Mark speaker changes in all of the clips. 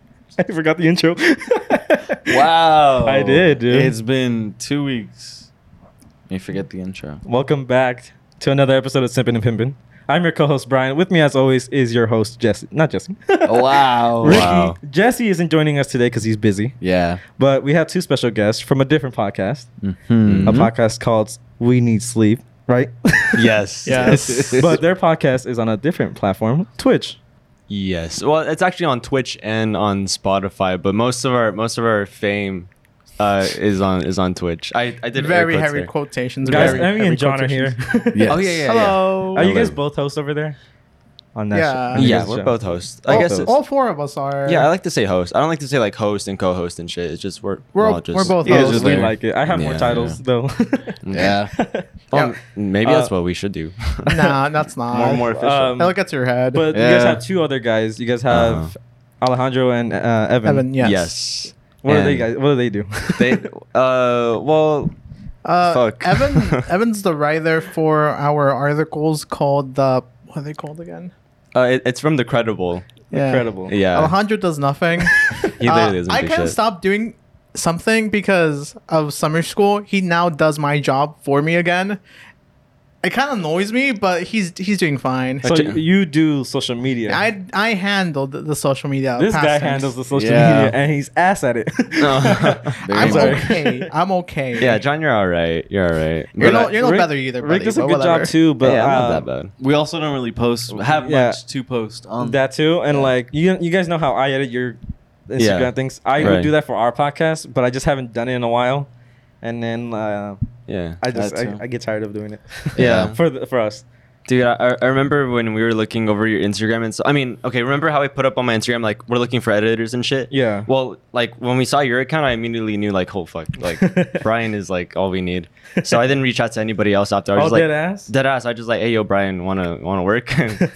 Speaker 1: I forgot the intro.
Speaker 2: Wow.
Speaker 1: I did, dude.
Speaker 2: It's been two weeks. You forget the intro.
Speaker 1: Welcome back to another episode of Simpin' and Pimpin'. I'm your co-host Brian. With me, as always, is your host Jesse. Not Jesse.
Speaker 3: Oh,
Speaker 2: Oh, Wow.
Speaker 1: Ricky.
Speaker 2: Wow.
Speaker 1: Jesse isn't joining us today because he's busy.
Speaker 2: Yeah.
Speaker 1: But we have two special guests from a different podcast,
Speaker 2: Mhm.
Speaker 1: a
Speaker 3: Mm-hmm.
Speaker 1: podcast called We Need Sleep, right?
Speaker 3: Yes.
Speaker 2: Yes.
Speaker 1: but their podcast is on a different platform, Twitch.
Speaker 3: Yes. Well, it's actually on Twitch and on Spotify, but most of our most of our fame uh, is on is on Twitch. I, I did air
Speaker 4: very
Speaker 3: quotes
Speaker 4: heavy
Speaker 3: there.
Speaker 4: quotations.
Speaker 1: Guys,
Speaker 4: very
Speaker 1: Emmy
Speaker 4: heavy
Speaker 1: and Jones are here.
Speaker 4: quotations.
Speaker 2: Yes.
Speaker 3: Oh yeah, yeah, yeah.
Speaker 4: Hello.
Speaker 1: Are you guys
Speaker 2: Hello.
Speaker 1: both hosts over there? On that
Speaker 4: Yeah.
Speaker 1: show- on
Speaker 3: Yeah,
Speaker 1: this
Speaker 3: we're
Speaker 1: show?
Speaker 3: both hosts. I
Speaker 4: all,
Speaker 3: guess. It's,
Speaker 4: all four of us are.
Speaker 3: Oh, yeah, I like to say host. I don't like to say like host and co-host and shit. It's just we're
Speaker 4: We're-
Speaker 3: all just
Speaker 4: we're both
Speaker 1: Yeah,
Speaker 4: hosts.
Speaker 1: just
Speaker 4: there.
Speaker 1: we like it. I have more
Speaker 3: Yeah, Oh,
Speaker 1: titles
Speaker 3: yeah.
Speaker 1: though.
Speaker 2: Yeah.
Speaker 3: Well, maybe that's
Speaker 1: Uh,
Speaker 3: what we should do.
Speaker 4: nah, that's not.
Speaker 3: more more official.
Speaker 1: Um,
Speaker 4: That'll get to your head.
Speaker 1: But you guys
Speaker 2: Yeah.
Speaker 1: have two other guys. You guys have Alejandro and uh, Evan.
Speaker 4: Evan, yes.
Speaker 3: yes.
Speaker 1: What do they
Speaker 3: Uh-huh. And
Speaker 1: guys? What do they do?
Speaker 3: They uh well
Speaker 4: Uh,
Speaker 3: Fuck.
Speaker 4: Evan, Evan's the writer for our articles called the. What are they called again?
Speaker 3: uh, it, it's from the credible.
Speaker 4: Yeah.
Speaker 1: Incredible.
Speaker 3: Yeah.
Speaker 4: Alejandro does nothing.
Speaker 3: He
Speaker 4: Uh,
Speaker 3: literally doesn't
Speaker 4: I
Speaker 3: do
Speaker 4: kind of
Speaker 3: shit.
Speaker 4: stopped doing something because of summer school. He now does my job for me again. It kind of annoys me, but he's he's doing fine.
Speaker 1: So
Speaker 3: Actu-
Speaker 1: you do social media.
Speaker 4: I I handled the, the social media.
Speaker 1: this guy
Speaker 4: past tense.
Speaker 1: handles the social
Speaker 2: Yeah.
Speaker 1: media and he's ass at it.
Speaker 3: No.
Speaker 2: Very
Speaker 4: I'm
Speaker 2: much.
Speaker 1: sorry.
Speaker 4: okay. I'm okay.
Speaker 3: Yeah, John, you're all right. You're all right.
Speaker 4: You're
Speaker 3: But
Speaker 4: not,
Speaker 3: I-
Speaker 4: you're not
Speaker 1: Rick-
Speaker 4: better either.
Speaker 1: Rick
Speaker 4: buddy,
Speaker 1: does a
Speaker 4: but
Speaker 1: good
Speaker 4: whatever.
Speaker 1: job too, but
Speaker 3: yeah, I'm
Speaker 1: uh,
Speaker 3: not that bad.
Speaker 2: We also don't really post have
Speaker 1: Yeah.
Speaker 2: much to post
Speaker 4: Um,
Speaker 2: on
Speaker 1: That too, and like you, you guys know how I edit your Instagram
Speaker 3: Yeah.
Speaker 1: things. I would
Speaker 3: Right.
Speaker 1: do that for our podcast, but I just haven't done it in a while, and then uh,
Speaker 3: Yeah,
Speaker 1: I just
Speaker 2: That
Speaker 1: I,
Speaker 2: too.
Speaker 1: I get tired of doing it.
Speaker 3: Yeah.
Speaker 1: for the, for us.
Speaker 3: dude, I, I remember when we were looking over your Instagram, and so I mean, okay, remember how I put up on my Instagram like we're looking for editors and shit.
Speaker 1: Yeah.
Speaker 3: Well, like when we saw your account, I immediately knew like, oh fuck, like Brian is like all we need. So I didn't reach out to anybody else after. I
Speaker 1: Oh,
Speaker 3: was just, like
Speaker 1: dead ass?
Speaker 3: Dead ass. I just like, hey yo, Brian, wanna wanna work?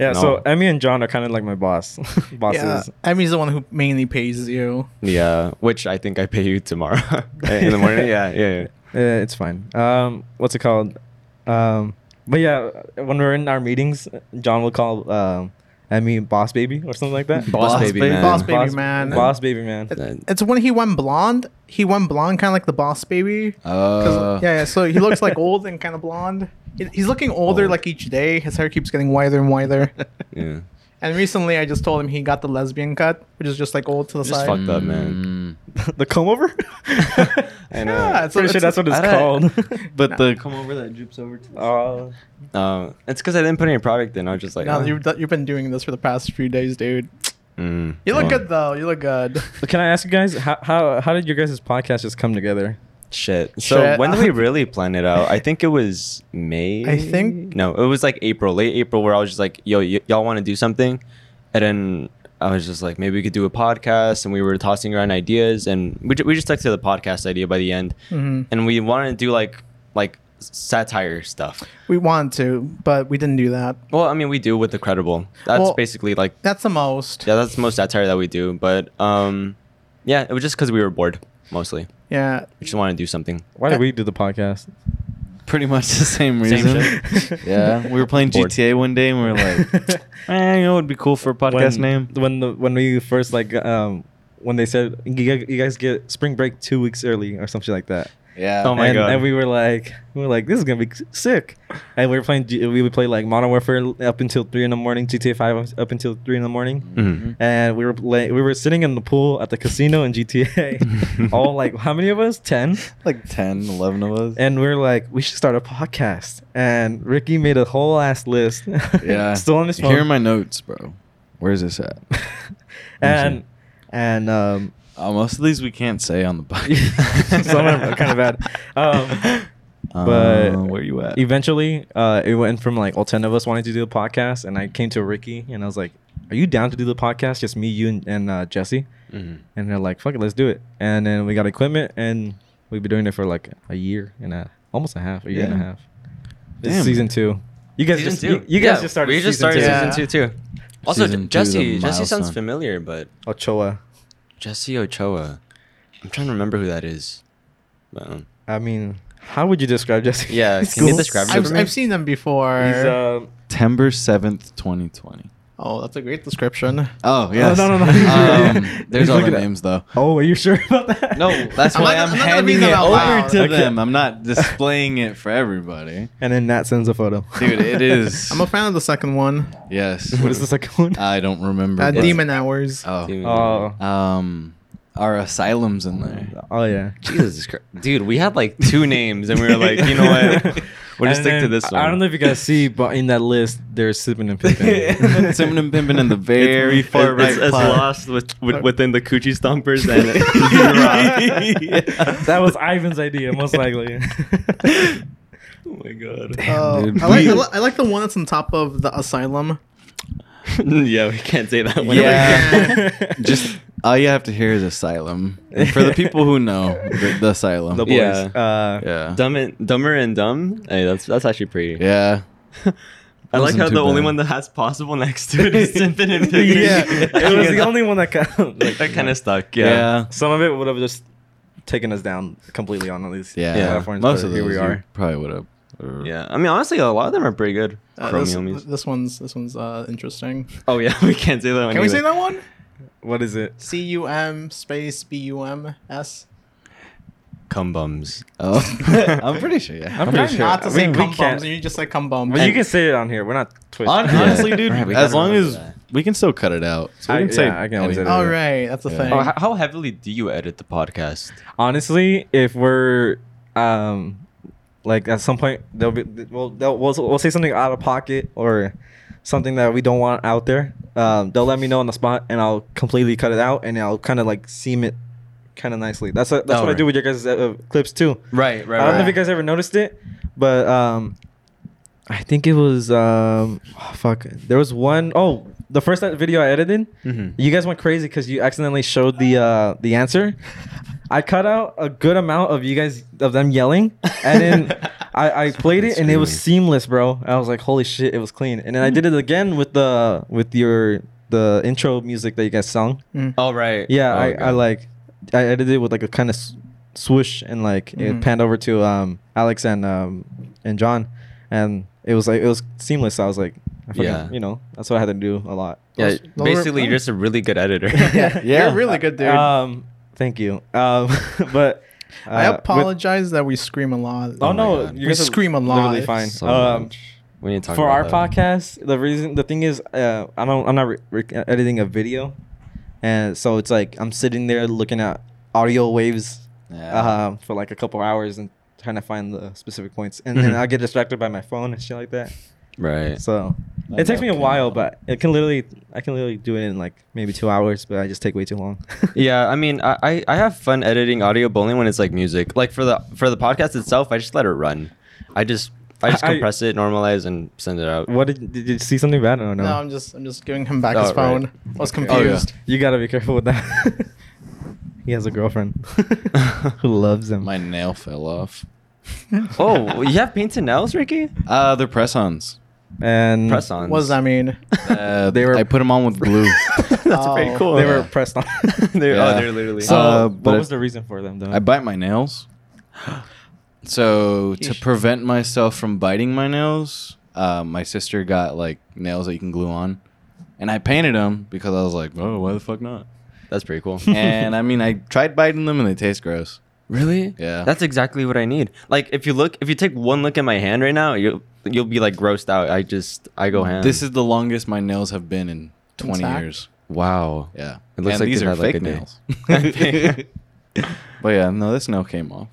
Speaker 1: Yeah,
Speaker 3: No.
Speaker 1: so Emmy and John are kind of like my boss, bosses.
Speaker 4: Yeah, Emmy's the one who mainly pays you.
Speaker 3: yeah, which I think I pay you tomorrow in the morning. Yeah, yeah. yeah.
Speaker 1: Uh, it's fine. Um, what's it called? Um, but yeah, when we're in our meetings, John will call um, Emmy boss baby or something like that.
Speaker 3: Boss, baby,
Speaker 2: baby.
Speaker 3: man.
Speaker 4: Boss baby man.
Speaker 1: Boss baby man.
Speaker 3: That-
Speaker 4: It's when he went blonde. He went blonde, kind of like the boss baby. 'Cause-
Speaker 2: Uh,
Speaker 4: yeah, yeah, so he looks like old and kind of blonde. He- He's looking older
Speaker 3: Old.
Speaker 4: like each day. His hair keeps getting whiter and whiter.
Speaker 3: Yeah.
Speaker 4: and recently, I just told him he got the lesbian cut, which is just like old to the
Speaker 3: Just
Speaker 4: side.
Speaker 3: fucked up, man.
Speaker 1: the comb over.
Speaker 3: I know.
Speaker 4: Yeah,
Speaker 1: Pretty sure that's what it's
Speaker 2: I don't-
Speaker 1: called.
Speaker 2: But the come over that droops over to
Speaker 1: Oh,
Speaker 3: Um, it's because I didn't put any product in. I was just like,
Speaker 4: Now
Speaker 3: oh.
Speaker 4: you've, do- you've been doing this for the past few days, dude.
Speaker 3: Mm.
Speaker 4: You look
Speaker 3: Oh,
Speaker 4: good though. You look good.
Speaker 1: But can I ask you guys how how, how did your guys' podcast just come together?
Speaker 3: Shit. So
Speaker 4: Shit.
Speaker 3: when did we really plan it out? I think it was May.
Speaker 4: I think-
Speaker 3: no, it was like April, late April, where I was just like, yo, y- y'all want to do something, and then I was just like, maybe we could do a podcast, and we were tossing around ideas, and we ju- we just stuck to the podcast idea by the end,
Speaker 4: Mhm.
Speaker 3: and we wanted to do like like satire stuff.
Speaker 4: We wanted to, but we didn't do that.
Speaker 3: Well, I mean, we do with the credible. That's
Speaker 4: Well-
Speaker 3: basically like
Speaker 4: That's the most.
Speaker 3: yeah, that's the most satire that we do. But um, yeah, it was just because we were bored mostly.
Speaker 4: Yeah.
Speaker 3: We just wanted to do something.
Speaker 1: Why
Speaker 4: Uh,
Speaker 1: did we do the podcast?
Speaker 2: pretty much the same
Speaker 3: Same
Speaker 2: reason.
Speaker 3: shit.
Speaker 2: yeah, we were playing
Speaker 3: Bored.
Speaker 2: GTA one day and we were like, eh, you know, it'd be cool for a podcast
Speaker 1: when,
Speaker 2: name.
Speaker 1: when the when we first like um when they said you gu- you guys get spring break two weeks early or something like that.
Speaker 2: Yeah.
Speaker 3: Oh my
Speaker 1: and,
Speaker 3: God.
Speaker 1: And we were like, we were like, this is gonna be sick. And we were playing, G- we would play like Modern Warfare up until three in the morning, GTA Five up until three in the morning,
Speaker 3: Mhm.
Speaker 2: Mm-hmm.
Speaker 1: and we were play- we were sitting in the pool at the casino in GTA, all like how many of us? Ten.
Speaker 2: Like 10, 11 of us.
Speaker 1: And we are like, we should start a podcast. And Ricky made a whole ass list.
Speaker 2: yeah.
Speaker 1: still on his phone.
Speaker 2: Here are my notes, bro. Where's this at?
Speaker 1: and and um,
Speaker 2: Uh, most of these we can't say on the podcast.
Speaker 1: some of them are kind of bad. Um, but
Speaker 2: Uh, where you at?
Speaker 1: eventually, uh, it went from like all ten of us wanting to do the podcast, and I came to Ricky and I was like, "Are you down to do the podcast? Just me, you, and, and uh, Jesse."
Speaker 4: Mm-hmm.
Speaker 3: Mhm.
Speaker 1: And they're like, "Fuck it, let's do it." And then we got equipment, and we've been doing it for like a year and a almost a half, a year and a
Speaker 2: Yeah.
Speaker 1: half. This
Speaker 2: Damn.
Speaker 1: is season two. You guys
Speaker 3: Season
Speaker 1: just
Speaker 3: two.
Speaker 1: You, you
Speaker 3: Yeah,
Speaker 1: guys just started.
Speaker 3: We just started
Speaker 1: season
Speaker 4: two.
Speaker 3: season two too. Also,
Speaker 2: Season two,
Speaker 3: Jesse.
Speaker 2: the
Speaker 3: Jesse sounds
Speaker 2: milestone.
Speaker 3: familiar, but
Speaker 1: two. Ochoa.
Speaker 3: Jesse Ochoa. I'm trying to remember who that is. Um,
Speaker 1: I mean, how would you describe Jesse? uh,
Speaker 3: Yeah,
Speaker 1: It's
Speaker 3: can you
Speaker 1: cool.
Speaker 3: describe him
Speaker 4: I've,
Speaker 3: for me?
Speaker 4: I've seen them before.
Speaker 1: He's uh,
Speaker 2: September 7th, 2020.
Speaker 4: Oh, that's a great description.
Speaker 5: Oh yes.
Speaker 1: no, no, no.
Speaker 5: Um, there's
Speaker 1: He's
Speaker 5: other
Speaker 1: looking at-
Speaker 5: names though.
Speaker 1: Oh, are you sure about that?
Speaker 5: No, that's
Speaker 4: I'm
Speaker 5: why
Speaker 4: not-
Speaker 5: I'm,
Speaker 4: I'm not gonna read
Speaker 5: handing
Speaker 4: them
Speaker 5: it
Speaker 4: out
Speaker 5: over
Speaker 4: loud.
Speaker 5: to
Speaker 1: Okay.
Speaker 5: them. I'm not displaying it for everybody,
Speaker 1: And then Nat sends a photo.
Speaker 5: dude. It is.
Speaker 4: I'm a fan of the second one.
Speaker 5: yes.
Speaker 1: what is the second one?
Speaker 5: I don't remember.
Speaker 4: Uh,
Speaker 5: but-
Speaker 4: Demon Hours. Uh,
Speaker 5: Oh.
Speaker 1: Oh,
Speaker 5: Um, our asylums in there.
Speaker 1: oh yeah.
Speaker 3: Jesus Christ. Dude, we had like two names and we were like, you know what? We'll just
Speaker 1: And
Speaker 3: stick to
Speaker 1: then,
Speaker 3: this one.
Speaker 1: I don't know if you guys see, but in that list, there's Sippin' and Pippin.
Speaker 5: Simon and Pimpin in the
Speaker 3: It's-
Speaker 5: very
Speaker 3: it's-
Speaker 5: far right.
Speaker 3: it's, it's
Speaker 5: part.
Speaker 3: lost with, with, within the coochie stompers and
Speaker 1: that was Ivan's idea, most likely.
Speaker 3: Oh my god.
Speaker 4: Uh,
Speaker 5: dude.
Speaker 4: I, like, I,
Speaker 5: We-
Speaker 4: li- I like the one that's on top of the asylum.
Speaker 3: yeah, we can't say that one.
Speaker 5: Yeah. Just all you have to hear is asylum. And for the people who know, the, the asylum.
Speaker 1: the boys.
Speaker 3: Yeah.
Speaker 1: Uh,
Speaker 5: yeah.
Speaker 3: Dumb and, dumber and dumb. Hey, that's that's actually pretty.
Speaker 5: Yeah.
Speaker 3: I like
Speaker 5: Wasn't
Speaker 3: how the
Speaker 5: too
Speaker 3: only
Speaker 5: bad.
Speaker 3: one that has possible next to it is Simpin and Pippin.
Speaker 1: yeah. It was the only one that kind of, like,
Speaker 3: that kind of stuck.
Speaker 5: Yeah.
Speaker 3: Yeah.
Speaker 1: Some of it would have just taken us down completely on at least.
Speaker 5: Yeah.
Speaker 1: platforms,
Speaker 5: Most
Speaker 1: but
Speaker 5: of those
Speaker 1: here we are.
Speaker 5: you probably would have.
Speaker 3: Yeah, I mean, honestly, a lot of them are pretty good.
Speaker 4: Uh,
Speaker 3: Chrome
Speaker 4: this,
Speaker 3: Yomis.
Speaker 4: this one's this one's uh, interesting.
Speaker 3: Oh yeah, we can't say that one.
Speaker 4: Can we
Speaker 3: either.
Speaker 4: say that one?
Speaker 1: What is it?
Speaker 4: C U M space B U M S.
Speaker 3: Cum bums.
Speaker 5: Oh, I'm pretty sure. Yeah.
Speaker 1: I'm
Speaker 4: I'm
Speaker 1: pretty
Speaker 4: trying
Speaker 1: sure.
Speaker 4: not to
Speaker 1: I
Speaker 4: say
Speaker 1: mean, we
Speaker 4: cum
Speaker 1: can't-
Speaker 4: bums, and you just say cum bums.
Speaker 1: Well, you can say it on here. We're not Twitch.
Speaker 5: Hon-
Speaker 1: Yeah.
Speaker 5: Honestly, dude,
Speaker 3: Right, we
Speaker 5: as
Speaker 3: gotta
Speaker 5: long
Speaker 3: remember
Speaker 5: as
Speaker 3: that.
Speaker 5: we can still cut it out, so we
Speaker 1: I-
Speaker 5: can say
Speaker 1: yeah, I can always
Speaker 5: anything.
Speaker 1: edit
Speaker 4: All right, that's a
Speaker 5: Yeah.
Speaker 4: thing.
Speaker 3: Oh, h- how heavily do you edit the podcast?
Speaker 1: honestly, if we're um like at some point they'll be we'll they'll, we'll we'll say something out of pocket or something that we don't want out there. Um, they'll let me know on the spot, and I'll completely cut it out, and I'll kind of like seam it kind of nicely. That's a, that's
Speaker 3: Oh,
Speaker 1: what I
Speaker 3: right.
Speaker 1: do with your guys' uh, clips too.
Speaker 3: Right,
Speaker 1: I don't know if you guys ever noticed it, but um, I think it was um, oh, fuck. There was one oh the first video I edited.
Speaker 3: Mhm.
Speaker 1: You guys went crazy because you accidentally showed the uh, the answer. I cut out a good amount of you guys of them yelling, and then I, I played it and it was seamless, bro. I was like, holy shit, it was clean. And then I did it again with the with your the intro music that you guys sung.
Speaker 3: Oh right.
Speaker 1: Yeah,
Speaker 3: Oh,
Speaker 1: I,
Speaker 3: okay.
Speaker 1: I like I edited it with like a kind of swoosh and like
Speaker 4: Mhm.
Speaker 3: Mm-hmm.
Speaker 1: it panned over to um Alex and um and John, and it was like it was seamless. I was like, I fucking,
Speaker 3: Yeah.
Speaker 1: you know, that's what I had to do a lot.
Speaker 3: Yeah,
Speaker 4: Those- those were-
Speaker 3: basically, you're just a really good editor.
Speaker 5: Yeah.
Speaker 4: You're really good, dude.
Speaker 1: Um, thank you. Um, but uh,
Speaker 4: I
Speaker 1: with-
Speaker 4: apologize that we scream a lot.
Speaker 1: oh no,
Speaker 5: God.
Speaker 1: you
Speaker 4: We
Speaker 1: guys are
Speaker 4: scream a
Speaker 1: literally
Speaker 4: lot.
Speaker 1: Fine.
Speaker 3: So
Speaker 1: um,
Speaker 3: much. we need to talk
Speaker 1: for our
Speaker 3: about that.
Speaker 1: podcast, the reason the thing is, uh, I don't, I'm not re- re- editing a video, and so it's like I'm sitting there looking at audio waves
Speaker 5: Yeah.
Speaker 1: uh, for like a couple hours and trying to find the specific points, and then
Speaker 3: Mhm.
Speaker 1: I get distracted by my phone and shit like that.
Speaker 3: Right.
Speaker 1: So
Speaker 5: I
Speaker 1: it takes me a
Speaker 5: love
Speaker 1: while,
Speaker 5: Canva.
Speaker 1: but it can literally, I can literally do it in like maybe two hours, but I just take way too long.
Speaker 3: yeah, I mean, I, I I have fun editing audio, but only when it's like music. Like for the for the podcast itself, I just let it run. I just I just
Speaker 1: I-
Speaker 3: compress it, normalize, and send it out.
Speaker 1: What did did you see something bad or no?
Speaker 4: No, I'm just I'm just giving him back
Speaker 3: Oh,
Speaker 4: his
Speaker 3: right.
Speaker 4: phone. I was
Speaker 5: yeah.
Speaker 4: confused.
Speaker 1: You gotta be careful with that. he has a girlfriend who loves him.
Speaker 5: My nail fell off.
Speaker 3: Oh, you have painted nails, Ricky?
Speaker 5: Uh, they're press-ons.
Speaker 1: and
Speaker 3: Press on.
Speaker 4: What does that mean?
Speaker 5: Uh,
Speaker 1: They were-
Speaker 5: I put them on with glue.
Speaker 3: That's pretty
Speaker 4: Oh.
Speaker 3: cool.
Speaker 1: They
Speaker 5: Yeah.
Speaker 1: were pressed on.
Speaker 3: they're,
Speaker 5: Yeah.
Speaker 3: oh, they're literally.
Speaker 1: so,
Speaker 5: Uh,
Speaker 1: what
Speaker 5: but-
Speaker 1: was the reason for them though?
Speaker 5: I bite my nails. So to
Speaker 4: Yeesh.
Speaker 5: prevent myself from biting my nails, uh, my sister got like nails that you can glue on, and I painted them because I was like, oh, why the fuck not?
Speaker 3: that's pretty cool.
Speaker 5: and I mean, I tried biting them and they taste gross.
Speaker 3: Really?
Speaker 5: Yeah.
Speaker 3: That's exactly what I need. Like if you look, if you take one look at my hand right now, you'll you'll be like grossed out. I just I go ham.
Speaker 5: This is the longest my nails have been in 20
Speaker 4: Intact?
Speaker 5: years.
Speaker 3: wow.
Speaker 5: Yeah.
Speaker 3: It looks like
Speaker 5: And these
Speaker 3: they've
Speaker 5: are
Speaker 3: had, like,
Speaker 5: fake
Speaker 3: a day.
Speaker 5: nails. but yeah, no, this nail came off.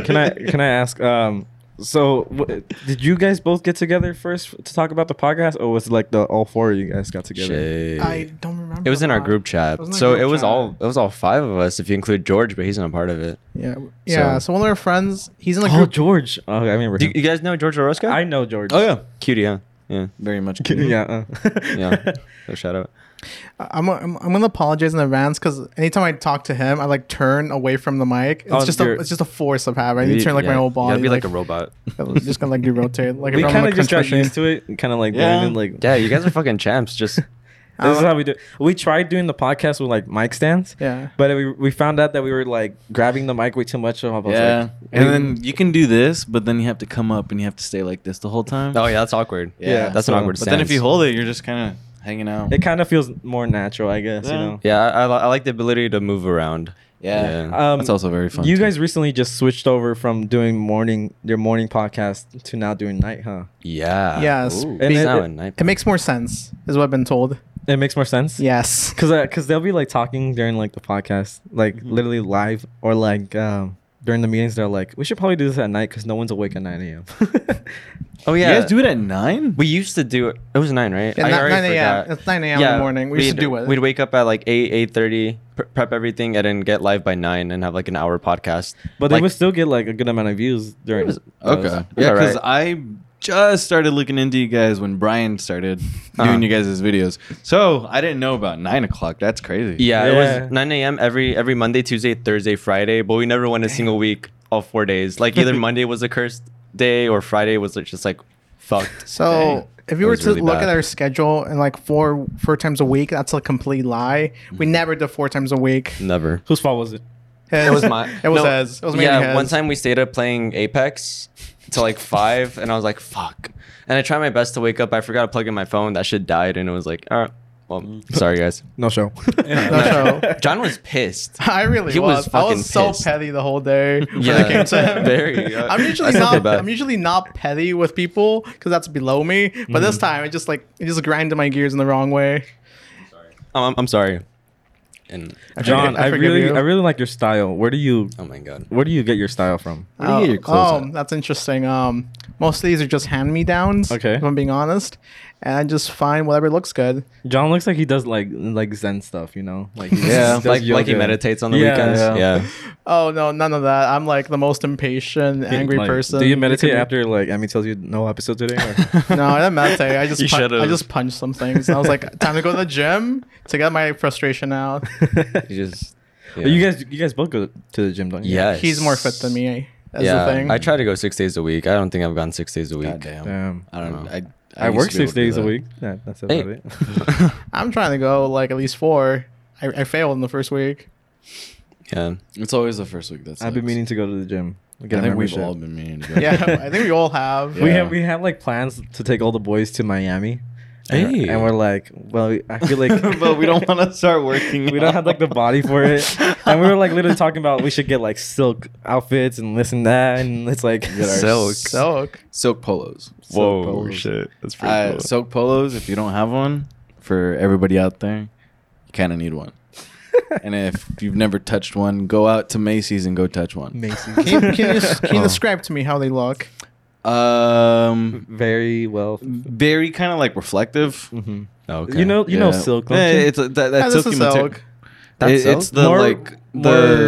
Speaker 1: can I can I ask? Um, so w- did you guys both get together first f- to talk about the podcast, or was it like the all four of you guys got together?
Speaker 3: Shit.
Speaker 4: I don't remember.
Speaker 3: It was in our
Speaker 4: that.
Speaker 3: group chat,
Speaker 4: It was in our
Speaker 3: so
Speaker 4: group
Speaker 3: it was
Speaker 4: chat.
Speaker 3: all it was all five of us if you include George, but he's not a part of it.
Speaker 4: Yeah, yeah. So, one of our friends, he's in the
Speaker 1: oh,
Speaker 4: group.
Speaker 1: George. Oh, I remember.
Speaker 3: Do you,
Speaker 1: him.
Speaker 3: you guys know George Orozco?
Speaker 1: I know George.
Speaker 5: yeah.
Speaker 3: cutie, huh? Yeah,
Speaker 5: Very much.
Speaker 1: yeah. Uh.
Speaker 3: yeah. so shout out.
Speaker 4: I'm, I'm I'm gonna apologize in advance because anytime I talk to him, I like turn away from the mic. It's
Speaker 1: Oh,
Speaker 4: just a
Speaker 1: you're-
Speaker 4: it's just a force of habit. I need to turn like my
Speaker 3: Yeah,
Speaker 4: whole
Speaker 3: You
Speaker 4: body.
Speaker 3: gotta be like, a robot.
Speaker 4: I'm just gonna like you rotate like
Speaker 1: we
Speaker 4: if I'm
Speaker 1: kind
Speaker 4: like,
Speaker 1: of just got
Speaker 4: contracting.
Speaker 1: used to it, kind of like
Speaker 5: Yeah.
Speaker 1: learning, like
Speaker 3: Yeah, you guys are fucking champs. Just
Speaker 1: This is how we do. It. We tried doing the podcast with like mic stands.
Speaker 4: Yeah.
Speaker 1: But we, we found out that we were like grabbing the mic way too much. So I was
Speaker 5: Yeah.
Speaker 1: like,
Speaker 5: and
Speaker 1: we-
Speaker 5: then you can do this, but then you have to come up and you have to stay like this the whole time.
Speaker 3: oh yeah, that's awkward.
Speaker 5: Yeah.
Speaker 3: that's an
Speaker 1: So-
Speaker 3: awkward.
Speaker 5: But then if
Speaker 3: stance.
Speaker 5: you hold it, you're just kind of hanging out.
Speaker 1: It kind of feels more natural, I guess. You
Speaker 5: Yeah.
Speaker 1: know.
Speaker 3: Yeah, I, I, li- I like the ability to move around.
Speaker 5: yeah,
Speaker 3: Yeah.
Speaker 1: Um,
Speaker 5: that's also very fun.
Speaker 1: You
Speaker 5: too.
Speaker 1: guys recently just switched over from doing morning your morning podcast to now doing night, huh?
Speaker 3: Yeah.
Speaker 4: Yes.
Speaker 5: Ooh.
Speaker 4: be-
Speaker 1: And
Speaker 3: It's
Speaker 1: it-
Speaker 3: now
Speaker 1: it-
Speaker 3: a night.
Speaker 4: It makes more sense, is what I've been told.
Speaker 1: It makes more sense.
Speaker 4: Yes.
Speaker 1: Cause, uh, cause they'll be like talking during like the podcast, like literally live, or like um, during the meetings. They're like, we should probably do this at night because no one's awake at nine a.m.
Speaker 3: Oh yeah.
Speaker 5: You guys do it at nine?
Speaker 3: We used to do it. It was nine, right?
Speaker 4: Yeah,
Speaker 3: I
Speaker 4: ni-
Speaker 3: already
Speaker 4: 9 a.m.
Speaker 3: forgot.
Speaker 4: It's 9 a.m. in the morning. We used to
Speaker 3: we'd-
Speaker 4: do it.
Speaker 3: We'd wake up at like eight, eight thirty, pre- prep everything, and then get live by nine and have like an hour podcast.
Speaker 1: but they
Speaker 3: like,
Speaker 1: would still get like a good amount of views during.
Speaker 3: was-
Speaker 1: those.
Speaker 5: Okay. Yeah, because
Speaker 3: alright.
Speaker 5: I just started looking into you guys when Brian started
Speaker 3: Uh-huh.
Speaker 5: doing you guys' videos. So I didn't know about nine o'clock. That's crazy.
Speaker 3: yeah, it
Speaker 1: Yeah.
Speaker 3: was nine a.m. every every Monday, Tuesday, Thursday, Friday. But we never went a single week, all four days. Like either Monday was a cursed day or Friday was like, just like fucked.
Speaker 4: So
Speaker 3: day.
Speaker 4: if
Speaker 3: It
Speaker 4: you were
Speaker 3: was
Speaker 4: to
Speaker 3: really
Speaker 4: look
Speaker 3: bad.
Speaker 4: at our schedule and like four four times a week, that's a complete lie.
Speaker 3: Mm-hmm.
Speaker 4: We never did four times a week.
Speaker 3: never.
Speaker 1: Whose fault was it?
Speaker 4: It
Speaker 3: was my.
Speaker 4: It was
Speaker 3: no,
Speaker 4: as. It was mainly
Speaker 3: yeah.
Speaker 4: his.
Speaker 3: One time we stayed up playing Apex till like five, and I was like, "Fuck!" And I tried my best to wake up. I forgot to plug in my phone. That shit died, and it was like, "All right, well, sorry guys."
Speaker 1: No show.
Speaker 4: No show.
Speaker 3: John was pissed.
Speaker 4: I really
Speaker 3: He
Speaker 4: was.
Speaker 3: was
Speaker 4: I
Speaker 3: fucking
Speaker 4: was so
Speaker 3: pissed.
Speaker 4: petty the whole day when
Speaker 3: Yeah,
Speaker 4: it came to him.
Speaker 3: very, uh,
Speaker 4: I'm usually
Speaker 3: I still feel
Speaker 4: not.
Speaker 3: bad.
Speaker 4: I'm usually not petty with people because that's below me. But this
Speaker 3: Mm-hmm.
Speaker 4: time, it just like it just grinded my gears in the wrong way.
Speaker 3: Um, I'm, I'm sorry. And
Speaker 1: John,
Speaker 4: I
Speaker 1: I,
Speaker 4: forgive
Speaker 1: really,
Speaker 4: you.
Speaker 1: I really like your style. Where do you,
Speaker 3: oh my god,
Speaker 1: where do you get your style from?
Speaker 5: Where do you get your clothes
Speaker 4: oh, that's interesting. Um, most of these are just hand me downs.
Speaker 1: Okay.
Speaker 4: If I'm being honest, and I just find whatever looks good.
Speaker 1: John looks like he does like like Zen stuff, you know, like he
Speaker 5: Yeah.
Speaker 1: does
Speaker 3: like like he
Speaker 1: yoga.
Speaker 3: meditates on the
Speaker 1: Yeah.
Speaker 3: weekends.
Speaker 5: Yeah.
Speaker 3: Yeah.
Speaker 4: Oh no, none of that. I'm like the most impatient, angry
Speaker 1: Like,
Speaker 4: person.
Speaker 1: Do you
Speaker 4: could
Speaker 1: meditate
Speaker 4: be-
Speaker 1: after like Emmy tells you no episode today? Or?
Speaker 4: No, I didn't meditate. I
Speaker 3: You
Speaker 4: just pun- I
Speaker 3: should've.
Speaker 4: just punched some things. And I was like, time to go to the gym to get my frustration out.
Speaker 3: He just.
Speaker 1: But You guys, you guys both go to the gym, don't you?
Speaker 3: Yes.
Speaker 4: He's more fit than me. That's
Speaker 3: yeah.
Speaker 4: the thing.
Speaker 3: I try to go six days a week. I don't think I've gone six days a week.
Speaker 5: God damn.
Speaker 1: Damn.
Speaker 5: I don't know. I,
Speaker 1: I,
Speaker 5: used
Speaker 1: work
Speaker 5: to be
Speaker 1: six
Speaker 5: able to do
Speaker 1: days a
Speaker 5: that.
Speaker 1: week. Yeah, that's about
Speaker 3: Hey.
Speaker 1: it.
Speaker 4: I'm trying to go like at least four. I, I failed in the first week.
Speaker 3: Yeah.
Speaker 5: It's always the first week. That's.
Speaker 1: I've been meaning to go to the gym. Get
Speaker 5: I
Speaker 1: a
Speaker 5: think we've
Speaker 1: membership.
Speaker 5: all been meaning to. Go.
Speaker 4: Yeah, I think we all have.
Speaker 1: We
Speaker 5: Yeah.
Speaker 1: have we have like plans to take all the boys to Miami, and,
Speaker 3: Hey.
Speaker 1: and we're like, well, I feel like
Speaker 5: but we don't want to start working.
Speaker 1: we don't have like the body for it, and we were like literally talking about we should get like silk outfits and this and that, and it's like
Speaker 5: Get our
Speaker 3: Silk.
Speaker 4: Soak.
Speaker 5: silk polos.
Speaker 3: Whoa,
Speaker 5: Silk polos.
Speaker 3: shit. That's pretty
Speaker 5: Uh,
Speaker 3: cool.
Speaker 5: silk polos. If you don't have one, for everybody out there, you kind of need one. and if you've never touched one, go out to Macy's and go touch one.
Speaker 1: Macy's.
Speaker 4: Can you, can you, can you
Speaker 5: Oh.
Speaker 4: describe to me how they look?
Speaker 5: Um,
Speaker 1: very well.
Speaker 5: very kind of like reflective.
Speaker 1: Mhm.
Speaker 3: okay.
Speaker 1: You know, you know
Speaker 5: Yeah.
Speaker 1: silk.
Speaker 5: Yeah,
Speaker 1: Don't you?
Speaker 5: it's a, that, that
Speaker 4: Yeah, this
Speaker 5: silky
Speaker 4: is
Speaker 5: material.
Speaker 4: silk.
Speaker 3: That's
Speaker 5: It-
Speaker 3: silk?
Speaker 5: it's the
Speaker 1: More-
Speaker 5: like the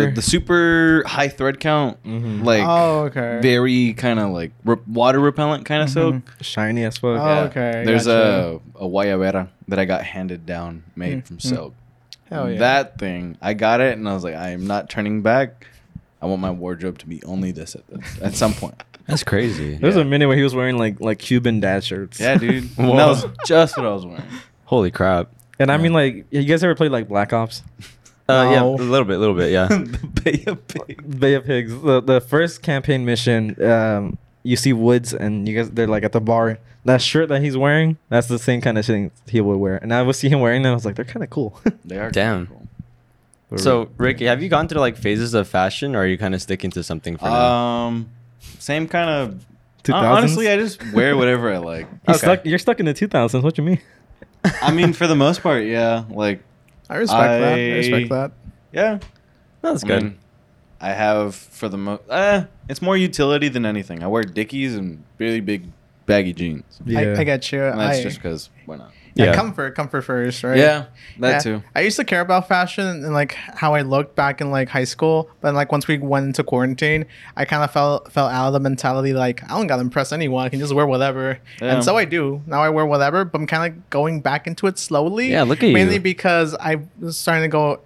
Speaker 1: more-
Speaker 5: the super high thread count,
Speaker 1: Mhm.
Speaker 5: like
Speaker 4: oh, okay.
Speaker 5: very kind of like re- water repellent kind of silk.
Speaker 1: shiny as fuck.
Speaker 4: Oh, okay,
Speaker 5: There's
Speaker 4: gotcha. Hmm.
Speaker 5: a a guayabera that I got handed down, made from silk.
Speaker 4: Hell yeah.
Speaker 5: That thing, I got it, and I was like, I am not turning back. I want my wardrobe to be only this at, the, at some point.
Speaker 3: That's crazy.
Speaker 1: There was a minute where he was wearing like like Cuban dad shirts.
Speaker 5: Yeah, dude.
Speaker 3: Whoa.
Speaker 5: And that was just what I was wearing.
Speaker 3: Holy crap.
Speaker 1: And I mean like you guys ever played like Black Ops?
Speaker 3: Uh, Yeah,
Speaker 4: No.
Speaker 3: a little bit, a little bit, yeah.
Speaker 5: the Bay of Pigs.
Speaker 1: Bay of Pigs. The the first campaign mission, um, you see Woods and you guys they're like at the bar. That shirt that he's wearing, that's the same kind of thing he would wear. And I would see him wearing them, I was like, they're kinda cool.
Speaker 5: They are
Speaker 3: Damn.
Speaker 5: cool.
Speaker 3: So, Ricky, have you gone through like phases of fashion, or are you kind of sticking to something for now?
Speaker 5: Um, same kind of.
Speaker 1: 2000s?
Speaker 5: Honestly, I just wear whatever I like.
Speaker 1: He's
Speaker 3: okay.
Speaker 1: stuck, you're stuck in the two thousands, what you mean?
Speaker 5: I mean, for the most part, yeah. Like,
Speaker 4: I respect that. I respect
Speaker 5: I-
Speaker 4: that.
Speaker 5: yeah.
Speaker 3: That's
Speaker 5: I
Speaker 3: good.
Speaker 5: mean, I have for the most. Uh, it's more utility than anything. I wear Dickies and really big baggy jeans.
Speaker 4: I, I get you.
Speaker 5: And that's
Speaker 4: I,
Speaker 5: just because why not?
Speaker 4: yeah.
Speaker 3: Yeah.
Speaker 4: comfort, comfort first, right?
Speaker 5: Yeah, that
Speaker 4: Yeah.
Speaker 5: too.
Speaker 4: I used to care about fashion and like how I looked back in like high school, but like once we went into quarantine, I kind of fell fell out of the mentality like I don't gotta impress anyone. I can just wear whatever,
Speaker 5: Yeah.
Speaker 4: and so I do now. I wear whatever, but I'm kind of going back into it slowly.
Speaker 3: Yeah, look at you.
Speaker 4: mainly because I was starting to go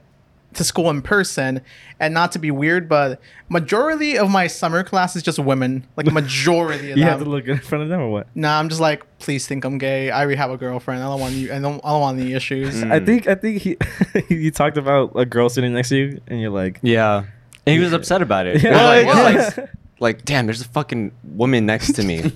Speaker 4: to school in person, and not to be weird, but majority of my summer class is just women. Like majority of
Speaker 1: You
Speaker 4: them.
Speaker 1: have to look good in front of them or what?
Speaker 4: Nah, I'm just like, please think I'm gay. I already have a girlfriend. I don't want you. I don't. I don't want any issues.
Speaker 1: I think I think he you talked about a girl sitting next to you and you're like
Speaker 3: Yeah. And he was upset about it.
Speaker 1: Yeah.
Speaker 3: He was like,
Speaker 4: What?
Speaker 3: "Well, like, like, damn, there's a fucking woman next to me.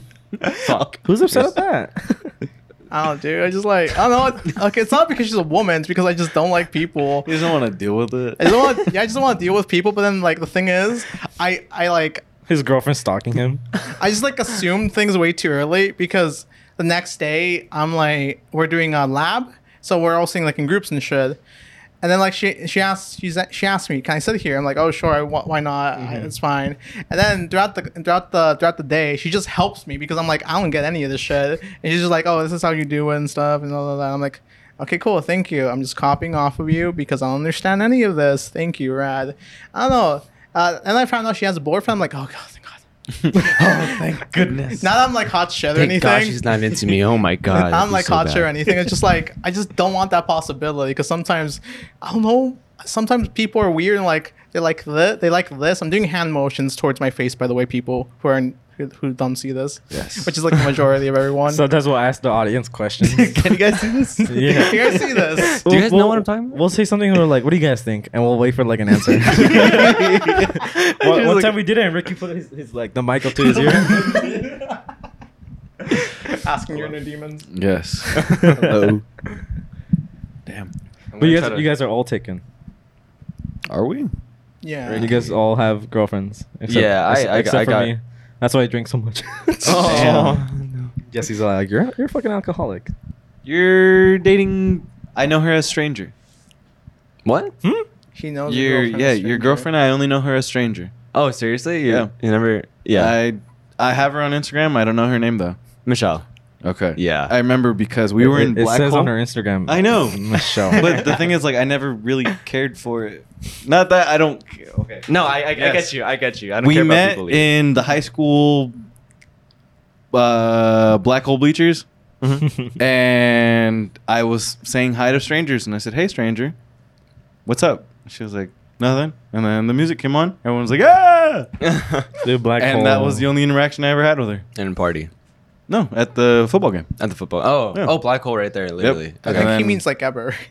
Speaker 3: Fuck.
Speaker 1: Who's upset at that?
Speaker 4: I don't, dude. I just like I don't know. Okay, it's not because she's a woman. It's because I just don't like people.
Speaker 5: He doesn't want to deal with it.
Speaker 4: I just don't want. Yeah, I just don't want to deal with people. But then, like, the thing is, I I like
Speaker 1: His girlfriend's stalking him.
Speaker 4: I just like assumed things way too early because the next day I'm like we're doing a lab, so we're all sitting like in groups and shit. And then like she she asked she's, she asked me can I sit here I'm like oh sure I- wh- why not I- it's fine and then throughout the throughout the throughout the day she just helps me because I'm like I don't get any of this shit and she's just like oh this is how you do it and stuff and all of that I'm like okay cool thank you I'm just copying off of you because I don't understand any of this thank you Rad I don't know uh, and I found out she has a boyfriend I'm like oh god thank god
Speaker 3: Oh, Thank goodness.
Speaker 4: now that I'm like hot shit or
Speaker 3: Thank
Speaker 4: anything.
Speaker 3: God she's not into me. Oh my God.
Speaker 4: I'm
Speaker 3: that'd be
Speaker 4: like
Speaker 3: so
Speaker 4: hot shit or
Speaker 3: bad.
Speaker 4: anything. It's just like I just don't want that possibility because sometimes I don't know. Sometimes people are weird and like they like this. They like this. I'm doing hand motions towards my face, by the way, people who are in, who, who don't see this,
Speaker 5: Yes.
Speaker 4: which is like the majority of everyone.
Speaker 1: So that's why I asked the audience questions.
Speaker 4: Can you guys see this?
Speaker 1: Yeah.
Speaker 4: Can you guys see this?
Speaker 3: Do you guys know what I'm talking about?
Speaker 1: We'll say something and we're like, what do you guys think? And we'll wait for like an answer. one
Speaker 4: She's
Speaker 1: one
Speaker 4: like-
Speaker 1: time we did it and Ricky put his, his like the mic up to his ear.
Speaker 4: Asking your inner demons.
Speaker 5: Yes.
Speaker 1: Uh-oh.
Speaker 5: Damn.
Speaker 1: But you guys, you guys are all taken.
Speaker 5: Are we?
Speaker 4: Yeah.
Speaker 1: You guys all have girlfriends.
Speaker 3: Yeah, I-
Speaker 1: ex-
Speaker 3: I- I got-
Speaker 1: That's why I drink so much.
Speaker 3: Oh.
Speaker 1: Jesse's like, you're you're a fucking alcoholic.
Speaker 5: You're dating. I know her as stranger.
Speaker 3: What?
Speaker 1: Hmm?
Speaker 4: She knows. your
Speaker 5: Your
Speaker 4: Oh, girlfriend
Speaker 5: yeah,
Speaker 4: is
Speaker 5: your
Speaker 4: stranger.
Speaker 5: girlfriend. I only know her as stranger.
Speaker 3: Oh, seriously? You,
Speaker 5: Yeah.
Speaker 3: You never? Yeah.
Speaker 5: I I have her on Instagram. I don't know her name though.
Speaker 3: Michelle.
Speaker 5: Okay.
Speaker 3: Yeah.
Speaker 5: I remember because we were
Speaker 1: It-
Speaker 5: in
Speaker 1: it,
Speaker 5: Black
Speaker 1: says
Speaker 5: Hole.
Speaker 1: on her Instagram.
Speaker 5: I know.
Speaker 1: Michelle.
Speaker 5: but the thing is, like, I never really cared for it. Not that I don't. Okay.
Speaker 3: No, I, I, I
Speaker 5: Yes.
Speaker 3: get you. I get you. I don't
Speaker 5: We
Speaker 3: care
Speaker 5: met
Speaker 3: about people. either.
Speaker 5: in the high school uh, black hole bleachers,
Speaker 3: Mm-hmm.
Speaker 5: and I was saying hi to strangers, and I said, "Hey, stranger, what's up?" She was like, "Nothing." And then the music came on. Everyone was like, "Ah!"
Speaker 1: Dude, black
Speaker 5: and
Speaker 1: hole.
Speaker 5: that was the only interaction I ever had with her.
Speaker 3: in a party
Speaker 5: No, at the football game.
Speaker 3: at the football. Oh,
Speaker 5: Yeah.
Speaker 3: oh, black hole right there, literally.
Speaker 4: Like,
Speaker 5: Okay.
Speaker 3: Okay.
Speaker 5: And
Speaker 4: he
Speaker 5: then-
Speaker 4: means like ever.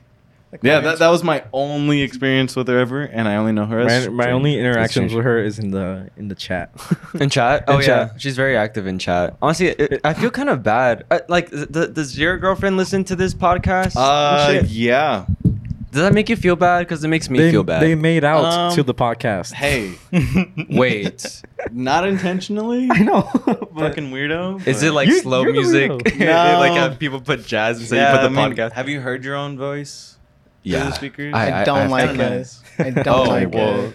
Speaker 4: Like,
Speaker 5: Yeah,
Speaker 4: my-
Speaker 5: that, that was my only experience with her ever, and I only know her
Speaker 1: My,
Speaker 5: as
Speaker 1: my
Speaker 5: stranger.
Speaker 1: only
Speaker 5: As
Speaker 1: interactions
Speaker 5: stranger.
Speaker 1: with her is in the in the chat.
Speaker 3: In chat? Oh
Speaker 1: In
Speaker 3: yeah,
Speaker 1: chat.
Speaker 3: she's very active in chat. Honestly, it, I feel kind of bad. Uh, like, th- th- does your girlfriend listen to this podcast?
Speaker 5: Uh,
Speaker 3: Oh, Shit.
Speaker 5: yeah.
Speaker 3: does that make you feel bad? Because it makes me
Speaker 1: they,
Speaker 3: feel bad.
Speaker 1: They made out
Speaker 5: Um,
Speaker 1: to the podcast.
Speaker 5: Hey,
Speaker 3: Wait,
Speaker 5: not intentionally.
Speaker 1: I know. but-
Speaker 5: Fucking weirdo.
Speaker 3: is it
Speaker 5: but-
Speaker 3: like
Speaker 1: You-
Speaker 3: slow
Speaker 1: you're the
Speaker 3: music?
Speaker 1: weirdo.
Speaker 3: They, like
Speaker 5: No.
Speaker 3: have people put jazz instead
Speaker 5: Yeah,
Speaker 3: you
Speaker 5: I
Speaker 3: put the
Speaker 5: mean,
Speaker 3: podcast.
Speaker 5: Have you heard your own voice? through
Speaker 3: yeah,
Speaker 5: the speakers?
Speaker 4: I, don't
Speaker 3: have
Speaker 4: like
Speaker 3: to-
Speaker 5: kinda
Speaker 4: it.
Speaker 5: nice.
Speaker 4: I don't
Speaker 3: Oh,
Speaker 4: like
Speaker 3: well,
Speaker 4: it.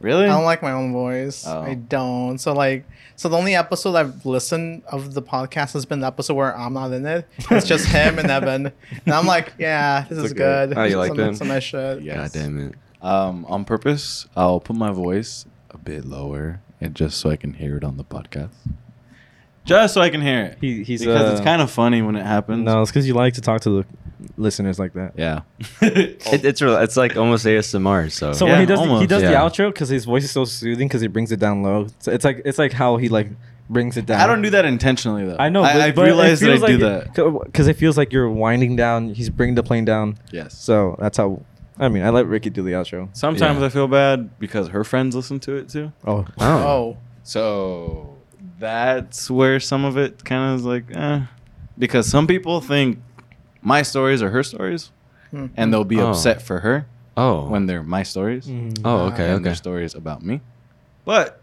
Speaker 5: Really?
Speaker 4: I don't like my own voice.
Speaker 5: Oh.
Speaker 4: I don't. So like, so the only episode I've listened of the podcast has been the episode where I'm not in it. It's just him and Evan, and I'm like, yeah, this is
Speaker 5: okay.
Speaker 4: good.
Speaker 3: Oh, you like
Speaker 4: some,
Speaker 3: them?
Speaker 4: Some nice shit.
Speaker 5: Yeah.
Speaker 3: God damn it.
Speaker 5: um, on purpose, I'll put my voice a bit lower, and just so I can hear it on the podcast. Just so I can hear it.
Speaker 1: He- he's,
Speaker 5: because it's
Speaker 1: uh,
Speaker 5: kind of funny when it happens.
Speaker 1: No, it's because you like to talk to the listeners like that.
Speaker 5: Yeah. Oh.
Speaker 3: It, it's real. It's like almost ASMR. So,
Speaker 1: So
Speaker 5: Yeah,
Speaker 1: when he does he
Speaker 5: almost,
Speaker 1: does the
Speaker 3: yeah.
Speaker 1: outro because his voice is so soothing because he brings it down low. So it's like it's like how he like brings it down.
Speaker 5: I don't do that intentionally though.
Speaker 1: I know.
Speaker 5: I, I've realized that I do that.
Speaker 1: because it feels like you're winding down. He's bringing the plane down.
Speaker 5: Yes.
Speaker 1: So that's how. I mean, I let Ricky do the outro.
Speaker 5: Sometimes
Speaker 3: Yeah.
Speaker 5: I feel bad because her friends listen to it too.
Speaker 1: Oh,
Speaker 4: Oh,
Speaker 5: So that's where some of it kind of is like, eh. because some people think my stories are her stories,
Speaker 4: Hmm.
Speaker 5: and they'll be
Speaker 3: Oh.
Speaker 5: upset for her
Speaker 3: oh,
Speaker 5: when they're my stories.
Speaker 1: Mm-hmm. Mm.
Speaker 3: oh,
Speaker 4: Uh,
Speaker 3: okay,
Speaker 5: and
Speaker 3: okay.
Speaker 5: Their stories about me, but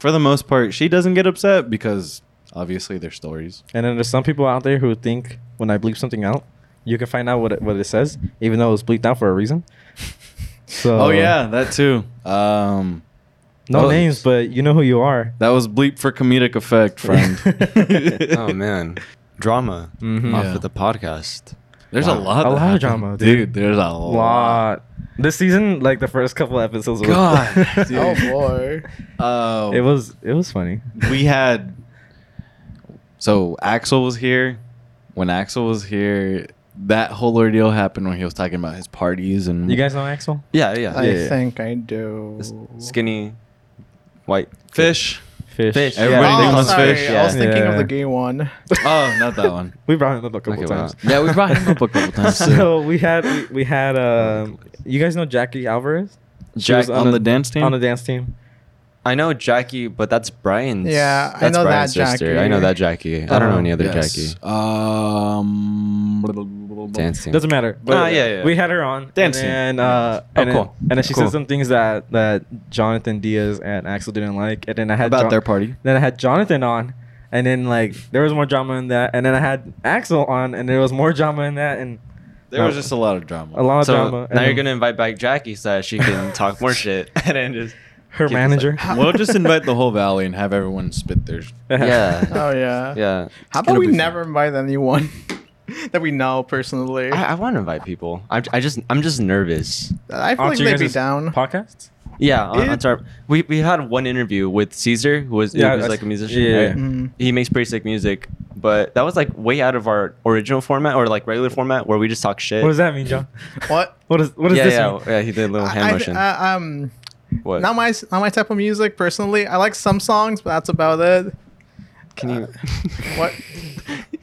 Speaker 5: for the most part, she doesn't get upset because obviously they're stories.
Speaker 1: And then there's some people out there who think when I bleep something out, you can find out what it, what it says, even though it was bleeped out for a reason. So
Speaker 5: oh yeah, that too. Um,
Speaker 1: no
Speaker 3: Oh.
Speaker 1: names, but you know who you are.
Speaker 5: that was bleep for comedic effect, friend.
Speaker 3: oh man, drama
Speaker 1: Mhm.
Speaker 3: off
Speaker 5: Mm-hmm. Yeah.
Speaker 3: of the podcast.
Speaker 5: There's a
Speaker 3: Wow.
Speaker 5: lot.
Speaker 1: A
Speaker 5: that
Speaker 1: lot of
Speaker 5: happened.
Speaker 1: drama, dude.
Speaker 5: There's a lot.
Speaker 1: lot. This season, like the first couple episodes, were-
Speaker 5: God, dude.
Speaker 4: oh boy.
Speaker 5: Oh,
Speaker 1: it was it was funny.
Speaker 5: we had so Axel was here. When Axel was here, that whole ordeal happened when he was talking about his parties and
Speaker 1: You guys know Axel?
Speaker 3: Yeah, yeah.
Speaker 4: I
Speaker 5: Yeah, yeah.
Speaker 4: think I do.
Speaker 3: S- Skinny, white.
Speaker 5: fish.
Speaker 1: Fish.
Speaker 3: Fish.
Speaker 5: Everybody
Speaker 3: Yeah.
Speaker 5: thinks
Speaker 4: Oh,
Speaker 5: it's
Speaker 4: sorry.
Speaker 5: fish.
Speaker 4: I
Speaker 5: Yeah.
Speaker 4: was thinking
Speaker 1: Yeah.
Speaker 4: of the gay one.
Speaker 5: oh, not that one.
Speaker 1: We brought him up a couple
Speaker 3: Okay, wow.
Speaker 1: times.
Speaker 5: Yeah, we brought him up a couple times.
Speaker 1: so we had we, we had um, you guys know Jackie Alvarez
Speaker 5: Jack
Speaker 1: was on
Speaker 5: on,
Speaker 1: a-
Speaker 5: the dance team.
Speaker 1: on the dance team.
Speaker 3: I know Jackie, but that's Brian's.
Speaker 4: Yeah, I
Speaker 3: that's
Speaker 4: know
Speaker 3: Brian's
Speaker 4: that
Speaker 3: sister.
Speaker 4: Jackie.
Speaker 3: I know that Jackie. I don't know any other
Speaker 5: Yes.
Speaker 3: Jackie.
Speaker 5: Um,
Speaker 3: Dancing.
Speaker 1: Doesn't matter. But
Speaker 3: Ah, yeah, yeah.
Speaker 1: we had her on
Speaker 3: Dancing.
Speaker 1: and then, uh,
Speaker 3: Oh,
Speaker 1: and then-
Speaker 3: cool.
Speaker 1: and then she
Speaker 3: Cool.
Speaker 1: said some things that that Jonathan Diaz and Axel didn't like, and then I had
Speaker 5: About
Speaker 1: Jon-
Speaker 5: their party.
Speaker 1: Then I had Jonathan on, and then like there was more drama in that, and then I had Axel on, and there was more drama in that, and
Speaker 5: There was just a lot of drama.
Speaker 1: a lot of
Speaker 3: So
Speaker 1: drama.
Speaker 3: now
Speaker 1: and
Speaker 3: you're
Speaker 1: then
Speaker 3: gonna invite back Jackie so that she can talk more shit and then just
Speaker 1: her
Speaker 3: keep this
Speaker 1: manager.
Speaker 3: up.
Speaker 5: we'll just invite the whole valley and have everyone spit their.
Speaker 3: yeah,
Speaker 4: Oh yeah.
Speaker 3: yeah.
Speaker 4: How about
Speaker 5: gonna
Speaker 4: we
Speaker 5: be fun.
Speaker 4: never invite anyone that we know personally?
Speaker 3: I,
Speaker 4: I,
Speaker 3: I want to invite people. I, I just I'm just nervous.
Speaker 4: feel like
Speaker 1: Onto your
Speaker 4: they'd be
Speaker 1: guys'
Speaker 4: down.
Speaker 1: Podcasts?
Speaker 3: Yeah, on, on
Speaker 4: It-
Speaker 3: Tar- we we had one interview with Caesar, who was
Speaker 1: Yeah,
Speaker 3: who's
Speaker 1: I-
Speaker 3: like a musician.
Speaker 1: yeah.
Speaker 3: right?
Speaker 4: Mm.
Speaker 3: He makes pretty sick music, but that was like way out of our original format or like regular format where we just talk shit.
Speaker 1: What does that mean, John?
Speaker 4: What?
Speaker 1: What does what does
Speaker 3: yeah,
Speaker 1: this
Speaker 3: yeah,
Speaker 1: mean?
Speaker 3: yeah. He did a little hand
Speaker 4: I- I-
Speaker 3: motion.
Speaker 4: I- um,
Speaker 3: what?
Speaker 4: not my not my type of music personally. I like some songs, but that's about it.
Speaker 3: Can you?
Speaker 4: uh, what?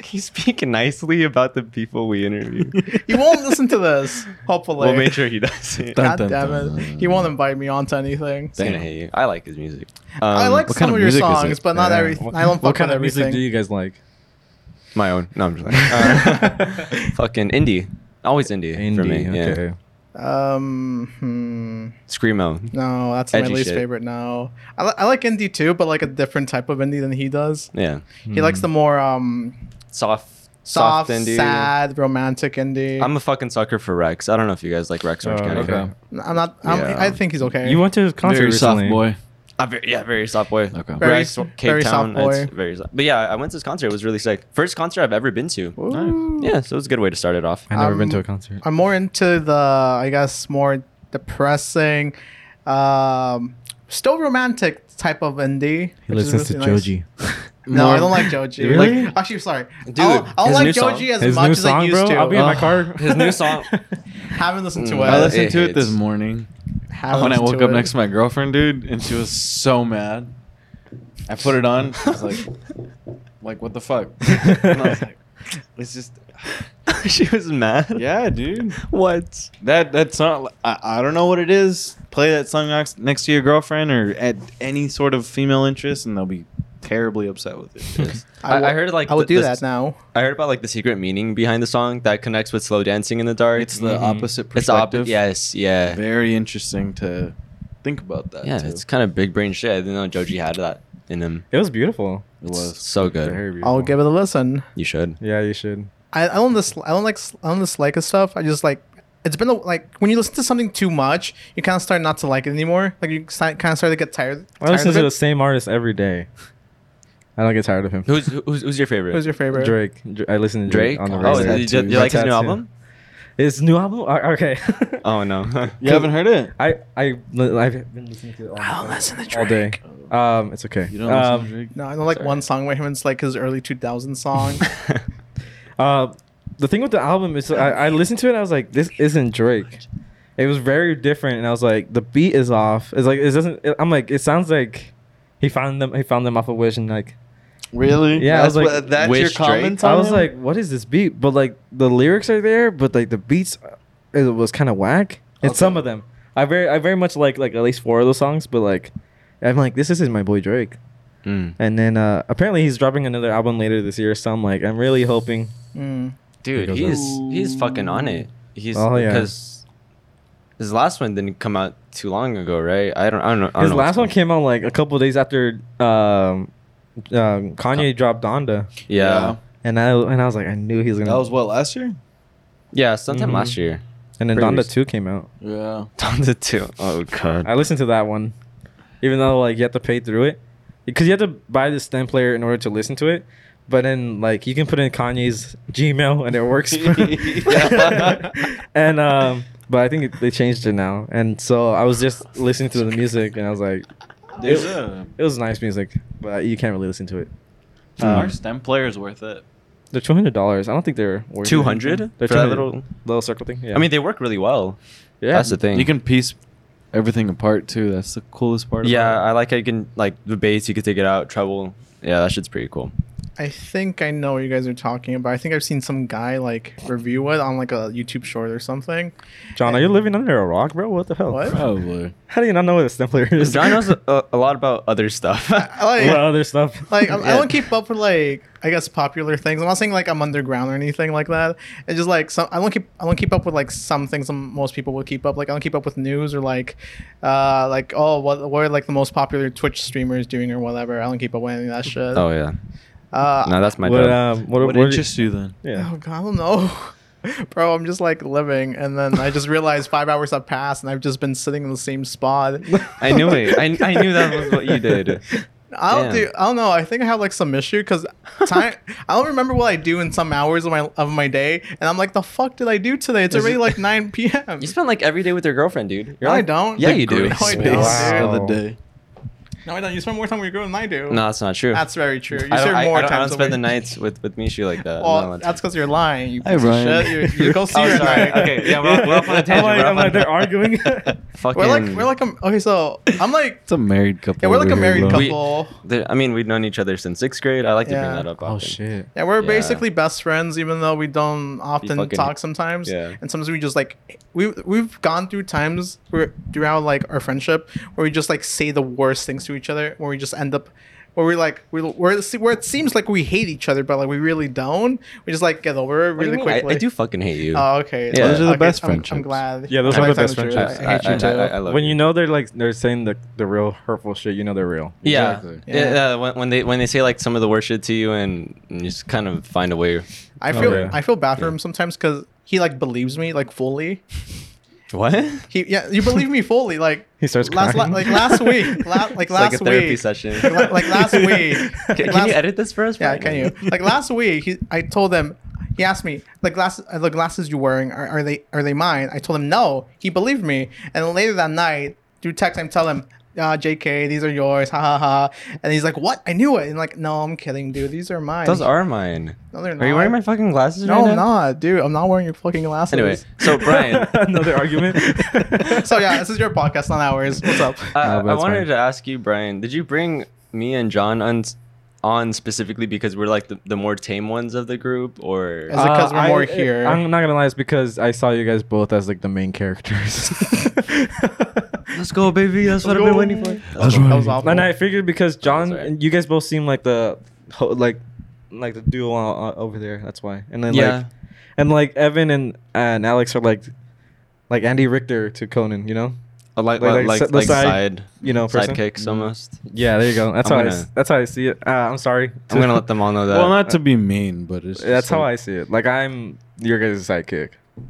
Speaker 3: He's speaking nicely about the people we interview.
Speaker 4: He won't listen to this. Hopefully,
Speaker 3: we'll make sure he doesn't.
Speaker 5: Dun,
Speaker 3: I'm
Speaker 4: God
Speaker 5: dun,
Speaker 4: damn it,
Speaker 5: dun.
Speaker 4: he won't invite me onto anything.
Speaker 3: gonna
Speaker 5: Damn.
Speaker 3: hate you. I like his music.
Speaker 4: I
Speaker 3: Um,
Speaker 4: like
Speaker 5: what
Speaker 4: some
Speaker 5: kind of
Speaker 4: of your
Speaker 5: music is
Speaker 4: songs,
Speaker 5: it?
Speaker 4: but not
Speaker 5: Yeah.
Speaker 4: every. I don't
Speaker 1: What
Speaker 4: fuck
Speaker 1: kind
Speaker 4: with
Speaker 1: of music
Speaker 4: everything.
Speaker 1: do you guys like?
Speaker 3: my own. No, I'm just like uh, fucking indie. Always indie, for me.
Speaker 1: Indie,
Speaker 3: Yeah.
Speaker 1: okay.
Speaker 4: Um, hmm,
Speaker 3: Screamo.
Speaker 4: no, that's
Speaker 3: Edgy
Speaker 4: my least
Speaker 3: shit.
Speaker 4: favorite. No, I, li- I like indie too, but like a different type of indie than he does.
Speaker 3: Yeah.
Speaker 4: He
Speaker 1: Hmm.
Speaker 4: likes the more um
Speaker 3: Soft, soft,
Speaker 4: soft,
Speaker 3: indie.
Speaker 4: sad, romantic indie.
Speaker 3: I'm a fucking sucker for Rex. I don't know if you guys like Rex Orange
Speaker 1: Oh,
Speaker 3: County.
Speaker 1: okay.
Speaker 4: I'm not. I'm,
Speaker 3: Yeah.
Speaker 4: I think he's okay.
Speaker 1: You went to his concert
Speaker 5: Very soft
Speaker 1: recently.
Speaker 5: boy.
Speaker 3: I'm very, yeah, very soft boy.
Speaker 5: Okay.
Speaker 4: Very-
Speaker 3: Rex, Cape
Speaker 4: very
Speaker 3: Town.
Speaker 4: soft
Speaker 3: it's
Speaker 4: boy.
Speaker 3: very soft. But yeah, I went to this concert. It was really sick. First concert I've ever been to.
Speaker 4: Ooh.
Speaker 3: Yeah, so it was a good way to start it off.
Speaker 1: I've never been
Speaker 4: Um,
Speaker 1: to a concert.
Speaker 4: I'm more into the, I guess, more depressing, um, still romantic type of indie.
Speaker 1: He
Speaker 4: which is
Speaker 1: listens to
Speaker 4: really nice.
Speaker 1: Joji.
Speaker 4: No, I don't like
Speaker 1: Joji.
Speaker 4: Joji.
Speaker 1: Really?
Speaker 4: Like, actually, sorry.
Speaker 3: Dude,
Speaker 4: I don't, I don't
Speaker 3: his new
Speaker 4: like
Speaker 3: song-
Speaker 4: Joji as
Speaker 1: His
Speaker 4: much
Speaker 1: new
Speaker 4: as I
Speaker 1: song,
Speaker 4: used
Speaker 1: bro.
Speaker 4: to.
Speaker 1: I'll be in my
Speaker 5: Oh.
Speaker 1: car.
Speaker 3: His new song.
Speaker 4: haven't listened to
Speaker 3: Mm.
Speaker 4: it.
Speaker 5: I
Speaker 3: Well,
Speaker 5: listened
Speaker 3: it
Speaker 5: to it this
Speaker 3: hates.
Speaker 5: morning
Speaker 4: Haven't
Speaker 5: when I
Speaker 4: listened
Speaker 5: woke
Speaker 4: to
Speaker 5: up
Speaker 4: it.
Speaker 5: next to my girlfriend, dude, and she was so mad. I put it on. She was like, like what the fuck? And I was like, it's just
Speaker 3: she was mad.
Speaker 5: yeah, dude.
Speaker 3: What?
Speaker 5: That that song, I, I don't know what it is. Play that song next, next to your girlfriend or at any sort of female interest, and they'll be terribly upset with it.
Speaker 3: I, I,
Speaker 4: will-
Speaker 3: heard like
Speaker 4: I would
Speaker 3: the-
Speaker 4: do
Speaker 3: the-
Speaker 4: that now.
Speaker 3: I heard about like the secret meaning behind the song that connects with slow dancing in the dark.
Speaker 5: it's the
Speaker 1: Mhm.
Speaker 5: opposite
Speaker 3: it's op-
Speaker 5: perspective.
Speaker 3: yes, yeah,
Speaker 5: very interesting to think about that.
Speaker 3: yeah.
Speaker 5: too.
Speaker 3: It's kind of big brain shit. I didn't know Joji had that in him.
Speaker 1: It was beautiful.
Speaker 5: it
Speaker 3: It's
Speaker 5: was.
Speaker 3: so good.
Speaker 1: Very beautiful.
Speaker 4: I'll give it a listen.
Speaker 3: You should.
Speaker 1: Yeah, you should.
Speaker 4: I, I don't dis- I don't like I don't dislike his stuff. I just like it's been a, like when you listen to something too much, you kind of start not to like it anymore. Like you kind of start to get tired.
Speaker 1: I
Speaker 4: tired
Speaker 1: listen
Speaker 4: of
Speaker 1: to
Speaker 4: it.
Speaker 1: the same artist every day. I don't get tired of him.
Speaker 3: Who's who's, who's your favorite?
Speaker 4: Who's your favorite?
Speaker 1: Drake. Dr- I listen to Drake,
Speaker 3: Drake.
Speaker 1: on the
Speaker 3: oh,
Speaker 1: radio.
Speaker 3: you,
Speaker 5: is it-
Speaker 3: you, you
Speaker 5: My
Speaker 3: like his new
Speaker 1: tattoo.
Speaker 3: album?
Speaker 1: His new album? Uh, okay.
Speaker 3: Oh no.
Speaker 5: You haven't heard it.
Speaker 1: I I I've been listening to it all,
Speaker 4: I don't listen to Drake.
Speaker 1: all day. Um, it's okay.
Speaker 5: You don't
Speaker 1: um,
Speaker 5: listen to Drake?
Speaker 4: No, I don't like
Speaker 3: Sorry.
Speaker 4: one song by him. It's like his early 2000 song.
Speaker 1: Uh, the thing with the album is I, I listened to it. I was like, this isn't Drake. It was very different, and I was like, the beat is off. It's like it doesn't. It, I'm like, it sounds like he found them. He found them off of Wish, and like
Speaker 5: Really?
Speaker 1: Yeah, I was like,
Speaker 5: that's
Speaker 3: Wish
Speaker 5: your
Speaker 3: Drake?
Speaker 5: comments.
Speaker 1: I
Speaker 5: on
Speaker 1: was
Speaker 5: him?
Speaker 1: like, what is this beat? But like the lyrics are there, but like the beats, uh, it was kind of whack. And
Speaker 5: Okay.
Speaker 1: some of them, I very I very much like like at least four of those songs. But like, I'm like, this isn't my boy Drake.
Speaker 3: Mm.
Speaker 1: And then uh apparently he's dropping another album later this year. So I'm like, I'm really hoping.
Speaker 4: Mm.
Speaker 3: Dude,
Speaker 1: He
Speaker 3: he's
Speaker 1: goes
Speaker 3: he's fucking on it. He's
Speaker 1: Oh, yeah.
Speaker 3: because his last one didn't come out too long ago, right? I don't I don't know. I don't
Speaker 1: His
Speaker 3: know
Speaker 1: last
Speaker 3: what's
Speaker 1: one came out like a couple of days after um, um Kanye dropped Donda,
Speaker 3: going- Yeah.
Speaker 1: and I and I was like, I knew he was
Speaker 5: That
Speaker 1: gonna.
Speaker 5: was what last year.
Speaker 3: Yeah, sometime
Speaker 1: Mhm.
Speaker 3: last year.
Speaker 1: and then
Speaker 3: pretty
Speaker 1: Donda
Speaker 3: recent.
Speaker 1: two came out.
Speaker 5: Yeah.
Speaker 3: Donda two. Oh god.
Speaker 1: I listened to that one, even though like you have to pay through it, because you have to buy the stem player in order to listen to it. But then like you can put in Kanye's Gmail and it works. and um, but I think it, they changed it now. And so I was just listening to the music and I was like,
Speaker 5: There's
Speaker 1: it,
Speaker 5: a
Speaker 1: it was nice music, but you can't really listen to it.
Speaker 5: our
Speaker 1: Um,
Speaker 5: stem player's worth it.
Speaker 1: they're two hundred dollars. I don't think they're worth it.
Speaker 3: Two hundred
Speaker 1: They're
Speaker 3: for
Speaker 1: two
Speaker 3: that
Speaker 1: hundred
Speaker 3: little.
Speaker 1: little little circle thing. Yeah.
Speaker 3: I mean, they work really well.
Speaker 1: yeah.
Speaker 3: That's the thing.
Speaker 5: You can piece everything apart too. That's the coolest part.
Speaker 3: Yeah,
Speaker 5: about
Speaker 3: I like how you can like the bass. You can take it out. Treble. Yeah, that shit's pretty cool.
Speaker 4: I think I know what you guys are talking about. I think I've seen some guy like review it on like a YouTube short or something.
Speaker 1: John, are you living under a rock, bro? What the hell?
Speaker 4: What?
Speaker 5: Probably.
Speaker 1: How do you not know what a stimpler is?
Speaker 3: Oh. John knows uh, a, a lot about other stuff.
Speaker 4: like-
Speaker 1: what other stuff?
Speaker 4: Like I'm, I
Speaker 3: Yeah.
Speaker 4: don't keep up with like I guess popular things. I'm not saying like I'm underground or anything like that. It's just like some I don't keep I don't keep up with like some things some, most people will keep up. Like I don't keep up with news or like uh like oh what what are like the most popular Twitch streamers doing or whatever. I don't keep up with any of that shit.
Speaker 3: oh yeah,
Speaker 4: uh,
Speaker 3: no, that's my
Speaker 1: what,
Speaker 3: job.
Speaker 1: um, what,
Speaker 5: What,
Speaker 1: what,
Speaker 5: interests you then?
Speaker 1: yeah.
Speaker 4: Oh god, I don't know. Bro, I'm just like living, and then I just realized five hours have passed, and I've just been sitting in the same spot.
Speaker 3: I knew it. I, I knew that was what you did.
Speaker 4: I don't
Speaker 3: Damn.
Speaker 4: do. I don't know. I think I have like some issue because time. I don't remember what I do in some hours of my of my day, and I'm like, the fuck did I do today? It's already like 9 p.m.
Speaker 3: You spend like every day with your girlfriend, dude.
Speaker 4: No, I don't.
Speaker 3: Yeah,
Speaker 4: The
Speaker 3: you do.
Speaker 4: No, I
Speaker 5: Space
Speaker 4: don't.
Speaker 1: Wow.
Speaker 5: of the day.
Speaker 4: No, I don't. You spend more time with your girl than I do.
Speaker 3: No, that's not true.
Speaker 4: that's very true. You
Speaker 3: I don't,
Speaker 4: spend
Speaker 3: I,
Speaker 4: more
Speaker 3: I don't,
Speaker 4: time.
Speaker 3: I don't
Speaker 4: than
Speaker 3: spend
Speaker 4: we-
Speaker 3: the nights with, with Mishu like that.
Speaker 4: Well,
Speaker 3: No,
Speaker 4: that's because you're lying. You
Speaker 5: Hey,
Speaker 4: piece of
Speaker 5: Ryan.
Speaker 4: shit. You, you go see
Speaker 3: Oh,
Speaker 4: her.
Speaker 3: sorry.
Speaker 4: night.
Speaker 3: Okay, yeah, we're- we're off on a tangent,
Speaker 1: I'm like,
Speaker 3: we're off
Speaker 1: I'm
Speaker 3: on
Speaker 1: like
Speaker 3: a-
Speaker 1: they're arguing.
Speaker 3: fucking.
Speaker 4: We're like we're like a, okay. So I'm like
Speaker 5: It's a married couple.
Speaker 4: yeah, we're like a
Speaker 5: over here,
Speaker 4: married
Speaker 5: bro.
Speaker 3: We-
Speaker 4: couple.
Speaker 3: There- I mean, we've known each other since sixth grade. I like to
Speaker 4: Yeah.
Speaker 3: bring that up. often.
Speaker 4: Yeah, we're
Speaker 3: Yeah.
Speaker 4: basically best friends, even though we don't often
Speaker 3: fucking-
Speaker 4: talk sometimes.
Speaker 3: yeah.
Speaker 4: And sometimes we just like we we've gone through times where throughout like our friendship where we just like say the worst things to each other, where we just end up where we like we where, where it seems like we hate each other, but like we really don't. We just like get over it
Speaker 3: What do you
Speaker 4: really
Speaker 3: mean? I-
Speaker 4: quickly.
Speaker 3: I, do fucking hate you.
Speaker 4: Oh, okay.
Speaker 3: Yeah. Those are the
Speaker 4: Okay,
Speaker 5: best
Speaker 4: I'm- I'm,
Speaker 5: friendships.
Speaker 4: glad.
Speaker 1: Yeah, those
Speaker 4: I'm
Speaker 1: are the
Speaker 4: glad
Speaker 1: best
Speaker 4: to hear
Speaker 1: friendships.
Speaker 4: that. I, hate you too.
Speaker 3: I, I love
Speaker 1: when you know they're like they're saying the the real hurtful shit, you know they're real.
Speaker 3: Yeah,
Speaker 5: Exactly.
Speaker 3: yeah.
Speaker 4: Yeah.
Speaker 3: uh, when, when they when they say like some of the worst shit to you, and you just kind of find a way.
Speaker 4: I feel
Speaker 1: Okay.
Speaker 4: I feel bad for him sometimes because he like believes me like fully.
Speaker 3: What?
Speaker 4: He yeah, you believe me fully. Like
Speaker 1: He starts
Speaker 4: last la-
Speaker 1: crying.
Speaker 4: like last week, la- like
Speaker 3: It's
Speaker 4: last
Speaker 3: like a therapy
Speaker 4: week,
Speaker 3: session.
Speaker 4: like, like last week.
Speaker 3: Can,
Speaker 4: like
Speaker 3: can
Speaker 4: last-
Speaker 3: you edit this for us?
Speaker 4: Yeah,
Speaker 3: Brian?
Speaker 4: can you? Like last week, he, I told him. He asked me the glasses. Are the glasses you're wearing are, are they are they mine? I told him no. He believed me. And then later that night, through text, I'm telling him, uh, "JK, these are yours." Ha ha ha. And he's like, "What? I knew it." And like, no, I'm kidding, dude. These are mine.
Speaker 3: Those are mine.
Speaker 4: No, they're not.
Speaker 3: Are you wearing my fucking glasses
Speaker 4: No,
Speaker 3: right
Speaker 4: I'm
Speaker 3: now?
Speaker 4: not, dude. I'm not wearing your fucking glasses.
Speaker 3: Anyway, so Brian,
Speaker 1: Another argument.
Speaker 4: so yeah, this is your podcast, not ours. What's up?
Speaker 3: I,
Speaker 1: No, but
Speaker 3: Uh, I
Speaker 1: it's
Speaker 3: wanted
Speaker 1: fine.
Speaker 3: to ask you, Brian, did you bring me and John on, on specifically because we're like the, the more tame ones of the group, or
Speaker 4: As a- 'cause we're
Speaker 1: Uh, I- eh,
Speaker 4: more here?
Speaker 1: I'm not gonna lie, it's because I saw you guys both as like the main characters.
Speaker 3: let's go, baby, that's
Speaker 4: what I've been waiting for.
Speaker 5: That's
Speaker 4: That
Speaker 5: right.
Speaker 4: was awful.
Speaker 1: and I figured because John,
Speaker 3: sorry.
Speaker 1: and you guys both seem like the ho- like like the duo uh, uh, over there. That's why. And then
Speaker 3: Yeah.
Speaker 1: like and like Evan and and Alex are like like Andy Richter to Conan. You know,
Speaker 3: Oh, like
Speaker 1: Like-
Speaker 3: like,
Speaker 1: like
Speaker 3: like,
Speaker 1: s- the
Speaker 3: like
Speaker 1: side,
Speaker 3: side,
Speaker 1: you know, person.
Speaker 3: sidekicks almost.
Speaker 1: Yeah, there you go. That's
Speaker 3: I'm
Speaker 1: how I
Speaker 3: gonna-
Speaker 1: s- that's how I see it. Uh, I'm sorry.
Speaker 3: I'm gonna let them all know that.
Speaker 5: well, not to be mean, but it's
Speaker 1: That's
Speaker 5: just
Speaker 1: how
Speaker 5: like-
Speaker 1: I see it. Like I'm your guys' sidekick.
Speaker 3: oh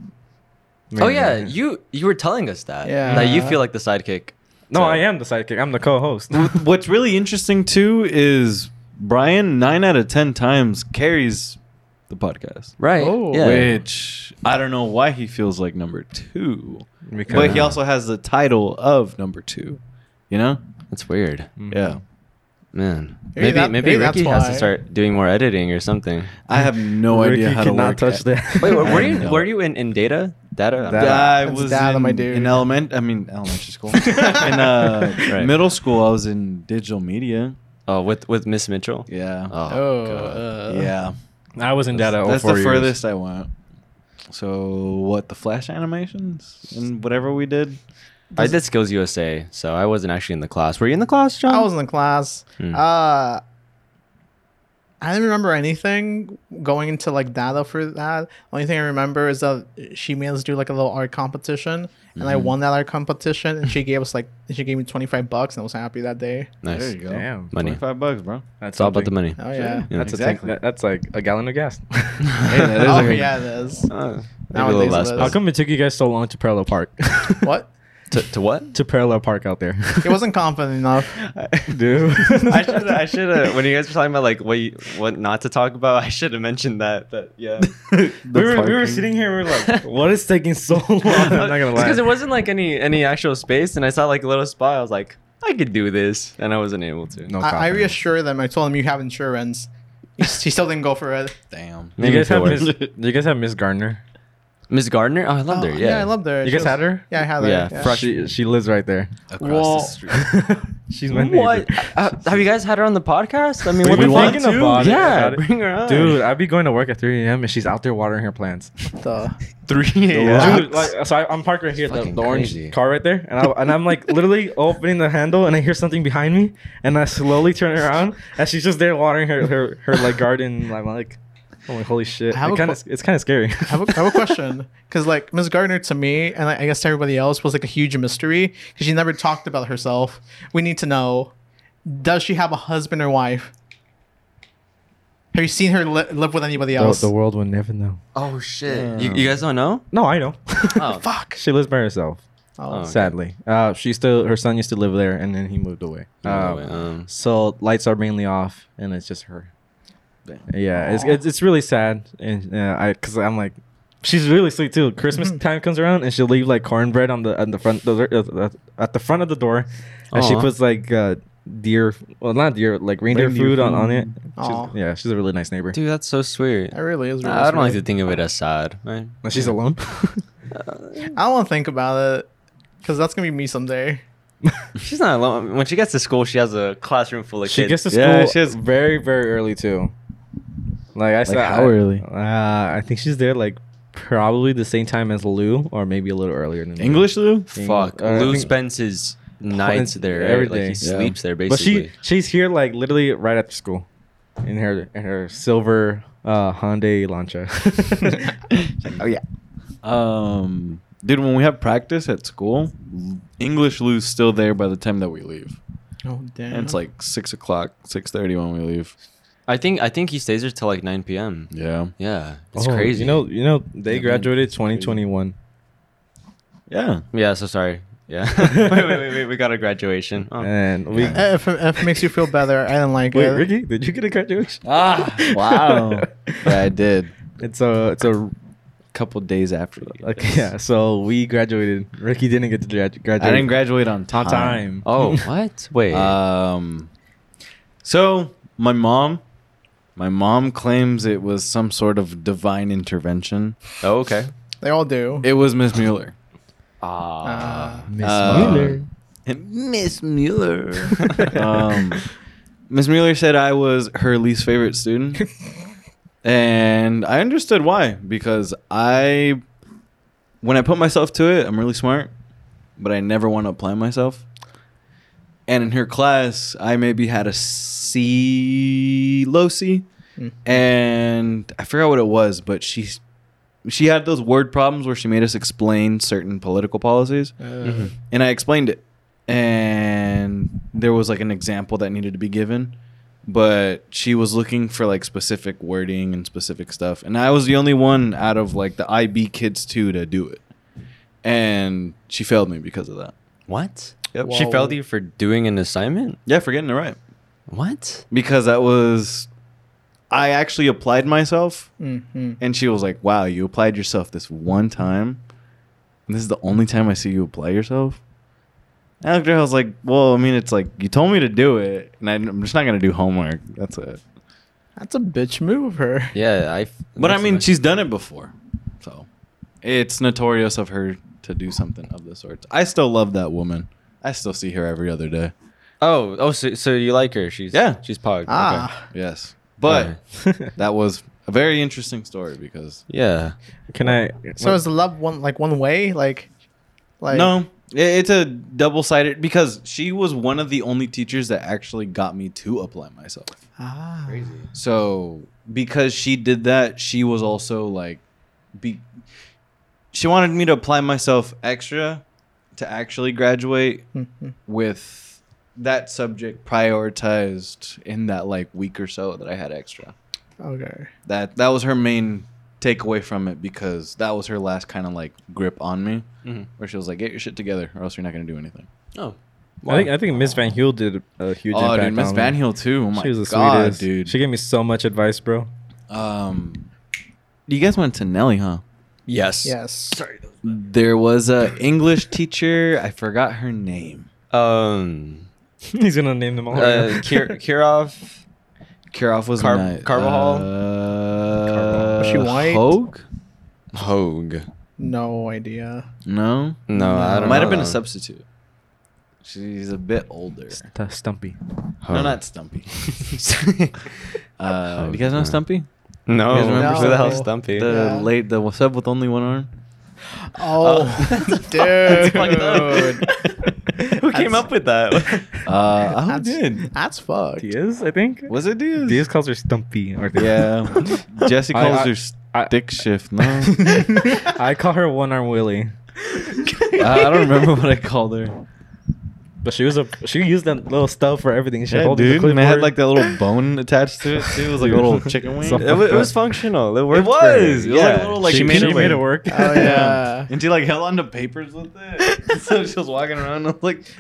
Speaker 1: Maybe.
Speaker 3: yeah, you you were telling us that.
Speaker 4: Yeah.
Speaker 3: That you feel like the sidekick.
Speaker 1: No,
Speaker 3: So-
Speaker 1: I am the sidekick. I'm the co-host.
Speaker 5: What's really interesting too is Brian nine out of ten times carries the podcast,
Speaker 3: Right.
Speaker 4: Oh.
Speaker 3: yeah.
Speaker 5: which I don't know why he feels like number two,
Speaker 1: Because-
Speaker 5: but he also has the title of number two. You know?
Speaker 3: That's weird.
Speaker 1: Mm.
Speaker 5: Yeah.
Speaker 3: Man.
Speaker 4: Maybe
Speaker 3: Maybe
Speaker 4: that-
Speaker 3: maybe,
Speaker 4: maybe that's
Speaker 3: Ricky has to
Speaker 4: why.
Speaker 3: start doing more editing or something.
Speaker 5: I have no
Speaker 1: Ricky
Speaker 5: idea how to
Speaker 1: cannot
Speaker 5: work
Speaker 1: touch
Speaker 5: that.
Speaker 1: that.
Speaker 3: Wait, were,
Speaker 5: I
Speaker 3: were you
Speaker 5: know.
Speaker 3: were you in, in data? Data? I'm-
Speaker 1: Data.
Speaker 5: I
Speaker 4: That's
Speaker 5: was
Speaker 4: dad,
Speaker 5: in,
Speaker 4: my dude.
Speaker 5: in element. I mean, elementary school. in uh,
Speaker 3: Right.
Speaker 5: middle school, I was in digital media.
Speaker 3: Oh, with with Miss Mitchell.
Speaker 5: Yeah.
Speaker 3: Oh.
Speaker 4: oh,
Speaker 3: God.
Speaker 4: uh,
Speaker 5: yeah.
Speaker 1: I was in data. all
Speaker 5: That's
Speaker 1: four
Speaker 5: the
Speaker 1: years.
Speaker 5: furthest I went. So what? The flash animations and whatever we did.
Speaker 3: I did Skills USA, so I wasn't actually in the class. Were you in the class, John?
Speaker 4: I was in the class.
Speaker 3: Hmm.
Speaker 4: Uh, I didn't remember anything going into like data for that. Only thing I remember is that she made us do like a little art competition, and I won that art competition. And she gave us like she gave me twenty five bucks, and I was happy that day.
Speaker 3: Nice.
Speaker 5: There you go.
Speaker 1: Damn.
Speaker 3: Money.
Speaker 5: Twenty-five bucks, bro.
Speaker 1: That's
Speaker 3: It's all about the
Speaker 1: something.
Speaker 3: money.
Speaker 4: Oh yeah.
Speaker 3: Yeah.
Speaker 1: That's
Speaker 5: Exactly.
Speaker 1: a tank, that, that's like a gallon of gas.
Speaker 5: Hey, that is
Speaker 4: Oh
Speaker 5: a-
Speaker 4: yeah, it is.
Speaker 3: Uh, maybe a
Speaker 4: Nowadays
Speaker 3: little
Speaker 4: it
Speaker 3: less.
Speaker 4: is.
Speaker 1: How
Speaker 3: but-
Speaker 1: come it took you guys so long to parallel park?
Speaker 4: What?
Speaker 3: To, to what?
Speaker 1: to parallel park out there,
Speaker 4: He wasn't confident enough.
Speaker 1: dude.
Speaker 3: I should I should have when you guys were talking about like what you, what not to talk about I should have mentioned that but yeah
Speaker 1: we were we were
Speaker 5: parking.
Speaker 1: sitting here. We were like, what is taking so long? I'm not gonna lie.
Speaker 3: because there wasn't like any any actual space and I saw like a little spot I was like I could do this and I wasn't able to
Speaker 1: No
Speaker 4: I, I
Speaker 1: confidence.
Speaker 4: reassure them. I told him you have insurance. He, he still didn't go for it.
Speaker 5: Damn.
Speaker 1: Do you guys have Miss?
Speaker 3: Miss,
Speaker 1: Do you guys have Miss Gardner?
Speaker 3: Miss Gardner oh I
Speaker 4: Oh,
Speaker 3: loved her yeah
Speaker 4: I loved her.
Speaker 1: You
Speaker 4: She
Speaker 1: guys
Speaker 4: was-
Speaker 1: had her?
Speaker 4: Yeah, I had her.
Speaker 3: Yeah,
Speaker 4: yeah.
Speaker 3: fresh-
Speaker 1: She she lives right there.
Speaker 5: Across
Speaker 4: Well,
Speaker 5: the street.
Speaker 1: She's my
Speaker 3: What?
Speaker 1: favorite.
Speaker 3: Uh, have you guys had her on the podcast? I mean,
Speaker 1: We
Speaker 3: what
Speaker 1: were
Speaker 3: the fuck?
Speaker 1: thinking about it,
Speaker 3: yeah,
Speaker 1: about it.
Speaker 3: bring her on,
Speaker 1: Dude, I'd be going to work at 3 a.m. and she's out there watering her plants.
Speaker 4: Duh.
Speaker 3: 3
Speaker 5: Yeah.
Speaker 1: Dude, like, so I, I'm parked right here, the,
Speaker 3: fucking
Speaker 1: the orange
Speaker 3: crazy.
Speaker 1: car right there, and, I, and I'm like literally opening the handle, and I hear something behind me, and I slowly turn around, and she's just there watering her her, her like garden. I'm like, oh my holy shit!
Speaker 4: I have
Speaker 1: It
Speaker 4: a
Speaker 1: kinda,
Speaker 4: que-
Speaker 1: it's kind of scary.
Speaker 4: I have, a, I have a question because like Ms. Gardner to me and I I guess to everybody else was like a huge mystery because she never talked about herself. We need to know: does she have a husband or wife? Have you seen her li- live with anybody
Speaker 1: The,
Speaker 4: else?
Speaker 1: the world would never know.
Speaker 3: Oh shit! You, you guys don't know?
Speaker 1: No, I know.
Speaker 3: Oh,
Speaker 4: Fuck.
Speaker 1: she lives by herself.
Speaker 4: Oh.
Speaker 3: Okay.
Speaker 1: Sadly, uh, she still her son used to live there, and then he moved away. Um,
Speaker 3: Um,
Speaker 1: So lights are mainly off, and it's just her. Yeah, it's, it's it's really sad, and uh, I because I'm like, she's really sweet too. Christmas time comes around, and she'll leave like cornbread on the on the front the, the- the- uh, at the front of the door, and she
Speaker 3: Aw.
Speaker 1: puts like uh, deer, well not deer, like reindeer,
Speaker 2: Reindeer
Speaker 1: food on on it.
Speaker 4: Aw.
Speaker 1: She's, yeah, she's a really nice neighbor.
Speaker 3: dude, that's so sweet.
Speaker 4: That really is. Really
Speaker 3: I don't like to
Speaker 4: sweet.
Speaker 3: think of it as sad. Right?
Speaker 1: And she's alone.
Speaker 3: Uh,
Speaker 4: I don't want to think about it because that's gonna be me someday.
Speaker 3: She's not alone. When she gets to school, she has a classroom full of
Speaker 1: she
Speaker 3: kids.
Speaker 1: gets to school
Speaker 2: Yeah, she has-
Speaker 1: very very early too. Like I said,
Speaker 2: how
Speaker 1: I-
Speaker 2: early?
Speaker 1: Uh, I think she's there like probably the same time as Lou, or maybe a little earlier than Lou.
Speaker 5: English, Lou?
Speaker 3: Fuck.
Speaker 1: Uh, I
Speaker 3: Lou
Speaker 1: think-
Speaker 3: spends his nights there.
Speaker 1: every
Speaker 3: Every day. Like,
Speaker 1: day.
Speaker 3: he
Speaker 1: Yeah.
Speaker 3: sleeps there
Speaker 1: But
Speaker 3: basically.
Speaker 1: she she's here like literally right after school, in her in her silver uh, Hyundai Elantra.
Speaker 3: oh yeah.
Speaker 5: Um, dude, when we have practice at school, L- English Lou's still there by the time that we leave.
Speaker 4: Oh damn!
Speaker 5: And it's like six o'clock, six thirty when we leave.
Speaker 3: I think I think he stays there till like 9 p.m.
Speaker 5: Yeah,
Speaker 3: Yeah, it's
Speaker 1: Oh,
Speaker 3: crazy.
Speaker 1: You know, you know they
Speaker 5: Yeah, man,
Speaker 1: graduated
Speaker 5: it's crazy.
Speaker 1: 2021.
Speaker 5: yeah.
Speaker 3: Yeah. So sorry. Yeah. wait, wait, wait, wait. We got a graduation. Oh.
Speaker 1: And we
Speaker 5: Yeah.
Speaker 4: Eh, if, it- if it makes you feel better, I don't like
Speaker 1: Wait,
Speaker 4: it.
Speaker 1: Ricky, did you get a graduation?
Speaker 5: Ah, wow. yeah, I did.
Speaker 1: It's a it's a
Speaker 5: couple days after that.
Speaker 1: like yeah. So we graduated. Ricky didn't get to gradu- graduate.
Speaker 5: I didn't graduate on time.
Speaker 1: on time.
Speaker 3: Oh, what? Wait.
Speaker 5: Um, so my mom, my mom claims it was some sort of divine intervention.
Speaker 3: oh, okay.
Speaker 4: They all do.
Speaker 5: It was Miss Mueller.
Speaker 3: Ah.
Speaker 4: Uh,
Speaker 1: Miss
Speaker 5: Uh,
Speaker 1: Mueller.
Speaker 5: Miss Mueller. um, Miss Mueller said I was her least favorite student, and I understood why because I, when I put myself to it, I'm really smart, but I never want to apply myself. And in her class, I maybe had a C, low C,
Speaker 4: Mm.
Speaker 5: and I forgot what it was, but she, she had those word problems where she made us explain certain political policies
Speaker 4: uh,
Speaker 5: and I explained it. And there was like an example that needed to be given, but she was looking for like specific wording and specific stuff. And I was the only one out of like the IB kids too to do it. And she failed me because of that.
Speaker 3: what?
Speaker 5: Yep.
Speaker 3: She
Speaker 4: Whoa.
Speaker 3: failed you for doing an assignment?
Speaker 5: Yeah, for getting it right.
Speaker 3: What?
Speaker 5: Because that was, I actually applied myself.
Speaker 4: mhm.
Speaker 5: And she was like, wow, you applied yourself this one time. And this is the only time I see you apply yourself. And After I was like, well, I mean, it's like you told me to do it, and I, am just not gonna do homework. That's it.
Speaker 4: That's a bitch move of her.
Speaker 3: Yeah, I. f-
Speaker 5: But I
Speaker 3: that's
Speaker 5: mean,
Speaker 3: nice.
Speaker 5: she's done it before, so it's notorious of her to do something of the sort. I still love that woman. I still see her every other day.
Speaker 3: Oh, oh, so, so you like her? She's
Speaker 5: Yeah.
Speaker 3: she's pog. Okay.
Speaker 4: Ah,
Speaker 5: Yes, but
Speaker 3: Alright.
Speaker 5: that was a very interesting story because
Speaker 3: yeah.
Speaker 1: Can I?
Speaker 4: so is the love one like one way? Like, like
Speaker 5: no, i- it's a double sided because she was one of the only teachers that actually got me to apply myself.
Speaker 4: Ah,
Speaker 5: So because she did that, she was also like, be, she wanted me to apply myself extra to actually graduate
Speaker 4: Mhm.
Speaker 5: with that subject prioritized in that like week or so that I had extra.
Speaker 4: hmm. Okay.
Speaker 5: That that was her main takeaway from it because that was her last kind of like grip on me
Speaker 3: Mhm.
Speaker 5: where she was like get your shit together or else you're not going to do anything.
Speaker 3: Oh.
Speaker 1: I think I think Miss Van Heel did a huge
Speaker 5: oh
Speaker 1: impact
Speaker 5: dude, Miss
Speaker 1: on
Speaker 5: Van
Speaker 1: me.
Speaker 5: Heel too. Oh my
Speaker 1: she was the
Speaker 5: god,
Speaker 1: sweetest,
Speaker 5: dude.
Speaker 1: She gave me so much advice, bro.
Speaker 5: um you guys went to Nelly, huh?
Speaker 3: Yes.
Speaker 4: Yes.
Speaker 5: There was a English teacher. I forgot her name.
Speaker 3: Um.
Speaker 1: He's gonna name them all.
Speaker 3: Uh, Kir- Kirov.
Speaker 5: Kirov was
Speaker 3: Car-
Speaker 5: ni-
Speaker 3: Carvajal?
Speaker 5: Uh,
Speaker 1: Was
Speaker 4: she white?
Speaker 5: Hogue?
Speaker 3: Hogue.
Speaker 4: No idea.
Speaker 5: No.
Speaker 3: No, I don't.
Speaker 5: Might
Speaker 3: know
Speaker 5: have been a
Speaker 3: that one.
Speaker 5: substitute. She's a bit older.
Speaker 1: St- uh, stumpy.
Speaker 5: No, not Stumpy. uh,
Speaker 3: Oh,
Speaker 5: do you guys know
Speaker 3: no.
Speaker 5: Stumpy?
Speaker 3: No,
Speaker 5: You guys remember
Speaker 3: who the hell
Speaker 4: Stumpy?
Speaker 3: Stumpy?
Speaker 5: The
Speaker 4: Yeah.
Speaker 5: late, the sub with only one arm.
Speaker 4: Oh,
Speaker 1: Uh,
Speaker 3: That's fucked
Speaker 4: dude.
Speaker 3: up. Who came
Speaker 4: That's-
Speaker 3: up with that?
Speaker 5: Uh, I hope
Speaker 4: That's,
Speaker 5: did.
Speaker 4: that's fucked.
Speaker 1: Diaz, I think.
Speaker 5: Was it Diaz?
Speaker 1: Diaz calls her stumpy. Or
Speaker 5: Yeah. Jesse
Speaker 1: I-
Speaker 5: calls
Speaker 1: I-
Speaker 5: her
Speaker 1: I-
Speaker 5: stick shift. No, uh,
Speaker 1: I call her one arm Willie.
Speaker 5: I don't remember what I called her.
Speaker 1: But she was a she used that little stuff for everything. She
Speaker 5: Yeah,
Speaker 1: held
Speaker 5: dude,
Speaker 1: the
Speaker 5: and it had
Speaker 1: clipboard.
Speaker 5: like that little bone attached to it too. It was like a little
Speaker 1: Dude.
Speaker 5: chicken wing.
Speaker 1: So-
Speaker 3: it, was, it was functional. It worked. for
Speaker 5: was.
Speaker 3: her.
Speaker 5: It was like a little, like,
Speaker 1: she, made,
Speaker 5: a
Speaker 1: she
Speaker 5: way.
Speaker 1: made it work.
Speaker 4: Oh yeah.
Speaker 5: And she like held onto papers with it. so she was walking around and I was like,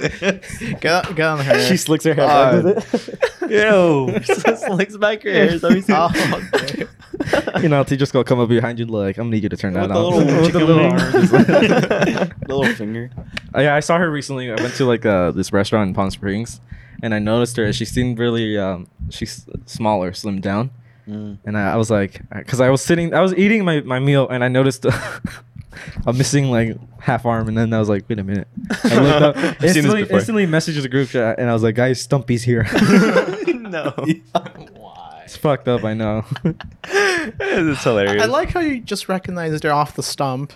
Speaker 4: Get, get on her.
Speaker 1: she slicks her hair back with it.
Speaker 3: Yo, so slicks back her hair. So
Speaker 4: Oh, okay.
Speaker 1: you know, teacher's gonna come up behind you like, I'm gonna need you to turn that
Speaker 5: With the
Speaker 1: on.
Speaker 5: little
Speaker 1: arms.
Speaker 5: chicken wing. little finger.
Speaker 1: Uh, yeah, I saw her recently. I went to like uh, this restaurant in Palm Springs, and I noticed her. She seemed really um, she's smaller, slimmed down,
Speaker 5: Mm.
Speaker 1: and I, I was like, because I was sitting, I was eating my, my meal, and I noticed a missing like half arm, and then I was like, wait a minute. I looked up,
Speaker 3: I've seen this
Speaker 1: instantly,
Speaker 3: before.
Speaker 1: instantly messaged the group chat, and I was like, guys, Stumpy's here.
Speaker 3: no.
Speaker 1: it's fucked up, I know.
Speaker 3: it's hilarious.
Speaker 4: I like how you just recognized her off the stump.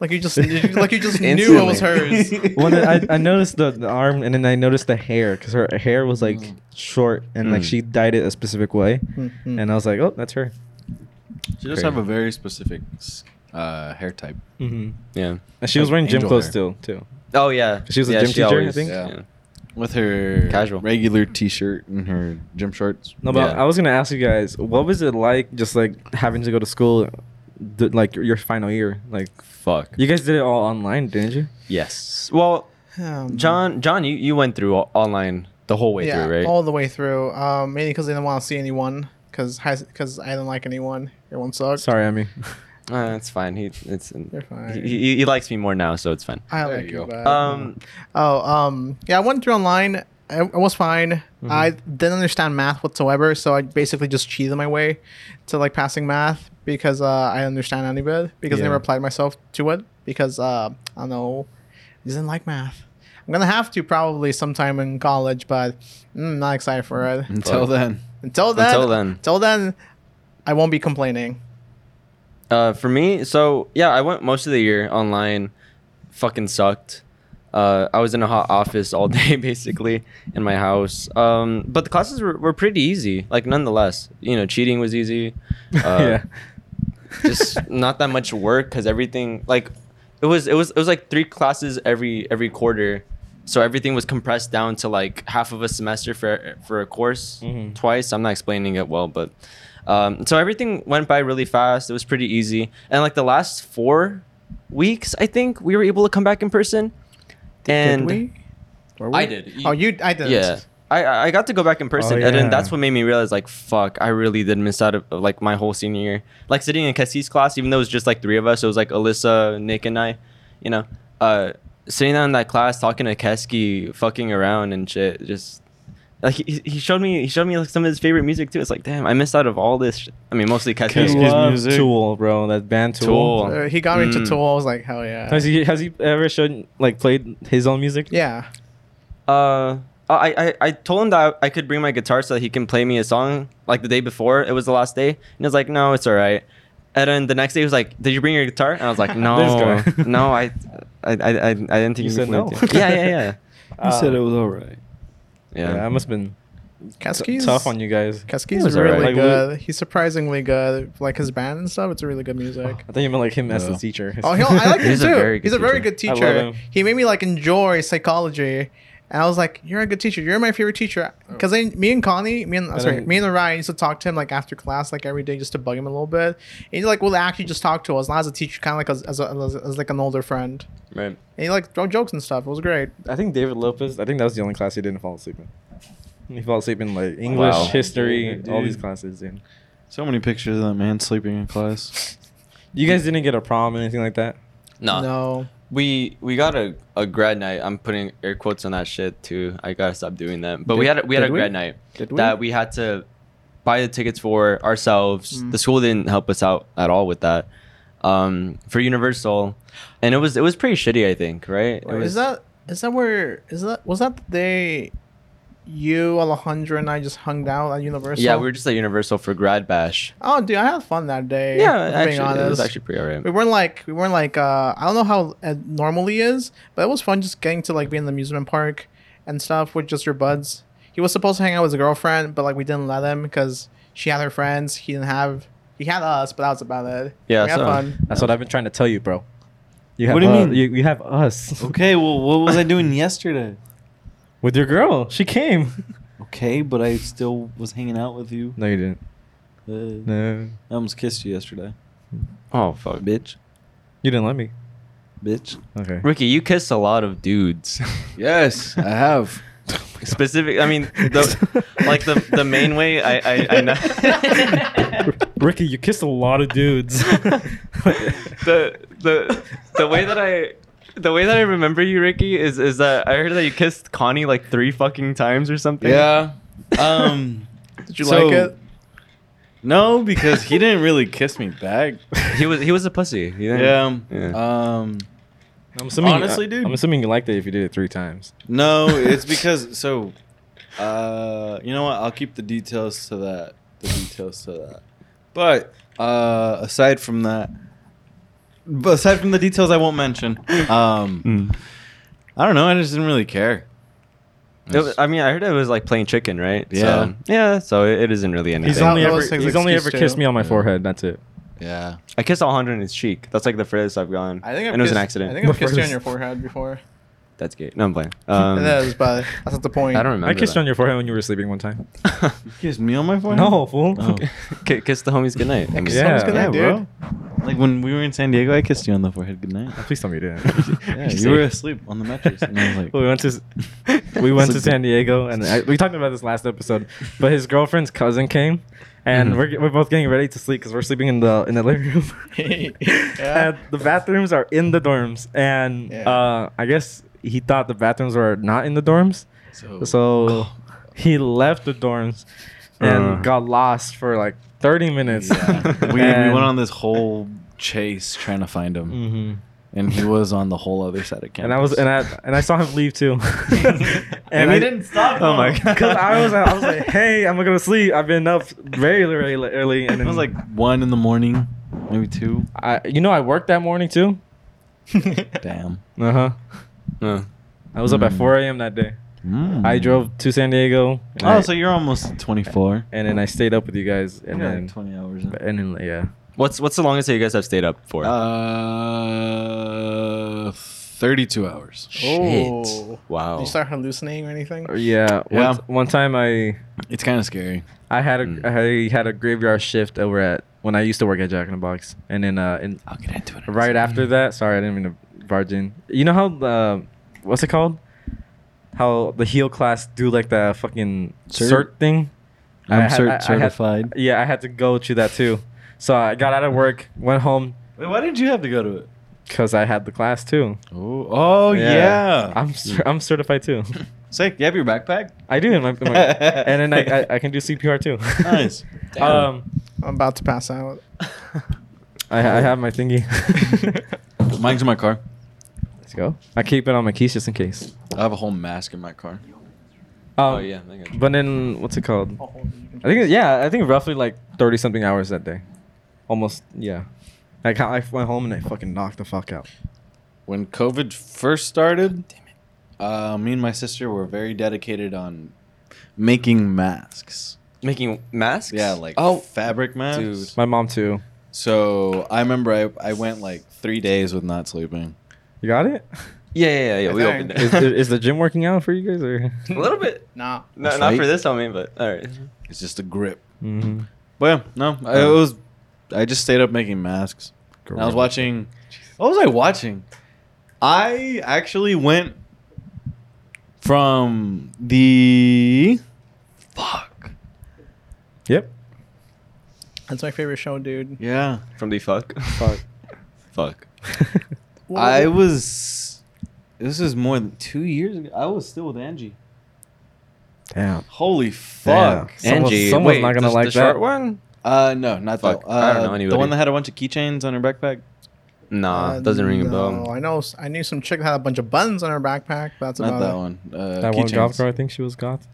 Speaker 4: Like you just like you just knew it
Speaker 3: Instantly.
Speaker 4: was hers.
Speaker 1: when I, I noticed the, the arm, and then I noticed the hair, because her hair was like
Speaker 4: Mm.
Speaker 1: short, and like
Speaker 3: Mm.
Speaker 1: she dyed it a specific way,
Speaker 4: Mhm.
Speaker 1: and I was like, oh, that's her.
Speaker 5: She does have a very specific uh, hair type.
Speaker 3: Mm-hmm.
Speaker 1: hmm
Speaker 3: Yeah.
Speaker 1: And she was wearing gym
Speaker 5: Angel
Speaker 1: clothes
Speaker 5: hair.
Speaker 1: still, too.
Speaker 3: Oh yeah.
Speaker 1: She was a
Speaker 3: yeah,
Speaker 1: gym teacher, I think?
Speaker 5: Yeah. With her
Speaker 3: Casual.
Speaker 5: regular t-shirt and her gym shorts.
Speaker 1: No, but
Speaker 3: Yeah.
Speaker 1: I was gonna ask you guys, what was it like, just like having to go to school, th- like your- your final year? Like
Speaker 3: Fuck.
Speaker 1: you guys did it all online, didn't you?
Speaker 3: yes. Well,
Speaker 4: Um,
Speaker 3: John, John, you, you went through all, online the whole way
Speaker 4: yeah,
Speaker 3: through, right?
Speaker 4: all the way through. Um, mainly because I didn't want to see anyone. Because because I didn't like anyone. Everyone sucked.
Speaker 1: Sorry, I mean,
Speaker 3: Uh, that's fine. He it's
Speaker 4: You're fine. Uh,
Speaker 3: He, he, he likes me more now, so it's fine.
Speaker 4: I
Speaker 5: There
Speaker 4: like
Speaker 5: you
Speaker 4: you.
Speaker 5: go.
Speaker 4: but-
Speaker 3: Um,
Speaker 4: Oh, um, yeah, I went through online. I, I was fine. I didn't understand math whatsoever, so I basically just cheated my way to like passing math because uh, I didn't understand any of it because I never
Speaker 1: Yeah.
Speaker 4: applied myself to it because uh, I don't know, I just didn't like math. I'm gonna have to probably sometime in college, but mm, not excited for it.
Speaker 5: Until then.
Speaker 4: Until then,
Speaker 3: Until then.
Speaker 4: until then, I won't be complaining.
Speaker 3: Uh, for me, so yeah, I went most of the year online. Fucking sucked. Uh, I was in a hot office all day basically in my house. Um, but the classes were, were pretty easy. Like nonetheless, you know, cheating was easy. Uh,
Speaker 1: yeah,
Speaker 3: just not that much work because everything like it was it was it was like three classes every every quarter. So everything was compressed down to like half of a semester for for a course
Speaker 4: Mm-hmm.
Speaker 1: Mhm.
Speaker 3: twice. I'm not explaining it well, but um, so everything went by really fast. It was pretty easy. And like the last four weeks, I think we were able to come back in person. and
Speaker 4: did we? Were we?
Speaker 3: I did.
Speaker 4: Oh, you? I didn't.
Speaker 3: Yeah. I, I I got to go back in person, and
Speaker 1: yeah.
Speaker 3: then that's what made me realize, like, fuck, I really did miss out of like my whole senior year. Like sitting in Cassie's class, even though it was just like three of us, it was like Alyssa, Nick, and I. You know, uh, sitting down in that class, talking to Keski, fucking around and shit. Just like he, he showed me, he showed me like some of his favorite music too. It's like, damn, I missed out of all this. Shit. I mean, mostly
Speaker 1: Keski's
Speaker 5: Keski's
Speaker 3: Keski's.
Speaker 1: love
Speaker 5: music.
Speaker 1: Tool, bro, that band Tool.
Speaker 3: Tool.
Speaker 4: Uh, he got me into
Speaker 3: Mm.
Speaker 4: Tool. I was like, hell yeah.
Speaker 1: Has he has he ever showed like played his own music?
Speaker 4: Uh, Yeah.
Speaker 3: Uh, I, I, I told him that I could bring my guitar so that he can play me a song like the day before. It was the last day. And he was like, no, it's all right. And then the next day he was like, did you bring your guitar? And I was like, no,
Speaker 1: This guy.
Speaker 3: no, I, I, I, I I didn't think
Speaker 1: You said
Speaker 3: wanted
Speaker 1: no.
Speaker 3: to." yeah, yeah, yeah.
Speaker 1: Uh,
Speaker 5: was all right.
Speaker 1: Yeah, I
Speaker 3: Yeah.
Speaker 1: must have been t-
Speaker 4: Kaski's
Speaker 1: tough on you guys.
Speaker 3: He
Speaker 4: Kaski's
Speaker 3: was
Speaker 4: really
Speaker 3: alright.
Speaker 1: Like, we-
Speaker 4: good. He's surprisingly good. Like his band and stuff, it's really good music.
Speaker 1: I think you meant like him as the
Speaker 5: Yeah.
Speaker 1: teacher.
Speaker 4: uh, Oh, he'll, I like him
Speaker 3: He's
Speaker 4: too.
Speaker 3: a very good
Speaker 4: He's a very
Speaker 3: teacher.
Speaker 4: good
Speaker 1: I love
Speaker 4: teacher.
Speaker 1: him.
Speaker 4: He made me like enjoy psychology. And I was like, "You're a good teacher. You're my favorite teacher." Because me and Connie, me and
Speaker 1: Oh. And
Speaker 4: sorry,
Speaker 1: then-
Speaker 4: me and Orion used to talk to him like after class, like every day, just to bug him a little bit. And he like will actually just talk to us, not as a teacher, kind of like as, as, a, as, as, like an older friend.
Speaker 3: Right.
Speaker 4: And he like throw jokes and stuff. It was great.
Speaker 1: I think David Lopez. I think that was the only class he didn't fall asleep in. He fell asleep in like English,
Speaker 3: Wow.
Speaker 1: history,
Speaker 5: Dude.
Speaker 1: all these classes. Dude.
Speaker 5: So many pictures of that man sleeping in class.
Speaker 1: You guys didn't get a prom or anything like that.
Speaker 3: No.
Speaker 4: No.
Speaker 3: We we got a, a grad night. I'm putting air quotes on that shit too. I gotta stop doing that. But we
Speaker 4: Did-
Speaker 3: had a, we had
Speaker 4: did
Speaker 3: a
Speaker 4: we?
Speaker 3: grad night
Speaker 4: Did we?
Speaker 3: that we had to buy the tickets for ourselves.
Speaker 4: Mm.
Speaker 3: The school didn't help us out at all with that. Um, for Universal, and it was it was pretty shitty. I think right. It was,
Speaker 4: Is that Is that where? Is that was that the day you, Alejandro, and I just hung out at Universal?
Speaker 3: Yeah, we were just at Universal for grad bash.
Speaker 4: Oh, dude, I had fun that day.
Speaker 3: Yeah,
Speaker 4: if I'm
Speaker 3: actually, it was actually pretty
Speaker 4: we
Speaker 3: alright.
Speaker 4: weren't like we weren't like uh, I don't know how it normally is, but it was fun just getting to like be in the amusement park and stuff with just your buds. He was supposed to hang out with his girlfriend, but like we didn't let him because she had her friends. He didn't have. He had us, but that was about it.
Speaker 3: Yeah,
Speaker 4: we had
Speaker 3: so-
Speaker 4: fun.
Speaker 1: That's what I've been trying to tell you, bro. You have
Speaker 5: What do you
Speaker 1: uh,
Speaker 5: mean?
Speaker 1: You, you have us
Speaker 5: Okay, well, what was I doing yesterday?
Speaker 1: with your girl. She came.
Speaker 5: Okay, but I still was hanging out with you.
Speaker 1: No, you didn't.
Speaker 5: Uh,
Speaker 1: No,
Speaker 5: I almost kissed you yesterday,
Speaker 3: Oh fuck,
Speaker 5: bitch,
Speaker 1: you didn't let me.
Speaker 5: bitch.
Speaker 1: Okay.
Speaker 3: Ricky, you kissed a lot of dudes.
Speaker 5: Yes, I have.
Speaker 3: Specific. I mean, the, like the the main way I I, I know.
Speaker 1: Ricky, you kissed a lot of dudes.
Speaker 3: the the the way that I the way that I remember you, Ricky, is is that I heard that you kissed Connie like three fucking times or something.
Speaker 5: Yeah. Um.
Speaker 4: Did you
Speaker 5: So-
Speaker 4: like it?
Speaker 5: No, because he didn't really kiss me back.
Speaker 3: he was he was a pussy. He didn't-
Speaker 5: Yeah.
Speaker 3: Yeah.
Speaker 5: Um.
Speaker 1: I'm assuming.
Speaker 5: Honestly, dude.
Speaker 1: I'm assuming you liked it if you did it three times.
Speaker 5: No, it's because so. Uh, you know what? I'll keep the details to that. The details to that. But uh, aside from that, but aside from the details, I won't mention. Um,
Speaker 3: Mm.
Speaker 5: I don't know. I just didn't really care.
Speaker 3: It was- I mean, I heard it was like playing chicken, right?
Speaker 5: Yeah.
Speaker 3: So, yeah. So it, it isn't really anything.
Speaker 1: He's
Speaker 4: That-
Speaker 1: only
Speaker 4: that
Speaker 1: ever,
Speaker 4: was his
Speaker 1: he's only
Speaker 4: excuse
Speaker 1: ever
Speaker 4: too.
Speaker 1: kissed me on my
Speaker 5: Yeah.
Speaker 1: forehead. That's it.
Speaker 5: Yeah.
Speaker 3: I kissed Alejandro in his cheek. That's like the furthest I've gone.
Speaker 4: I think I've
Speaker 3: and it was an
Speaker 4: kissed-
Speaker 3: accident.
Speaker 4: I think I've kissed you on
Speaker 1: First.
Speaker 4: your forehead before.
Speaker 3: That's gay. No, I'm playing. Um,
Speaker 4: and that was, but that's not the point.
Speaker 3: I don't remember.
Speaker 1: I kissed you
Speaker 3: that.
Speaker 1: on your forehead when you were sleeping one time.
Speaker 5: You kissed me on my phone?
Speaker 1: No, fool.
Speaker 5: Oh.
Speaker 3: Ki- kiss the homies goodnight. I mean,
Speaker 4: Kissed
Speaker 1: Yeah.
Speaker 4: someone's good
Speaker 1: Yeah,
Speaker 4: night, dude.
Speaker 5: Like when we were in San Diego, I kissed you on the forehead. Good night.
Speaker 1: Please tell me you didn't.
Speaker 5: Yeah, you were asleep on the mattress, and I was like,
Speaker 1: we went to we went to San Diego, and I, we talked about this last episode. But his girlfriend's cousin came, and
Speaker 5: Mm-hmm.
Speaker 3: Mhm.
Speaker 1: we're, ge- we're both getting ready to sleep because we're sleeping in the in the living room.
Speaker 4: Yeah.
Speaker 1: And the bathrooms are in the dorms, and
Speaker 4: Yeah.
Speaker 1: uh, I guess he thought the bathrooms were not in the dorms,
Speaker 5: So,
Speaker 1: so Oh. he left the dorms and
Speaker 3: Uh.
Speaker 1: got lost for like thirty minutes.
Speaker 5: yeah. we, we
Speaker 1: And-
Speaker 5: went on this whole chase trying to find him,
Speaker 3: Mm-hmm.
Speaker 1: Mhm.
Speaker 5: and he was on the whole other side of campus.
Speaker 1: And I was and I and I saw him leave too.
Speaker 3: And
Speaker 1: I-
Speaker 3: he didn't stop. Oh my god.
Speaker 1: Cause I was, I was like, hey, I'm gonna go to sleep. I've been up very early, early, and
Speaker 5: it
Speaker 1: then
Speaker 5: was like one in the morning, maybe two.
Speaker 1: I, you know, I worked that morning too.
Speaker 5: Damn.
Speaker 1: Uh huh.
Speaker 3: No.
Speaker 1: I was up at
Speaker 5: Mm.
Speaker 1: 4 a.m. that day.
Speaker 5: Mm.
Speaker 1: I drove to San Diego. and
Speaker 5: Oh,
Speaker 1: I-
Speaker 5: so you're almost 24.
Speaker 1: and then I stayed up with you guys, and
Speaker 5: You're like
Speaker 1: then
Speaker 5: 20 hours. in.
Speaker 1: and then yeah,
Speaker 3: What's what's the longest that you guys have stayed up for?
Speaker 5: Uh, 32 hours.
Speaker 4: Oh.
Speaker 3: wow.
Speaker 4: Did you start hallucinating or anything?
Speaker 1: Or, yeah.
Speaker 5: Yeah.
Speaker 1: One, one time I
Speaker 5: It's kind of scary.
Speaker 1: I had a
Speaker 5: Hmm.
Speaker 3: Mm.
Speaker 1: I had a graveyard shift over at when I used to work at Jack in the Box, and then uh, and
Speaker 5: I'll get into it. in a
Speaker 1: right
Speaker 5: second.
Speaker 1: after that, sorry, I didn't mean to barge in. You know how uh, what's it called? How the heel class do like the fucking
Speaker 5: Cert.
Speaker 1: cert, thing?
Speaker 5: I'm
Speaker 1: I had-
Speaker 5: cert
Speaker 1: I- I had-
Speaker 5: certified.
Speaker 1: yeah, I had to go to that too. So I got out of work, went home
Speaker 5: Wait, why did you have to go to it?
Speaker 1: because I had the class too.
Speaker 5: Oh, oh yeah.
Speaker 1: I'm cer- I'm certified too.
Speaker 5: Sick. You have your backpack?
Speaker 1: I do, in my, in my- and then I, I I can do CPR too.
Speaker 5: Nice.
Speaker 1: um,
Speaker 4: I'm about to pass out.
Speaker 1: I, I have my thingy.
Speaker 5: Mine's in my car.
Speaker 1: Let's go. I keep it on my keys just in case.
Speaker 5: I have a whole mask in my car.
Speaker 1: Um,
Speaker 3: oh yeah. I got you.
Speaker 1: But then what's it called? I think it- yeah, I think roughly like thirty something hours that day, almost yeah. Like how I went home and I fucking knocked the fuck out.
Speaker 5: When COVID first started, uh, me and my sister were very dedicated on making masks.
Speaker 3: Making masks. Oh,
Speaker 5: Yeah, like fabric masks.
Speaker 3: dude.
Speaker 1: My mom too.
Speaker 5: So I remember I, I went like three days with not sleeping.
Speaker 1: You got it?
Speaker 3: Yeah, yeah, yeah. yeah.
Speaker 4: I
Speaker 3: We
Speaker 4: think.
Speaker 3: opened
Speaker 1: Is,
Speaker 3: it.
Speaker 1: is the gym working out for you guys or?
Speaker 3: a little bit.
Speaker 4: Nah.
Speaker 3: No,
Speaker 5: That's
Speaker 3: not
Speaker 5: right.
Speaker 3: for this homie, but all right.
Speaker 5: It's just a grip.
Speaker 1: Mm-hmm.
Speaker 5: But yeah, no, I, it was. I just stayed up making masks. And I was watching. What was I watching? I actually went from the fuck.
Speaker 1: Yep.
Speaker 4: That's my favorite show, dude.
Speaker 5: Yeah,
Speaker 3: From the fuck.
Speaker 1: Fuck.
Speaker 3: fuck.
Speaker 4: What was
Speaker 5: I
Speaker 4: it?
Speaker 5: was. This is more than two years ago. I was still with Angie.
Speaker 1: Damn.
Speaker 5: Holy fuck!
Speaker 1: Someone-
Speaker 3: Angie.
Speaker 1: someone's
Speaker 3: wait,
Speaker 1: not gonna
Speaker 3: the-
Speaker 1: like
Speaker 3: the short
Speaker 1: that.
Speaker 3: one.
Speaker 5: Uh, no, not
Speaker 3: Fuck,
Speaker 5: that.
Speaker 3: I don't know
Speaker 5: Uh, the
Speaker 3: anybody.
Speaker 5: one that had a bunch of keychains on her backpack.
Speaker 3: Nah,
Speaker 4: Uh,
Speaker 3: doesn't ring a
Speaker 4: no,
Speaker 3: bell.
Speaker 4: I know. I knew some chick that had a bunch of buttons on her backpack. But that's
Speaker 5: Not
Speaker 4: about
Speaker 5: that
Speaker 4: it.
Speaker 5: one. Uh,
Speaker 1: that one golf
Speaker 5: keychains.
Speaker 1: girl, I think she was goth.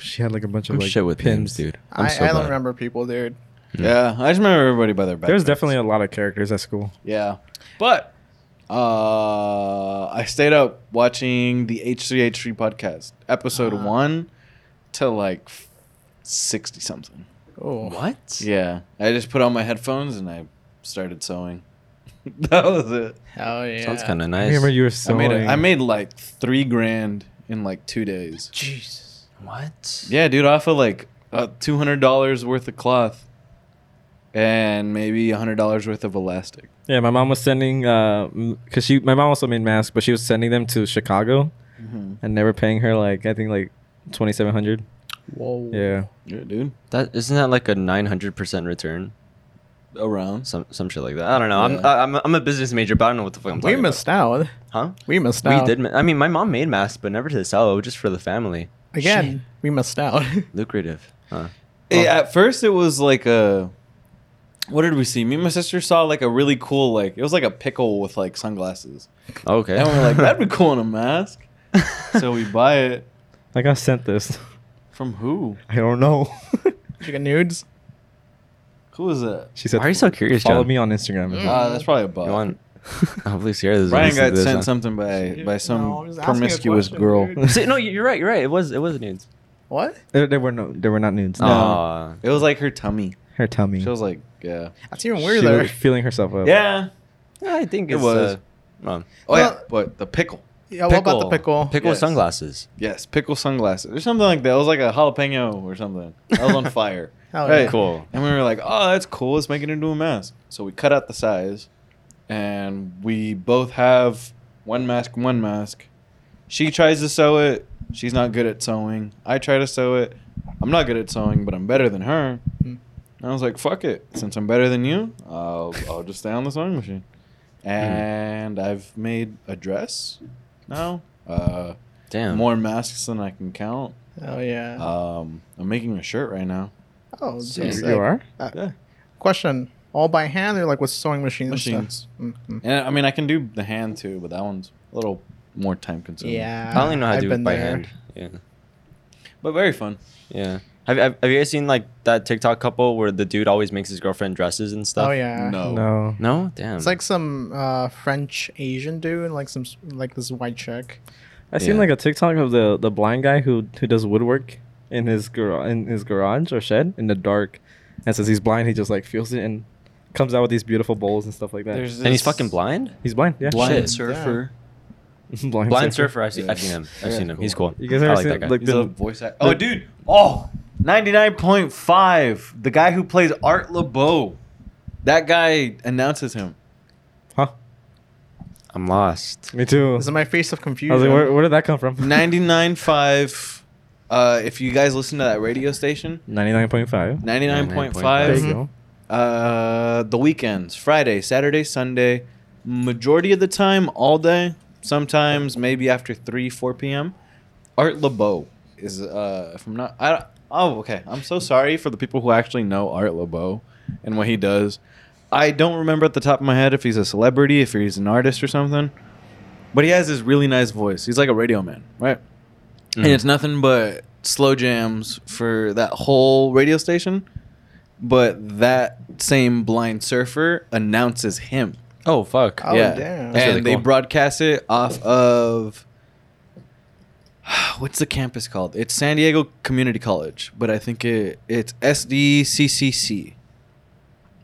Speaker 1: She had like a bunch of
Speaker 2: I'm
Speaker 1: like
Speaker 2: shit with
Speaker 1: pins,
Speaker 2: pins, dude. I'm
Speaker 4: I,
Speaker 2: so
Speaker 4: I don't
Speaker 2: bad.
Speaker 4: remember people, dude.
Speaker 5: Yeah, I just remember everybody by their back.
Speaker 1: There was definitely a lot of characters at school.
Speaker 5: Yeah.
Speaker 3: But
Speaker 5: Uh, I stayed up watching the H3H3 podcast, episode
Speaker 4: Ah.
Speaker 5: one to like 60 something.
Speaker 4: Oh,
Speaker 3: what?
Speaker 5: Yeah. I just put on my headphones and I started sewing. that was it.
Speaker 4: hell yeah!
Speaker 3: Sounds kind of
Speaker 1: I
Speaker 3: nice.
Speaker 1: remember you were so.
Speaker 5: I made, a, I made like three grand in like two days.
Speaker 4: Jesus.
Speaker 3: What?
Speaker 5: Yeah, dude, off of like uh, $200 worth of cloth and maybe $100 worth of elastic.
Speaker 1: Yeah, my mom was sending because she my mom also made masks, but she was sending them to Chicago
Speaker 4: Mm-hmm.
Speaker 1: and they were paying her like I think like twenty seven hundred.
Speaker 4: Whoa.
Speaker 1: Yeah,
Speaker 5: Yeah, dude.
Speaker 3: That isn't that like a 900% return?
Speaker 5: Around.
Speaker 3: Some some shit like that. I don't know.
Speaker 5: Yeah.
Speaker 3: I'm I, I'm a- I'm a business major, but I don't know what the fuck I'm
Speaker 4: We
Speaker 3: talking
Speaker 4: missed out.
Speaker 3: about. Huh?
Speaker 4: We missed
Speaker 3: We
Speaker 4: out.
Speaker 3: did. ma- I mean, my mom made masks, but never to sell. It was just for the family.
Speaker 4: again. We missed out.
Speaker 3: Lucrative. Huh.
Speaker 5: Eh, at first, it was like a. What did we see? Me and my sister saw like a really cool, like, it was like a pickle with like sunglasses.
Speaker 3: Oh, Okay.
Speaker 5: And we're like, that'd be cool in a mask. so we buy it.
Speaker 1: I got sent this.
Speaker 5: From who?
Speaker 1: I don't know.
Speaker 4: Did you get nudes?
Speaker 5: Who is that?
Speaker 1: she said.
Speaker 3: Why are you so curious,
Speaker 1: Follow
Speaker 3: John?
Speaker 1: me on Instagram.
Speaker 5: Uh, that's probably a bot.
Speaker 3: You want? Hopefully, Sierra doesn't
Speaker 5: Brian
Speaker 3: listen Mm. to
Speaker 5: got
Speaker 3: this,
Speaker 5: sent
Speaker 3: huh?
Speaker 5: something by by
Speaker 4: No, I'm
Speaker 5: some
Speaker 4: just asking a
Speaker 5: promiscuous
Speaker 4: question,
Speaker 5: girl.
Speaker 4: dude.
Speaker 3: See, no, you- you're right. You're right. It was. It was nudes.
Speaker 4: What?
Speaker 1: There, there were no. There were not nudes.
Speaker 5: No.
Speaker 3: Aw.
Speaker 5: It was like her tummy.
Speaker 1: Her tummy.
Speaker 5: She was like, yeah.
Speaker 4: That's even
Speaker 1: She
Speaker 4: weirder.
Speaker 1: was feeling herself up.
Speaker 5: Yeah.
Speaker 3: I think
Speaker 5: It
Speaker 3: it's,
Speaker 5: was.
Speaker 3: Uh, well,
Speaker 5: Oh yeah,
Speaker 4: Well-
Speaker 5: but the pickle.
Speaker 4: Yeah. What about the pickle?
Speaker 3: Pickle
Speaker 5: Yes.
Speaker 3: sunglasses.
Speaker 5: Yes, pickle sunglasses or something like that. It was like a jalapeno or something. That was on fire.
Speaker 4: Hell
Speaker 5: Right.
Speaker 4: yeah.
Speaker 3: Cool.
Speaker 5: And we were like, oh, that's cool. Let's make it into a mask. So we cut out the size, and we both have one mask, one mask. She tries to sew it. She's not good at sewing. I try to sew it. I'm not good at sewing, but I'm better than her.
Speaker 4: Hmm.
Speaker 5: And I was like, fuck it. Since I'm better than you, I'll, I'll just stay on the sewing machine. And I've made a dress now. Uh,
Speaker 3: Damn.
Speaker 5: More masks than I can count.
Speaker 4: Hell
Speaker 3: Uh,
Speaker 4: yeah.
Speaker 5: Um, I'm making a shirt right now.
Speaker 4: oh,
Speaker 1: You,
Speaker 4: sick.
Speaker 1: you are.
Speaker 4: Question: All by hand or like with sewing machines? and stuff?
Speaker 5: Machines.
Speaker 4: Mhm.
Speaker 5: And I mean, I can do the hand too, but that one's a little more time consuming.
Speaker 4: Yeah.
Speaker 3: I only know how to
Speaker 4: I've
Speaker 3: do it
Speaker 4: been
Speaker 3: by
Speaker 4: there.
Speaker 3: hand. Yeah.
Speaker 5: but very fun.
Speaker 3: Yeah. Have, have, have you guys seen like that TikTok couple where the dude always makes his girlfriend dresses and stuff?
Speaker 4: Oh yeah.
Speaker 5: No.
Speaker 1: No.
Speaker 3: No? Damn.
Speaker 4: It's like some uh, French Asian dude, like some s- like this white chick.
Speaker 1: I seen
Speaker 5: Yeah.
Speaker 1: like a TikTok of the the blind guy who who does woodwork in his gar- in his garage or shed in the dark, and since he's blind, he just like feels it and comes out with these beautiful bowls and stuff like that.
Speaker 5: There's
Speaker 3: and he's
Speaker 5: this
Speaker 3: fucking blind?
Speaker 1: he's blind. Yeah.
Speaker 5: Blind
Speaker 3: Shit.
Speaker 5: surfer.
Speaker 1: blind,
Speaker 3: Blind surfer. I've, seen,
Speaker 5: Yeah.
Speaker 3: I've seen him. I've
Speaker 5: Yeah,
Speaker 3: seen him.
Speaker 5: cool.
Speaker 3: He's cool.
Speaker 1: You guys ever
Speaker 3: I like
Speaker 1: seen,
Speaker 3: that guy.
Speaker 1: like-
Speaker 5: He's a
Speaker 1: The-
Speaker 5: voice actor.
Speaker 1: the-
Speaker 5: Oh, dude. Oh, 99.5. The guy who plays Art LeBeau. That guy announces him.
Speaker 1: Huh.
Speaker 3: I'm lost.
Speaker 1: Me too.
Speaker 4: This is my face of
Speaker 1: I
Speaker 4: confusion.
Speaker 1: was like, where, where did that come from?
Speaker 5: 99.5. Uh, if you guys listen to that radio station,
Speaker 1: Ninety nine point five. There you
Speaker 3: Mm-hmm.
Speaker 5: 99.5.
Speaker 1: go.
Speaker 5: Uh, the weekends, Friday, Saturday, Sunday, majority of the time, all day. Sometimes maybe after three, four p.m. Art LeBeau is uh, if I'm not, I don't- oh okay. I'm so sorry for the people who actually know Art LeBeau and what he does. I don't remember at the top of my head if he's a celebrity, if he's an artist or something. But he has this really nice voice. He's like a radio man, right?
Speaker 3: Mm.
Speaker 5: And it's nothing but slow jams for that whole radio station. But that same blind surfer announces him.
Speaker 3: Oh, fuck.
Speaker 4: Oh,
Speaker 5: yeah.
Speaker 4: damn.
Speaker 5: And
Speaker 4: That's
Speaker 3: really
Speaker 5: they
Speaker 3: cool.
Speaker 5: broadcast it off of what's the campus called? It's San Diego Community College, but I think it it's SDCCC.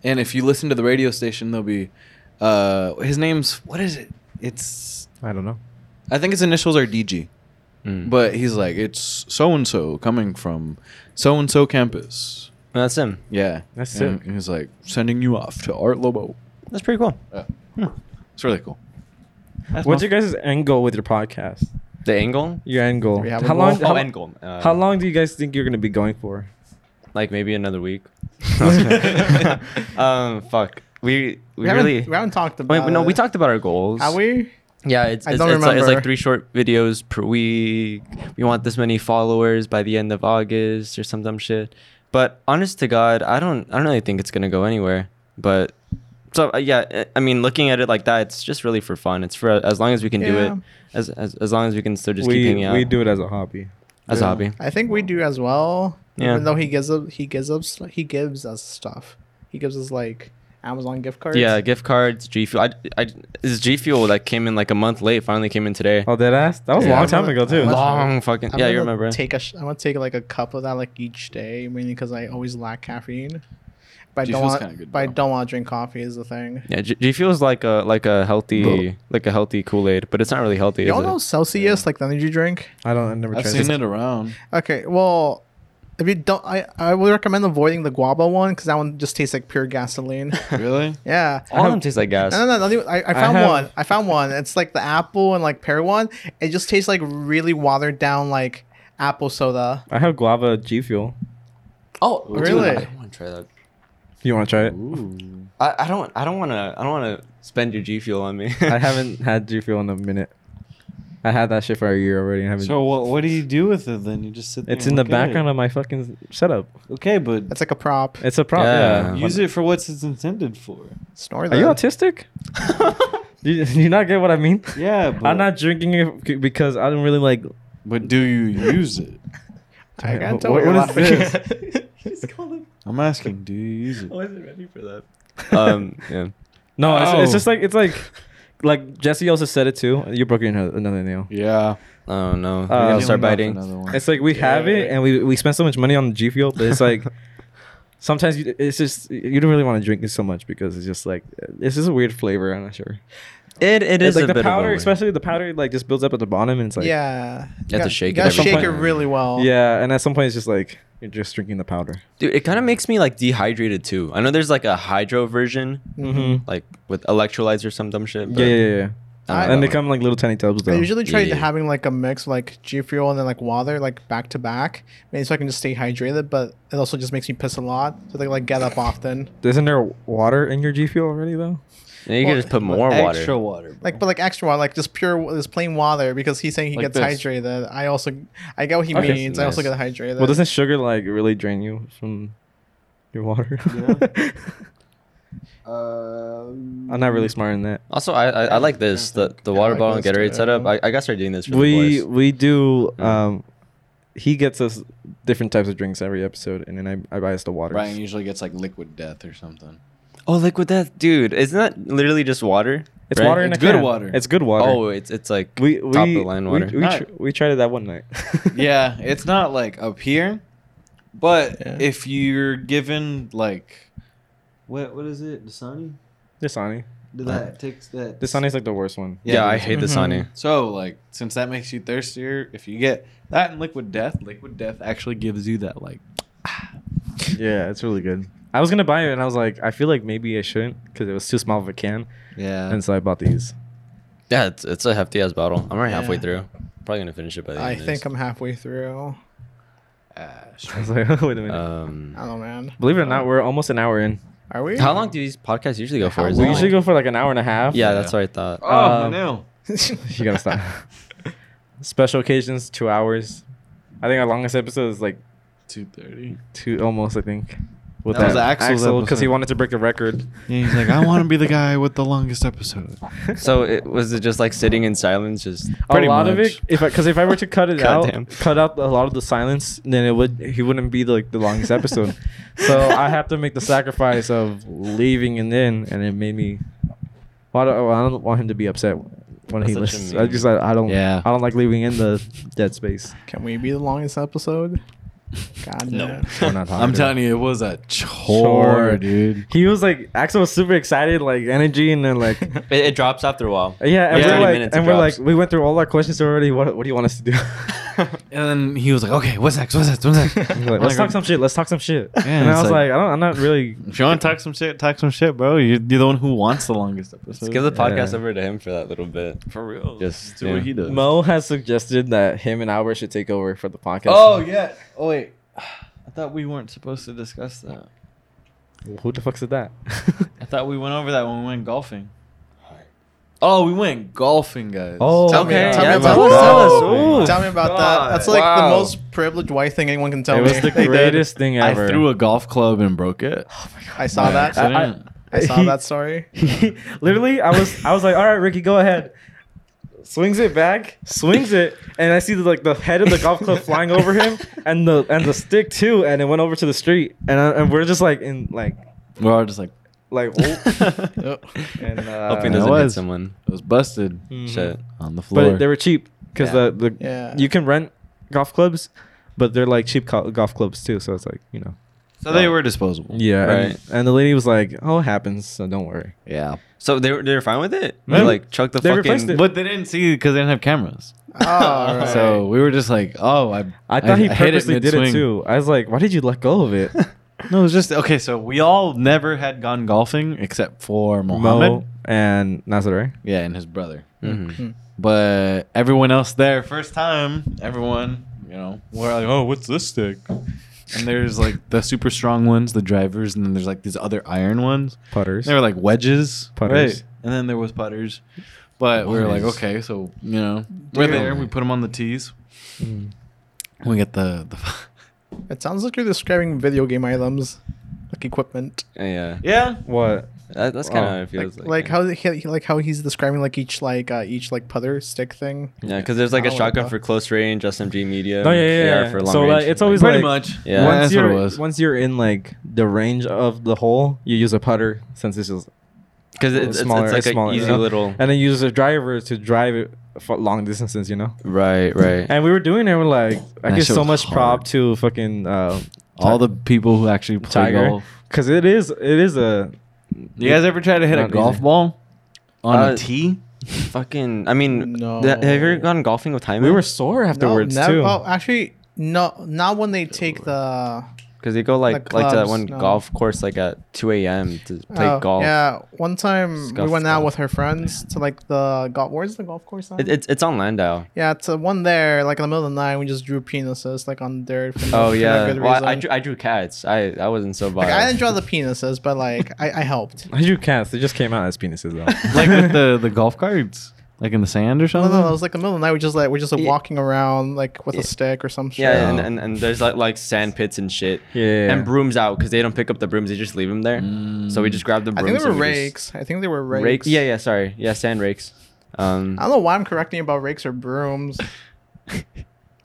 Speaker 5: And if you listen to the radio station, there'll be uh, his name's what is it? It's
Speaker 1: I don't know.
Speaker 5: I think his initials are DG.
Speaker 3: Mm.
Speaker 5: But he's like, it's so and so coming from so and so campus.
Speaker 3: That's him.
Speaker 5: Yeah.
Speaker 1: That's
Speaker 5: and
Speaker 1: sick.
Speaker 5: He's like, sending you off to Art Lobo.
Speaker 3: That's pretty cool.
Speaker 5: Yeah.
Speaker 1: Hmm.
Speaker 5: It's really cool.
Speaker 1: What's your guys' end goal with your podcast?
Speaker 3: The angle?
Speaker 1: Your end goal.
Speaker 4: We
Speaker 1: How
Speaker 4: have a goal.
Speaker 1: long?
Speaker 4: Oh,
Speaker 1: How,
Speaker 3: end goal. Uh,
Speaker 1: how long do you guys think you're gonna be going for?
Speaker 3: Like maybe another week.
Speaker 1: Okay.
Speaker 3: um, fuck. We we,
Speaker 4: we, haven't,
Speaker 3: really.
Speaker 4: we haven't talked
Speaker 3: Wait,
Speaker 4: about.
Speaker 3: no, we
Speaker 4: it.
Speaker 3: talked about our goals.
Speaker 4: Have we?
Speaker 3: Yeah, it's,
Speaker 4: I
Speaker 3: it's,
Speaker 4: don't
Speaker 3: it's like, it's
Speaker 4: remember.
Speaker 3: like three short videos per week. We want this many followers by the end of August or some dumb shit. But honest to God, I don't I don't really think it's gonna go anywhere. But so uh, yeah, uh, I mean, looking at it like that, it's just really for fun. It's for uh, as long as we can do
Speaker 4: Yeah.
Speaker 3: it, as, as as long as we can still just keep
Speaker 1: we
Speaker 3: hanging out
Speaker 1: we do it as a hobby.
Speaker 3: as a hobby.
Speaker 4: I think we do as well.
Speaker 3: Yeah.
Speaker 4: Even though he gives up, he gives up, he gives us stuff. He gives us like Amazon gift cards.
Speaker 3: Yeah, gift cards, G Fuel. I, I, this G Fuel that came in like a month late finally came in today.
Speaker 1: Oh, dead ass. That was a
Speaker 3: Yeah.
Speaker 1: long time ago too.
Speaker 4: Unless-
Speaker 3: Long fucking
Speaker 4: I'm
Speaker 3: yeah, you
Speaker 4: gonna
Speaker 3: remember?
Speaker 4: Take a. Sh- I'm gonna take like a cup of that like each day, mainly because I always lack caffeine. But I
Speaker 5: G
Speaker 4: don't
Speaker 5: Fuel's
Speaker 4: want.
Speaker 5: kinda good,
Speaker 4: but I
Speaker 5: bro.
Speaker 4: don't want to drink coffee. Is the thing.
Speaker 3: Yeah, G, G Fuel's like a like a healthy like a healthy Kool Aid, but it's not really healthy.
Speaker 4: Y'all
Speaker 3: is
Speaker 4: know
Speaker 3: it?
Speaker 4: Celsius, like the energy drink.
Speaker 1: I don't. I never
Speaker 5: I've
Speaker 1: tried
Speaker 5: seen
Speaker 1: it.
Speaker 5: it around.
Speaker 4: Okay, well, if you don't, I I would recommend avoiding the guava one because that one just tastes like pure gasoline.
Speaker 5: Really?
Speaker 4: yeah.
Speaker 3: All of them taste like gas.
Speaker 4: No, no, no. don't even- I, I found
Speaker 1: have-
Speaker 4: one. I found one. It's like the apple and like pear one. It just tastes like really watered down, like apple soda.
Speaker 1: I have guava G fuel.
Speaker 3: Oh,
Speaker 4: dude, Really? I
Speaker 3: want to try that.
Speaker 1: You want to try it?
Speaker 5: Ooh.
Speaker 3: I, I don't I don't want to I don't want to spend your G Fuel on me.
Speaker 1: I haven't had G fuel in a minute. I had that shit for a year already. And haven't.
Speaker 5: So what? What do you do with it then? You just sit. there
Speaker 1: it's in
Speaker 5: and
Speaker 1: the
Speaker 5: look at
Speaker 1: background of my fucking setup.
Speaker 5: it. Okay, but
Speaker 4: That's like a prop.
Speaker 1: It's a prop.
Speaker 3: Yeah.
Speaker 1: Yeah.
Speaker 5: use it for what it's intended for.
Speaker 4: Snore
Speaker 1: Are you
Speaker 4: that.
Speaker 1: autistic? do, you, do you not get what I mean?
Speaker 5: Yeah, but
Speaker 1: I'm not drinking it c- because I don't really like.
Speaker 5: But do you use it?
Speaker 4: I can't tell
Speaker 1: What-
Speaker 4: what you're
Speaker 1: what is
Speaker 4: laughing
Speaker 1: this?
Speaker 4: at.
Speaker 3: He's calling.
Speaker 5: I'm asking. Do you use it?
Speaker 3: wasn't ready for that. Um, yeah.
Speaker 1: No, it's, it's
Speaker 5: Oh.
Speaker 1: just like it's like, like Jesse also said it too. You broke your nose- another nail.
Speaker 5: Yeah.
Speaker 3: Oh no, we're
Speaker 1: Uh,
Speaker 3: gonna start
Speaker 5: Peeling off
Speaker 3: biting.
Speaker 5: another one.
Speaker 1: It's like we have it and we we spend so much money on the G fuel, but it's like sometimes you, it's just you don't really want to drink it so much because it's just like this is a weird flavor. I'm not sure.
Speaker 3: It it
Speaker 1: It's
Speaker 3: is
Speaker 1: like
Speaker 3: a
Speaker 1: the
Speaker 3: bit of a
Speaker 1: powder,
Speaker 3: weird-
Speaker 1: especially the powder, like just builds up at the bottom and it's like
Speaker 4: yeah.
Speaker 3: to shake it
Speaker 4: You gotta
Speaker 3: every
Speaker 4: shake it
Speaker 3: time.
Speaker 4: really well.
Speaker 1: yeah. And at some point, it's just like you're just drinking the powder.
Speaker 3: Dude, it kind of makes me like dehydrated too. I know there's like a hydro version,
Speaker 1: Mm-hmm.
Speaker 3: like with electrolytes or some dumb shit.
Speaker 1: Yeah, yeah, yeah. yeah.
Speaker 3: I don't
Speaker 1: and they
Speaker 3: know.
Speaker 1: come in, like little tiny tubs though.
Speaker 4: I usually try
Speaker 3: Yeah.
Speaker 4: having like a mix like G Fuel and then like water like back to back, maybe so I can just stay hydrated. But it also just makes me piss a lot, so they like get up often.
Speaker 1: Isn't there water in your G fuel already though?
Speaker 3: Yeah, you
Speaker 4: Well,
Speaker 3: can just put more water.
Speaker 5: Extra water.
Speaker 4: Like, but like extra water, like just pure, wa- just plain water, because he's saying he
Speaker 5: Like
Speaker 4: gets
Speaker 5: this.
Speaker 4: hydrated. I also, I get what he
Speaker 1: Okay.
Speaker 4: means. I also get
Speaker 3: Nice.
Speaker 4: hydrated.
Speaker 1: Well, doesn't sugar like really drain you from your water?
Speaker 5: Yeah.
Speaker 1: I'm not really smart in that.
Speaker 3: Also, I, I I like this the the
Speaker 4: Yeah, I
Speaker 3: water
Speaker 4: like
Speaker 3: bottle and
Speaker 4: this
Speaker 3: Gatorade
Speaker 4: too.
Speaker 3: setup. I, I gotta start doing this for the
Speaker 1: we
Speaker 3: boys.
Speaker 1: we do
Speaker 3: Yeah.
Speaker 1: um he gets us different types of drinks every episode and then i, I buy us the water
Speaker 5: Ryan usually gets like liquid death or something.
Speaker 3: Oh, liquid death, dude! Isn't that literally just water?
Speaker 1: it's
Speaker 3: right?
Speaker 1: water in
Speaker 5: It's
Speaker 1: a
Speaker 5: good
Speaker 1: can.
Speaker 5: water.
Speaker 1: it's good water
Speaker 3: Oh, it's it's like
Speaker 1: we we
Speaker 3: top of the line water.
Speaker 1: we, we, tr- we tried it that one night
Speaker 5: yeah, it's not like up here, but
Speaker 4: Yeah.
Speaker 5: if you're given like, what what is it, Dasani?
Speaker 1: Dasani.
Speaker 5: Did that takes that?
Speaker 1: Dasani's like the worst one
Speaker 3: yeah, I hate the
Speaker 4: Mhm.
Speaker 3: Sani.
Speaker 5: So like, since that makes you thirstier, if you get that and liquid death, liquid death actually gives you that like.
Speaker 1: yeah it's really good i was gonna buy it and i was like i feel like maybe i shouldn't because it was too small of a can
Speaker 5: Yeah.
Speaker 1: and so i bought these
Speaker 3: Yeah, it's, it's a hefty ass bottle. I'm already halfway
Speaker 4: Yeah.
Speaker 3: through. Probably gonna finish it by the
Speaker 4: I
Speaker 3: end. of
Speaker 4: think I'm halfway through.
Speaker 1: i was like wait a
Speaker 3: this.
Speaker 1: minute
Speaker 3: Um,
Speaker 4: I don't know, man.
Speaker 1: believe it or
Speaker 3: uh,
Speaker 1: not we're almost an hour in
Speaker 4: Are we?
Speaker 3: how long do these podcasts usually go for?
Speaker 4: How
Speaker 3: Is
Speaker 1: we
Speaker 3: it
Speaker 1: usually
Speaker 3: like-
Speaker 1: go for like an hour and a half
Speaker 3: oh. Yeah, that's what I thought.
Speaker 5: oh, my
Speaker 1: Um,
Speaker 5: nail.
Speaker 1: you gotta stop. Special occasions, two hours. I think our longest episode is like
Speaker 5: Two thirty.
Speaker 1: two, almost. I think. With
Speaker 5: That was Axel's
Speaker 1: because he
Speaker 5: episode.
Speaker 1: wanted to break the record.
Speaker 5: he's like, I want to be the guy with the longest episode.
Speaker 3: So it was it just like sitting in silence, just
Speaker 5: Pretty
Speaker 1: a lot of
Speaker 5: much.
Speaker 1: it, if because if I were to cut it out,
Speaker 3: Goddamn.
Speaker 1: cut out a lot of the silence, then it would he wouldn't be like the longest episode. so I have to make the sacrifice of leaving and in, and it made me. Well, I, don't, I don't want him to be upset when he
Speaker 3: That's such a
Speaker 1: listens.
Speaker 3: meme.
Speaker 1: I just I, I don't
Speaker 5: Yeah.
Speaker 1: I don't like leaving in the dead space.
Speaker 4: Can we be the longest episode? God no.
Speaker 1: We're not
Speaker 5: I'm
Speaker 1: talking
Speaker 5: telling you, it was a chore,
Speaker 1: Chore.
Speaker 5: dude.
Speaker 1: He was like Axel was super excited, like energy, and then like
Speaker 3: it, it drops after a while.
Speaker 1: yeah, and
Speaker 3: Yeah.
Speaker 1: we're
Speaker 3: 30
Speaker 1: like,
Speaker 3: minutes,
Speaker 1: and
Speaker 3: it
Speaker 1: we're like,
Speaker 3: drops.
Speaker 1: we went through all our questions already. What what do you want us to do?
Speaker 5: And then he was like, "Okay, what's next? What's next? What's next?"
Speaker 1: He's like, let's talk some shit. Let's talk some shit. and
Speaker 5: it's
Speaker 1: I was
Speaker 5: like-
Speaker 1: like, I don't, I'm not really.
Speaker 5: If you want to talk some shit, talk some shit, bro. You're, you're the one who wants the longest episode.
Speaker 3: Let's give the podcast
Speaker 1: Yeah.
Speaker 3: over to him for that little bit.
Speaker 5: for real.
Speaker 3: Just,
Speaker 5: do
Speaker 3: yeah.
Speaker 5: what he does.
Speaker 1: Mo has suggested that him and Albert should take over for the podcast.
Speaker 5: Oh yeah. Oh wait. I thought we weren't supposed to discuss that.
Speaker 1: who the fuck said that?
Speaker 5: I thought we went over that when we went golfing. Oh, we went golfing, guys.
Speaker 1: Oh,
Speaker 4: Tell me-
Speaker 3: Okay,
Speaker 4: tell me
Speaker 3: yeah,
Speaker 4: about
Speaker 3: tell us,
Speaker 4: that.
Speaker 3: tell us. Ooh.
Speaker 4: Tell me about that. That's like the
Speaker 3: Wow.
Speaker 4: most privileged white thing anyone can tell
Speaker 1: it
Speaker 4: me.
Speaker 1: was the
Speaker 4: They did.
Speaker 1: greatest thing
Speaker 5: I
Speaker 1: ever.
Speaker 5: threw a golf club and broke it.
Speaker 4: I saw that.
Speaker 1: I-
Speaker 5: Accident.
Speaker 4: I saw
Speaker 1: He-
Speaker 4: that story.
Speaker 1: He literally, I was, I was like, all right, Ricky, go ahead. Swings it back, swings it, and I see the, like the head of the golf club flying over him, and the and the stick too, and it went over to the street, and I, and we're just like in like
Speaker 5: We're all just like,
Speaker 1: like oh, and uh,
Speaker 3: Hoping
Speaker 5: it
Speaker 3: doesn't hit
Speaker 5: was.
Speaker 3: someone.
Speaker 5: it was busted
Speaker 1: mhm.
Speaker 3: Shit.
Speaker 5: on the floor.
Speaker 1: but they were cheap because the
Speaker 4: Yeah.
Speaker 1: the
Speaker 4: Yeah.
Speaker 1: you can rent golf clubs, but they're like cheap co- golf clubs too, so it's like you know
Speaker 5: so they were disposable.
Speaker 1: yeah, and,
Speaker 3: Right.
Speaker 1: and the lady was like, oh, it happens, so don't worry.
Speaker 5: Yeah.
Speaker 3: So they were, they were fine with it?
Speaker 1: Yeah.
Speaker 3: They like chuck the
Speaker 1: They replaced
Speaker 3: fucking.
Speaker 1: it.
Speaker 5: But they didn't see because they didn't have cameras.
Speaker 4: Oh, all right.
Speaker 5: So we were just like, oh, I.
Speaker 1: I thought he
Speaker 5: hit it
Speaker 1: purposely did it
Speaker 5: mid-swing.
Speaker 1: too. I was like, why did you let go of it?
Speaker 5: No, it was just okay. So we all never had gone golfing except for Mohammed.
Speaker 1: Mo and Nazare.
Speaker 5: Yeah, and his brother.
Speaker 3: Mhm.
Speaker 4: Mm. Hmm.
Speaker 5: But everyone else there, first time, everyone, you know, we're like, oh, what's this stick? And there's like the super strong ones, the drivers, and then there's like these other iron ones.
Speaker 1: Putters.
Speaker 5: They were like wedges,
Speaker 1: Putters.
Speaker 5: And then there was putters. But we were like,
Speaker 3: Putters.
Speaker 5: okay, so you know, we're
Speaker 4: Dude.
Speaker 5: there. We put them on the tees. We get the the.
Speaker 4: it sounds like you're describing video game items, like equipment,
Speaker 3: Yeah.
Speaker 5: Yeah,
Speaker 1: What?
Speaker 3: That, that's kind of
Speaker 1: Oh.
Speaker 3: how it feels
Speaker 4: like,
Speaker 3: like.
Speaker 4: like, how he, like how he's describing like each like uh, each like putter stick thing.
Speaker 3: Yeah, because there's like
Speaker 4: I
Speaker 3: a
Speaker 4: don't
Speaker 3: shotgun
Speaker 4: know.
Speaker 3: for close range, SMG medium,
Speaker 1: Oh, yeah, yeah,
Speaker 3: AR
Speaker 1: yeah.
Speaker 3: for long
Speaker 1: So,
Speaker 3: range.
Speaker 1: like, it's always
Speaker 5: pretty
Speaker 1: like-
Speaker 5: much.
Speaker 3: Yeah.
Speaker 1: once
Speaker 5: that's
Speaker 1: you're,
Speaker 5: what it was.
Speaker 1: Once you're in like the range of the hole, you use a putter since it's just
Speaker 3: because it's, it's,
Speaker 1: smaller.
Speaker 3: it's like
Speaker 1: it's smaller,
Speaker 3: an
Speaker 1: you
Speaker 3: easy
Speaker 1: know?
Speaker 3: little.
Speaker 1: and then you use a driver to drive it for long distances, you know.
Speaker 3: Right, right.
Speaker 1: And we were doing it. We're like, I
Speaker 5: That
Speaker 1: give
Speaker 5: shit
Speaker 1: so
Speaker 5: was
Speaker 1: much prop
Speaker 5: hard.
Speaker 1: to fucking uh,
Speaker 5: All the people who actually play
Speaker 1: Tiger.
Speaker 5: golf.
Speaker 1: because it is it is a
Speaker 5: You guys ever try to hit a
Speaker 1: Not
Speaker 5: golf
Speaker 1: easy.
Speaker 5: ball on
Speaker 3: Uh,
Speaker 5: a tee?
Speaker 3: Fucking, I mean,
Speaker 4: No.
Speaker 3: that- have you ever gone golfing with Hyman?
Speaker 1: we were sore afterwards
Speaker 4: no, nev-
Speaker 1: too.
Speaker 4: Oh, actually, no, not when they take the
Speaker 3: because they go like
Speaker 4: the
Speaker 3: like to that
Speaker 4: clubs,
Speaker 3: one
Speaker 4: no.
Speaker 3: golf course like at 2 a.m. to play
Speaker 4: Oh,
Speaker 3: golf.
Speaker 4: Yeah, one time we
Speaker 3: Scuffed
Speaker 4: went out
Speaker 3: golf.
Speaker 4: with her friends to like the golf. Where's the golf course? Now?
Speaker 3: It, it's it's on Landau.
Speaker 4: yeah, it's uh, one there. Like in the middle of the night, we just drew penises like on dirt. for no-
Speaker 3: Oh
Speaker 4: for no
Speaker 3: yeah.
Speaker 4: good
Speaker 3: Well, I, I
Speaker 4: reason.
Speaker 3: drew I drew cats. I I wasn't so
Speaker 4: Like,
Speaker 3: bad.
Speaker 4: I didn't draw the penises, but like I, I helped.
Speaker 1: I drew cats. They just came out as penises though.
Speaker 5: like with the, the golf carts? Like in the sand or
Speaker 4: No,
Speaker 5: something?
Speaker 4: no, no, it was like the middle of the night. We just like we're just like
Speaker 3: Yeah.
Speaker 4: walking around like with
Speaker 3: Yeah.
Speaker 4: a stick or some shit.
Speaker 3: yeah, and, and, and there's like like sand pits and shit,
Speaker 1: yeah. Mm.
Speaker 3: and brooms out because they don't pick up the brooms; they just leave them there. So we just grabbed the
Speaker 4: I
Speaker 3: brooms.
Speaker 4: think they were
Speaker 3: and we just-
Speaker 4: rakes. I think they were rakes.
Speaker 3: rakes. Yeah, yeah. Sorry, yeah, sand rakes. Um,
Speaker 4: I don't know why I'm correcting you about rakes or brooms.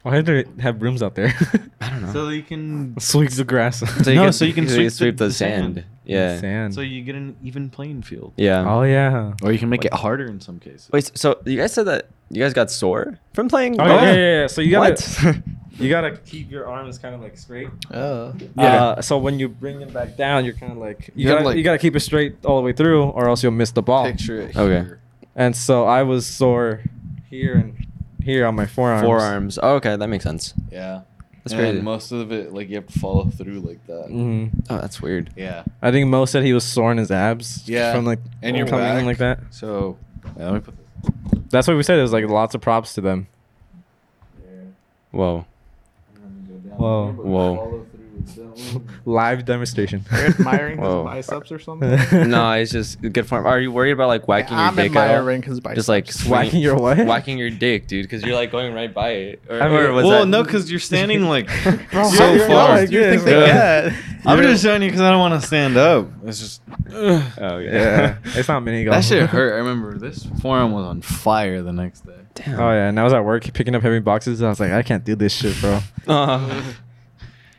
Speaker 1: Why do they have brooms out there?
Speaker 3: I don't know.
Speaker 5: So you can
Speaker 1: Sweeps the grass.
Speaker 3: So
Speaker 5: No, so you can sweep the-
Speaker 3: the,
Speaker 5: the
Speaker 3: sand.
Speaker 5: sand.
Speaker 3: Yeah.
Speaker 1: Sand.
Speaker 5: so you get an even playing field.
Speaker 3: Yeah.
Speaker 1: oh yeah.
Speaker 5: Or you can make it harder in some cases.
Speaker 3: Wait. So you guys said that you guys got sore from playing?
Speaker 1: Oh,
Speaker 3: golf?
Speaker 1: yeah, yeah, yeah. So you gotta
Speaker 3: What?
Speaker 1: you gotta keep your arms kind of like straight.
Speaker 5: Oh,
Speaker 4: Uh,
Speaker 1: Yeah. Uh, so when you bring them back down, you're kind of like you,
Speaker 5: You gotta,
Speaker 1: gotta
Speaker 5: like-
Speaker 1: you gotta keep it straight all the way through, or else you'll miss the ball.
Speaker 5: it.
Speaker 3: Okay.
Speaker 1: And so I was sore here and here on my forearms.
Speaker 3: Forearms. Oh, okay, that makes sense.
Speaker 5: Yeah.
Speaker 3: That's crazy.
Speaker 5: most of it, like you have to follow through like that.
Speaker 1: hmm
Speaker 3: Oh, that's weird.
Speaker 5: Yeah.
Speaker 1: I think Mo said he was sore in his abs.
Speaker 5: Yeah.
Speaker 1: From like
Speaker 5: And your
Speaker 1: coming in
Speaker 5: back.
Speaker 1: like that.
Speaker 5: So yeah, let me put this.
Speaker 1: That's what we said. It was like lots of props to them.
Speaker 3: Whoa.
Speaker 1: Whoa.
Speaker 3: Whoa.
Speaker 1: Live demonstration.
Speaker 4: you're admiring his
Speaker 3: Whoa.
Speaker 4: biceps or something.
Speaker 1: no.
Speaker 3: no, it's just good form. Are you worried about like whacking
Speaker 4: I'm
Speaker 3: your dick out?
Speaker 4: admiring his biceps.
Speaker 3: Just like
Speaker 1: Whacking
Speaker 3: swinging-
Speaker 1: your what?
Speaker 3: Whacking your dick, dude, because you're like going right by it. Or,
Speaker 1: I mean,
Speaker 3: or was
Speaker 5: well,
Speaker 3: that-
Speaker 5: no, because you're standing like
Speaker 4: Bro,
Speaker 5: so
Speaker 4: how do you
Speaker 5: far.
Speaker 4: know? Do you think they
Speaker 5: Yeah.
Speaker 4: get?
Speaker 5: I'm just showing you because I don't want to stand up. It's just
Speaker 3: Oh yeah.
Speaker 1: Yeah. it's not mini golf.
Speaker 5: that shit hurt. I remember this forearm was on fire the next day.
Speaker 3: Damn.
Speaker 1: Oh yeah, and I was at work picking up heavy boxes. I was like, I can't do this shit, bro.
Speaker 3: Uh,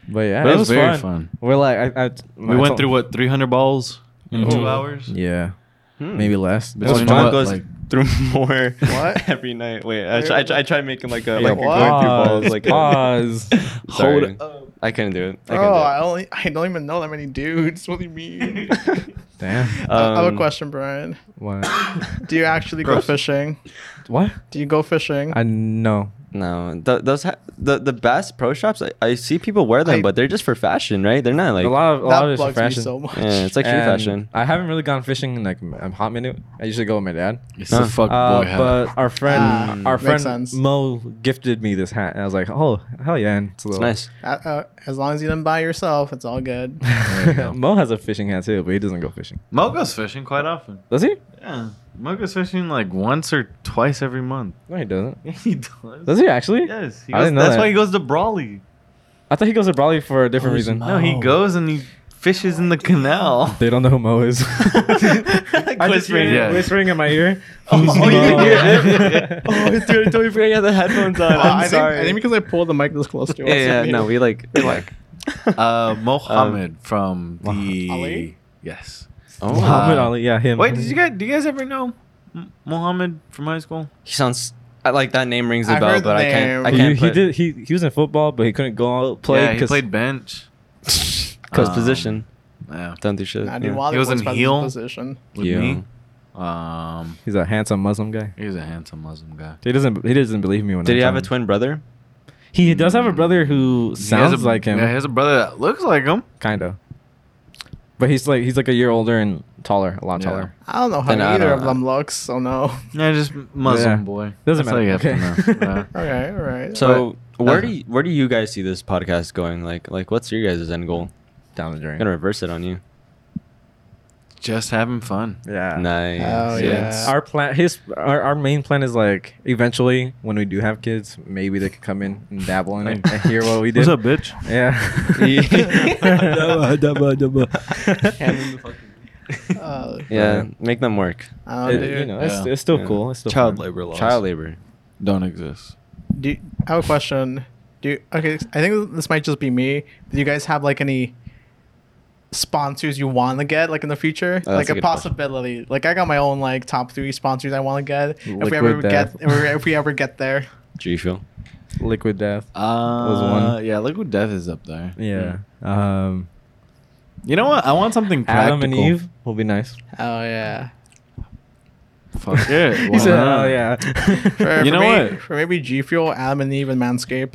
Speaker 1: But yeah,
Speaker 5: But
Speaker 1: it was very fun. We're like, I, I,
Speaker 5: We went through what 300 balls in
Speaker 1: Oh.
Speaker 5: two hours.
Speaker 1: Yeah,
Speaker 3: hmm.
Speaker 1: maybe less. It
Speaker 5: But
Speaker 1: was
Speaker 5: you know
Speaker 1: fun.
Speaker 5: what,
Speaker 3: goes
Speaker 5: like-
Speaker 3: through more
Speaker 4: What?
Speaker 3: every night. Wait, I try, I try, I try making like a
Speaker 1: Yeah,
Speaker 3: like a going through balls
Speaker 1: pause.
Speaker 3: like a,
Speaker 1: pause.
Speaker 3: Sorry.
Speaker 5: Hold
Speaker 4: oh.
Speaker 3: I couldn't do it. I
Speaker 4: Bro, Oh, I
Speaker 3: couldn't
Speaker 4: only I don't even know that many dudes. What do you mean?
Speaker 1: Damn.
Speaker 3: do it.
Speaker 4: I I have a
Speaker 3: Um,
Speaker 4: question, Brian.
Speaker 1: What?
Speaker 4: Do you actually go
Speaker 5: Gross.
Speaker 4: fishing?
Speaker 1: What?
Speaker 4: Do you go fishing?
Speaker 1: I know.
Speaker 3: No, th- those ha- the the Bass Pro Shops. I, I see people wear them,
Speaker 4: I-
Speaker 3: but they're just for fashion, right? They're not like
Speaker 1: a lot of a
Speaker 4: that
Speaker 1: lot of
Speaker 4: bugs
Speaker 1: it's fashion.
Speaker 4: me so much.
Speaker 3: yeah, it's like street
Speaker 1: And
Speaker 3: fashion.
Speaker 1: I haven't really gone fishing in like a hot minute. I usually go with my dad.
Speaker 5: It's
Speaker 3: Huh.
Speaker 5: a fuck
Speaker 1: Uh,
Speaker 5: boy hat.
Speaker 1: but our friend, uh,
Speaker 4: Ah,
Speaker 1: our
Speaker 4: makes
Speaker 1: friend
Speaker 4: sense.
Speaker 1: Mo gifted me this hat, and I was like, "Oh, hell yeah!" And it's, a
Speaker 3: It's
Speaker 1: little-
Speaker 3: nice.
Speaker 4: Uh, uh, as long as you didn't buy yourself, it's all good.
Speaker 5: There you go.
Speaker 1: Mo has a fishing hat too, but he doesn't go fishing.
Speaker 5: Mo goes fishing quite often.
Speaker 1: Does he?
Speaker 5: Yeah, Mo goes fishing like once or twice every month.
Speaker 1: No, he doesn't.
Speaker 5: he does.
Speaker 1: Does he actually?
Speaker 5: Yes, he
Speaker 1: I
Speaker 5: goes,
Speaker 1: didn't know
Speaker 5: that's
Speaker 1: that.
Speaker 5: why he goes to Brawley.
Speaker 1: I thought he goes to Brawley for a different
Speaker 3: Oh, he's
Speaker 1: reason.
Speaker 3: not.
Speaker 5: No, he
Speaker 3: Oh.
Speaker 5: goes and he
Speaker 3: Fishes in the canal.
Speaker 1: They don't know who Mo is. I just hear
Speaker 3: Whispering.
Speaker 1: you
Speaker 5: Yeah.
Speaker 1: whispering in my ear.
Speaker 3: Oh, oh, you can hear
Speaker 1: Mo.
Speaker 3: it. oh, dude, I totally forgot you had the headphones on.
Speaker 4: Uh,
Speaker 3: I'm
Speaker 4: I think,
Speaker 3: sorry.
Speaker 4: I think because I pulled the mic this close to us.
Speaker 3: yeah, yeah, no, we like, we like.
Speaker 5: Uh,
Speaker 3: Um,
Speaker 5: Mohammed from the
Speaker 4: Ali?
Speaker 5: yes.
Speaker 3: Oh,
Speaker 1: Muhammad Ali, yeah, him.
Speaker 5: Wait, did you guys do you guys ever know M- Mohammed from high school?
Speaker 3: He sounds I like that name rings a
Speaker 4: I
Speaker 3: bell,
Speaker 4: heard the
Speaker 3: but I can't. I
Speaker 1: He,
Speaker 4: name.
Speaker 3: can't.
Speaker 1: he did. He he was in football, but he couldn't go out play
Speaker 5: yeah, he
Speaker 1: because
Speaker 5: played bench.
Speaker 3: cause
Speaker 5: um,
Speaker 3: position.
Speaker 5: Yeah,
Speaker 3: Don't do shit.
Speaker 4: I
Speaker 3: yeah.
Speaker 4: did while
Speaker 5: He was in
Speaker 4: by this
Speaker 5: heel?
Speaker 4: Position.
Speaker 5: with
Speaker 1: Yeah.
Speaker 5: me. Um,
Speaker 1: he's a handsome Muslim guy.
Speaker 5: he's a handsome Muslim guy.
Speaker 1: He doesn't. He doesn't believe me when.
Speaker 3: Did
Speaker 1: I
Speaker 3: he
Speaker 1: tell
Speaker 3: have a
Speaker 1: him.
Speaker 3: twin brother?
Speaker 1: He does have a brother who
Speaker 5: He has
Speaker 1: sounds
Speaker 5: a-
Speaker 1: like him,
Speaker 5: Yeah, he has a brother that looks like him.
Speaker 1: kind of. But he's like he's like a year older and taller, a lot
Speaker 5: Yeah.
Speaker 1: taller.
Speaker 4: I don't know how
Speaker 3: Then uh, I
Speaker 4: either
Speaker 3: don't
Speaker 4: of
Speaker 3: know.
Speaker 4: them looks, so no.
Speaker 5: Yeah, just Muslim
Speaker 1: Yeah.
Speaker 5: boy.
Speaker 1: Doesn't
Speaker 5: That's all you
Speaker 1: matter.
Speaker 5: have to
Speaker 1: Okay.
Speaker 5: know. Yeah.
Speaker 4: Okay, all right.
Speaker 3: So
Speaker 5: But-
Speaker 3: where
Speaker 5: uh,
Speaker 3: do you, where do you guys see this podcast going? Like like what's your guys' end goal?
Speaker 1: Down the
Speaker 3: I'm
Speaker 1: drain.
Speaker 3: gonna reverse it on you.
Speaker 5: just having fun.
Speaker 1: Yeah.
Speaker 3: Nice.
Speaker 4: Oh,
Speaker 3: Yes.
Speaker 4: yeah.
Speaker 1: Our plan, his, our, our main plan is like eventually when we do have kids, maybe they could come in and dabble in it and hear what we did.
Speaker 5: bitch?
Speaker 1: Yeah.
Speaker 4: uh,
Speaker 3: Yeah, make them work.
Speaker 4: I don't
Speaker 1: It-
Speaker 4: know,
Speaker 1: you
Speaker 4: Oh, dude.
Speaker 1: know, it's,
Speaker 5: Yeah.
Speaker 1: it's still
Speaker 3: Yeah.
Speaker 1: cool. It's still
Speaker 5: Child
Speaker 1: fun.
Speaker 5: labor laws
Speaker 3: Child labor.
Speaker 5: don't exist.
Speaker 4: Do you- I have a question. Do you, okay. I think this might just be me. Do you guys have like any sponsors you want to get like in the future?
Speaker 3: Oh, that's
Speaker 4: like
Speaker 3: a
Speaker 4: a,
Speaker 3: good question.
Speaker 4: possibility. Like I got my own like top three sponsors I want to get. if
Speaker 1: Liquid
Speaker 4: we ever
Speaker 1: Death.
Speaker 4: get, if we, if we ever get there.
Speaker 3: Do you feel?
Speaker 1: Liquid death.
Speaker 5: Uh,
Speaker 1: one.
Speaker 5: Yeah, Liquid Death is up there. Hmm.
Speaker 1: Yeah.
Speaker 5: Mm.
Speaker 1: Um,
Speaker 5: You know what? I want something practical.
Speaker 1: Adam and Eve will be nice.
Speaker 4: Oh yeah.
Speaker 5: Fuck it.
Speaker 1: He
Speaker 5: why
Speaker 1: said,
Speaker 5: not?"
Speaker 1: "Oh yeah."
Speaker 4: For,
Speaker 5: You
Speaker 4: for
Speaker 5: know
Speaker 4: me-
Speaker 5: what?
Speaker 4: For maybe G Fuel, Adam and Eve, and Manscaped.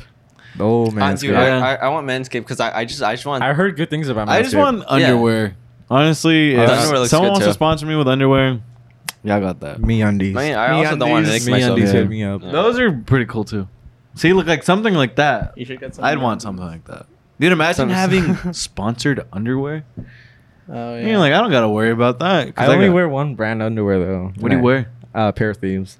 Speaker 1: oh man,
Speaker 3: I,
Speaker 1: it's
Speaker 3: Uh, dude,
Speaker 1: good.
Speaker 5: Yeah.
Speaker 3: I, I, I want Manscaped because I, I just I just want
Speaker 1: I heard good things about.
Speaker 5: I just
Speaker 1: Manscaped.
Speaker 5: want underwear. Honestly,
Speaker 3: The
Speaker 5: if
Speaker 3: underwear looks
Speaker 5: someone
Speaker 3: good,
Speaker 5: wants
Speaker 3: too.
Speaker 5: to sponsor me with underwear, yeah, I got that.
Speaker 1: me undies.
Speaker 3: Man, I also don't want to
Speaker 4: MeUndies.
Speaker 3: make myself
Speaker 1: MeUndies
Speaker 3: yeah.
Speaker 1: hit me up.
Speaker 3: Yeah.
Speaker 5: Those are pretty cool too. See, look like something like that.
Speaker 4: should get
Speaker 5: I'd want something like that. Dude, imagine
Speaker 3: Some-
Speaker 5: having sponsored underwear.
Speaker 4: Oh
Speaker 5: I mean, like I don't gotta worry about that. 'cause
Speaker 1: I only
Speaker 5: got-
Speaker 1: wear one brand underwear though.
Speaker 5: What do you
Speaker 1: Nah.
Speaker 5: wear?
Speaker 1: Uh, pair of thieves.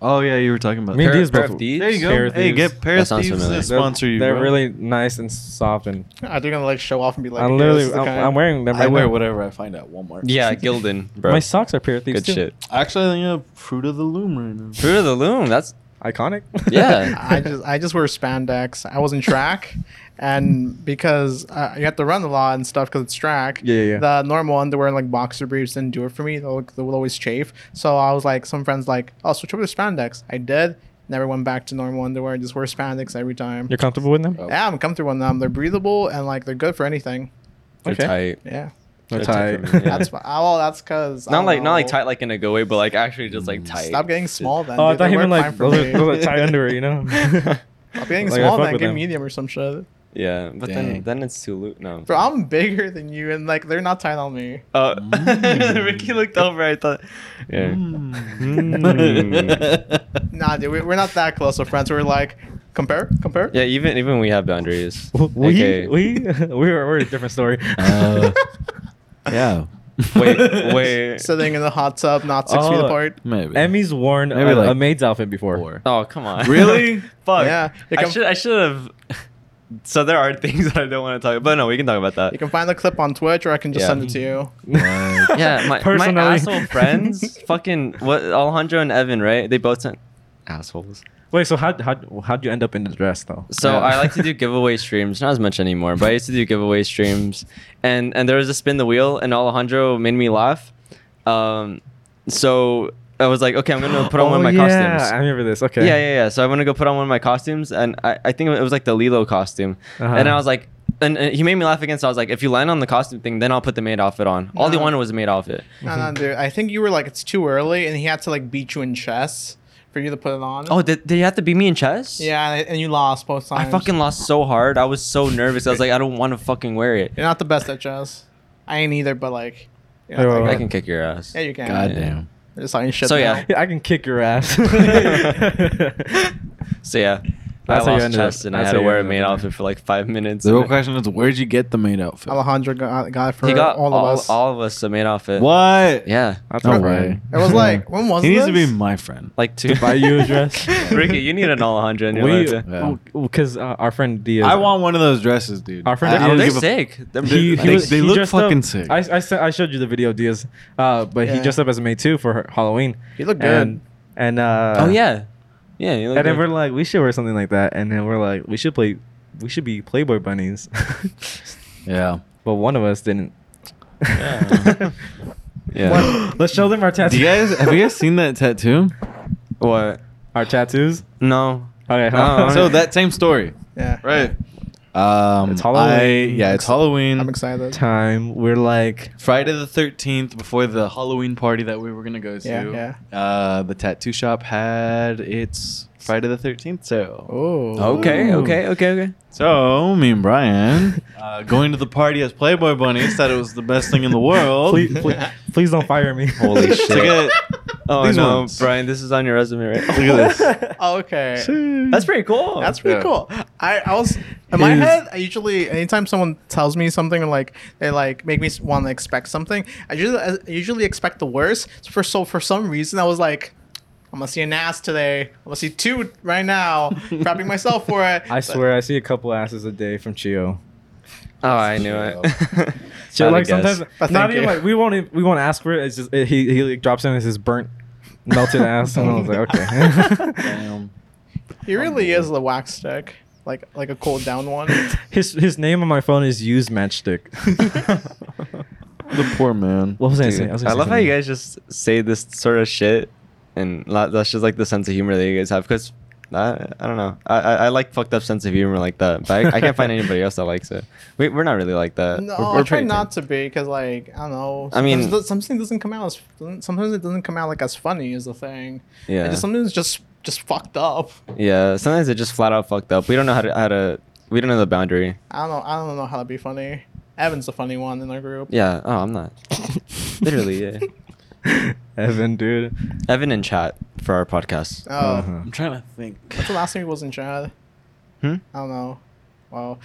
Speaker 5: Oh yeah, you were talking about.
Speaker 1: Me and
Speaker 3: Pair-
Speaker 1: these
Speaker 3: pair
Speaker 1: both-
Speaker 3: of these?
Speaker 5: there you
Speaker 1: Pair
Speaker 5: go.
Speaker 1: of
Speaker 5: Hey,
Speaker 1: thieves.
Speaker 5: get Paris
Speaker 3: That sounds
Speaker 5: Thieves
Speaker 3: familiar.
Speaker 5: to
Speaker 1: They're-
Speaker 5: sponsor you.
Speaker 1: They're
Speaker 5: bro.
Speaker 1: really nice and soft, and
Speaker 4: Are they gonna like show off and be like?
Speaker 1: I'm
Speaker 4: "Hey, this is
Speaker 1: literally
Speaker 4: the
Speaker 1: I'm,
Speaker 4: kind."
Speaker 1: I'm wearing them.
Speaker 5: I
Speaker 1: Right
Speaker 5: wear
Speaker 1: now.
Speaker 5: whatever I find at Walmart.
Speaker 3: Yeah, Gildan, bro.
Speaker 1: My socks are pair of thieves
Speaker 3: Good
Speaker 1: too.
Speaker 3: shit.
Speaker 5: Actually, I think I have Fruit of the Loom right now.
Speaker 3: Fruit of the Loom. That's
Speaker 1: Iconic.
Speaker 3: Yeah.
Speaker 4: I just I just wear spandex. I was in track, and because uh, you have to run a lot and stuff because it's track.
Speaker 1: Yeah, yeah, yeah.
Speaker 4: The normal underwear like boxer briefs didn't do it for me. They would, they would always chafe. So I was like, some friends like, oh, switch over to spandex. I did. Never went back to normal underwear. I just wear spandex every time.
Speaker 1: You're comfortable with them?
Speaker 5: Oh.
Speaker 4: yeah, I'm comfortable in them. They're breathable and like they're good for anything.
Speaker 3: they're
Speaker 1: Okay.
Speaker 3: tight.
Speaker 4: Yeah,
Speaker 1: They're
Speaker 3: They're tight
Speaker 1: tight.
Speaker 3: for me, yeah.
Speaker 4: that's why. oh, Well, that's because
Speaker 3: Not like not like tight like in a go way, but like actually just like tight.
Speaker 4: Mm. Stop getting small then.
Speaker 1: Oh, I
Speaker 4: dude. They
Speaker 1: thought you
Speaker 4: work
Speaker 1: meant
Speaker 4: fine
Speaker 1: like
Speaker 4: for
Speaker 1: those
Speaker 4: me.
Speaker 1: are, those are tight underwear, you know?
Speaker 4: Stop getting
Speaker 1: like, I
Speaker 4: small
Speaker 1: fuck
Speaker 4: then.
Speaker 1: with
Speaker 4: Get
Speaker 1: them.
Speaker 4: medium or some shit.
Speaker 3: Yeah, but
Speaker 5: Dang.
Speaker 3: then then it's too loose. No,
Speaker 4: Bro, I'm bigger than you, and like they're not tight on me.
Speaker 3: Uh,
Speaker 4: Mm.
Speaker 3: Ricky looked over. I thought. Yeah.
Speaker 4: Mm. Nah, dude, we- we're not that close of friends. We're like, compare, compare.
Speaker 3: Yeah. Even even we have boundaries.
Speaker 1: we,
Speaker 3: Okay.
Speaker 1: we, we were, we're a different story.
Speaker 5: Uh, yeah.
Speaker 3: Wait. Wait.
Speaker 4: Sitting in the hot tub, not six feet
Speaker 1: Oh.
Speaker 4: apart.
Speaker 5: Maybe.
Speaker 1: Emmy's worn
Speaker 5: Maybe
Speaker 1: a,
Speaker 5: like
Speaker 1: a maid's outfit before.
Speaker 5: Four.
Speaker 3: Oh come on.
Speaker 5: Really?
Speaker 3: Fuck.
Speaker 4: Yeah, you
Speaker 3: I
Speaker 4: can-
Speaker 3: should I should have. So there are things that I don't want to talk about. But no, we can talk about that.
Speaker 4: You can find the clip on Twitch, or I can just
Speaker 3: uh, Yeah.
Speaker 4: send it to you.
Speaker 5: What?
Speaker 3: Yeah, my, my
Speaker 1: Personally.
Speaker 3: asshole friends, fucking what Alejandro and Evan, right? They both sent assholes.
Speaker 1: Wait, so how how how'd you end up in the dress though?
Speaker 3: So
Speaker 5: Yeah.
Speaker 3: I like to do giveaway streams, not as much anymore, but I used to do giveaway streams, and and there was a spin the wheel, and Alejandro made me laugh. Um, so I was like, okay, I'm gonna put on
Speaker 1: one
Speaker 3: one of my
Speaker 1: Oh, yeah, I
Speaker 3: costumes.
Speaker 1: remember this. Okay.
Speaker 3: Yeah, yeah, yeah. So I'm gonna go put on one of my costumes, and I, I think it was like the Lilo costume,
Speaker 1: Uh-huh.
Speaker 3: and I was like. And, and he made me laugh again, so I was like, "If you land on the costume thing, then I'll put the maid outfit on." All he
Speaker 4: No.
Speaker 3: wanted was a maid outfit.
Speaker 4: No, no, dude. I think you were like, it's too early, and he had to like beat you in chess for you to put it on.
Speaker 3: Oh, did, did you have to beat me in chess?
Speaker 4: yeah, and, and you lost both times.
Speaker 3: I fucking lost so hard. I was so nervous. I was like, I don't want to fucking wear it.
Speaker 4: You're not the best at chess. I ain't either, but like, you know,
Speaker 1: Hey,
Speaker 4: like-
Speaker 1: wait,
Speaker 3: I
Speaker 1: wait.
Speaker 3: can kick your ass.
Speaker 4: yeah, you can.
Speaker 5: God
Speaker 4: God.
Speaker 5: damn.
Speaker 4: Just talking shit.
Speaker 3: So,
Speaker 4: now.
Speaker 3: yeah.
Speaker 1: I can kick your ass.
Speaker 3: So yeah,
Speaker 1: That's how you
Speaker 3: I lost
Speaker 1: ended up-
Speaker 3: chest and I
Speaker 1: that's
Speaker 3: had
Speaker 1: how
Speaker 3: to
Speaker 1: you
Speaker 3: wear a
Speaker 1: ended
Speaker 3: maid
Speaker 1: up.
Speaker 3: outfit for like five minutes.
Speaker 5: The real question is, where'd you get the maid outfit?
Speaker 4: Alejandro got, got it for
Speaker 3: he got
Speaker 4: all, of us.
Speaker 3: all of us a maid outfit.
Speaker 5: What?
Speaker 3: Yeah,
Speaker 1: That's
Speaker 5: No
Speaker 1: all
Speaker 5: way.
Speaker 4: It was like, when was
Speaker 5: he needs to be
Speaker 4: this?
Speaker 5: my friend.
Speaker 3: like two.
Speaker 1: buy you a dress?
Speaker 3: Ricky, you need an Alejandro in your
Speaker 1: We,
Speaker 3: life. yeah.
Speaker 1: because uh, our friend Diaz.
Speaker 5: I want one of those dresses, dude.
Speaker 1: Our friend
Speaker 5: I- I
Speaker 1: Diaz-
Speaker 5: don't
Speaker 3: They're
Speaker 5: give a-
Speaker 3: sick. They're-
Speaker 1: He,
Speaker 5: They-
Speaker 1: he was,
Speaker 5: they
Speaker 1: he
Speaker 5: look
Speaker 1: dressed
Speaker 5: fucking
Speaker 1: up,
Speaker 5: sick.
Speaker 1: I, I, sent- I showed you the video, Diaz. Uh, but he
Speaker 4: Yeah.
Speaker 1: dressed up as a maid too for her- Halloween.
Speaker 4: He looked
Speaker 1: And, and uh,
Speaker 3: oh yeah, yeah. you look
Speaker 1: and then
Speaker 3: good.
Speaker 1: we're like, we should wear something like that. And then we're like, we should play, we should be Playboy bunnies.
Speaker 5: Yeah.
Speaker 1: but one of us didn't.
Speaker 3: Yeah. yeah.
Speaker 4: What?
Speaker 1: Let's show them our
Speaker 5: Do
Speaker 1: tattoos.
Speaker 5: you guys have you guys seen that tattoo?
Speaker 3: What?
Speaker 1: our tattoos?
Speaker 3: No.
Speaker 1: Okay.
Speaker 3: No,
Speaker 1: huh?
Speaker 5: so that same story,
Speaker 4: Yeah.
Speaker 5: right? Um,
Speaker 1: It's Halloween.
Speaker 5: I, yeah, it's Halloween.
Speaker 4: I'm excited.
Speaker 1: time we're like,
Speaker 5: Friday the thirteenth, before the Halloween party that we were gonna go to,
Speaker 4: Yeah,
Speaker 5: Uh, the tattoo shop had its Friday the thirteenth sale.
Speaker 4: Oh.
Speaker 3: Okay.
Speaker 5: Ooh.
Speaker 3: Okay. Okay. Okay.
Speaker 5: So me and Brian, uh, going to the party as Playboy bunnies, said it was the best thing in the world.
Speaker 1: please, please, please don't fire me.
Speaker 3: Holy
Speaker 5: It's like
Speaker 3: shit.
Speaker 5: a-
Speaker 3: Oh
Speaker 5: These
Speaker 3: no,
Speaker 5: ones.
Speaker 3: Brian, this is on your resume, right?
Speaker 5: Look at this.
Speaker 4: Okay.
Speaker 3: That's pretty cool.
Speaker 4: That's pretty
Speaker 5: Yeah.
Speaker 4: cool. I, I was in my
Speaker 5: Is-
Speaker 4: head. I usually anytime someone tells me something like they like make me want to expect something. I usually I usually expect the worst. So for so for some reason I was like, I'm gonna see an ass today. I'm gonna see two right now. Prepping myself for it.
Speaker 1: I swear, I see a couple asses a day from Chio.
Speaker 3: oh, I knew it.
Speaker 1: So
Speaker 3: I'd
Speaker 1: like
Speaker 3: guess.
Speaker 1: sometimes
Speaker 4: But
Speaker 1: not
Speaker 4: thank
Speaker 1: even
Speaker 4: you.
Speaker 1: like we won't even, we won't ask for it. It's just it, he he like, drops in as his burnt, melted ass, and I was like, okay.
Speaker 5: Damn.
Speaker 4: He really is the wax stick, like like a cooled down one.
Speaker 1: his his name on my phone is used matchstick.
Speaker 5: The poor man.
Speaker 1: What was I
Speaker 3: Dude,
Speaker 1: saying? was
Speaker 3: I
Speaker 1: gonna say
Speaker 3: love how
Speaker 1: something.
Speaker 3: you guys just say this sort of shit, and la- that's just like the sense of humor that you guys have. Because I, I don't know, I, I, I like fucked up sense of humor like that, but I, I can't find anybody else that likes it. We, we're not really like that.
Speaker 4: No,
Speaker 3: We're- we're
Speaker 4: I try
Speaker 3: pretty
Speaker 4: not
Speaker 3: clean.
Speaker 4: to be because like I don't know.
Speaker 3: I mean-
Speaker 4: sometimes something doesn't come out as doesn't- sometimes it doesn't come out like as funny is the thing.
Speaker 3: Yeah.
Speaker 4: It just, sometimes it's just just fucked up.
Speaker 3: Yeah, sometimes it just flat out fucked up. We don't know how to how to. We don't know the boundary.
Speaker 4: I don't know. I don't know how to be funny. Evan's the funny one in our group.
Speaker 3: Yeah. Oh, I'm not. Literally, yeah.
Speaker 1: Evan, dude.
Speaker 3: Evan in chat for our podcast.
Speaker 4: Oh,
Speaker 1: Uh-huh.
Speaker 5: I'm trying to think.
Speaker 4: what's the last time he was in Chad?
Speaker 3: Hmm?
Speaker 4: I don't know. Wow.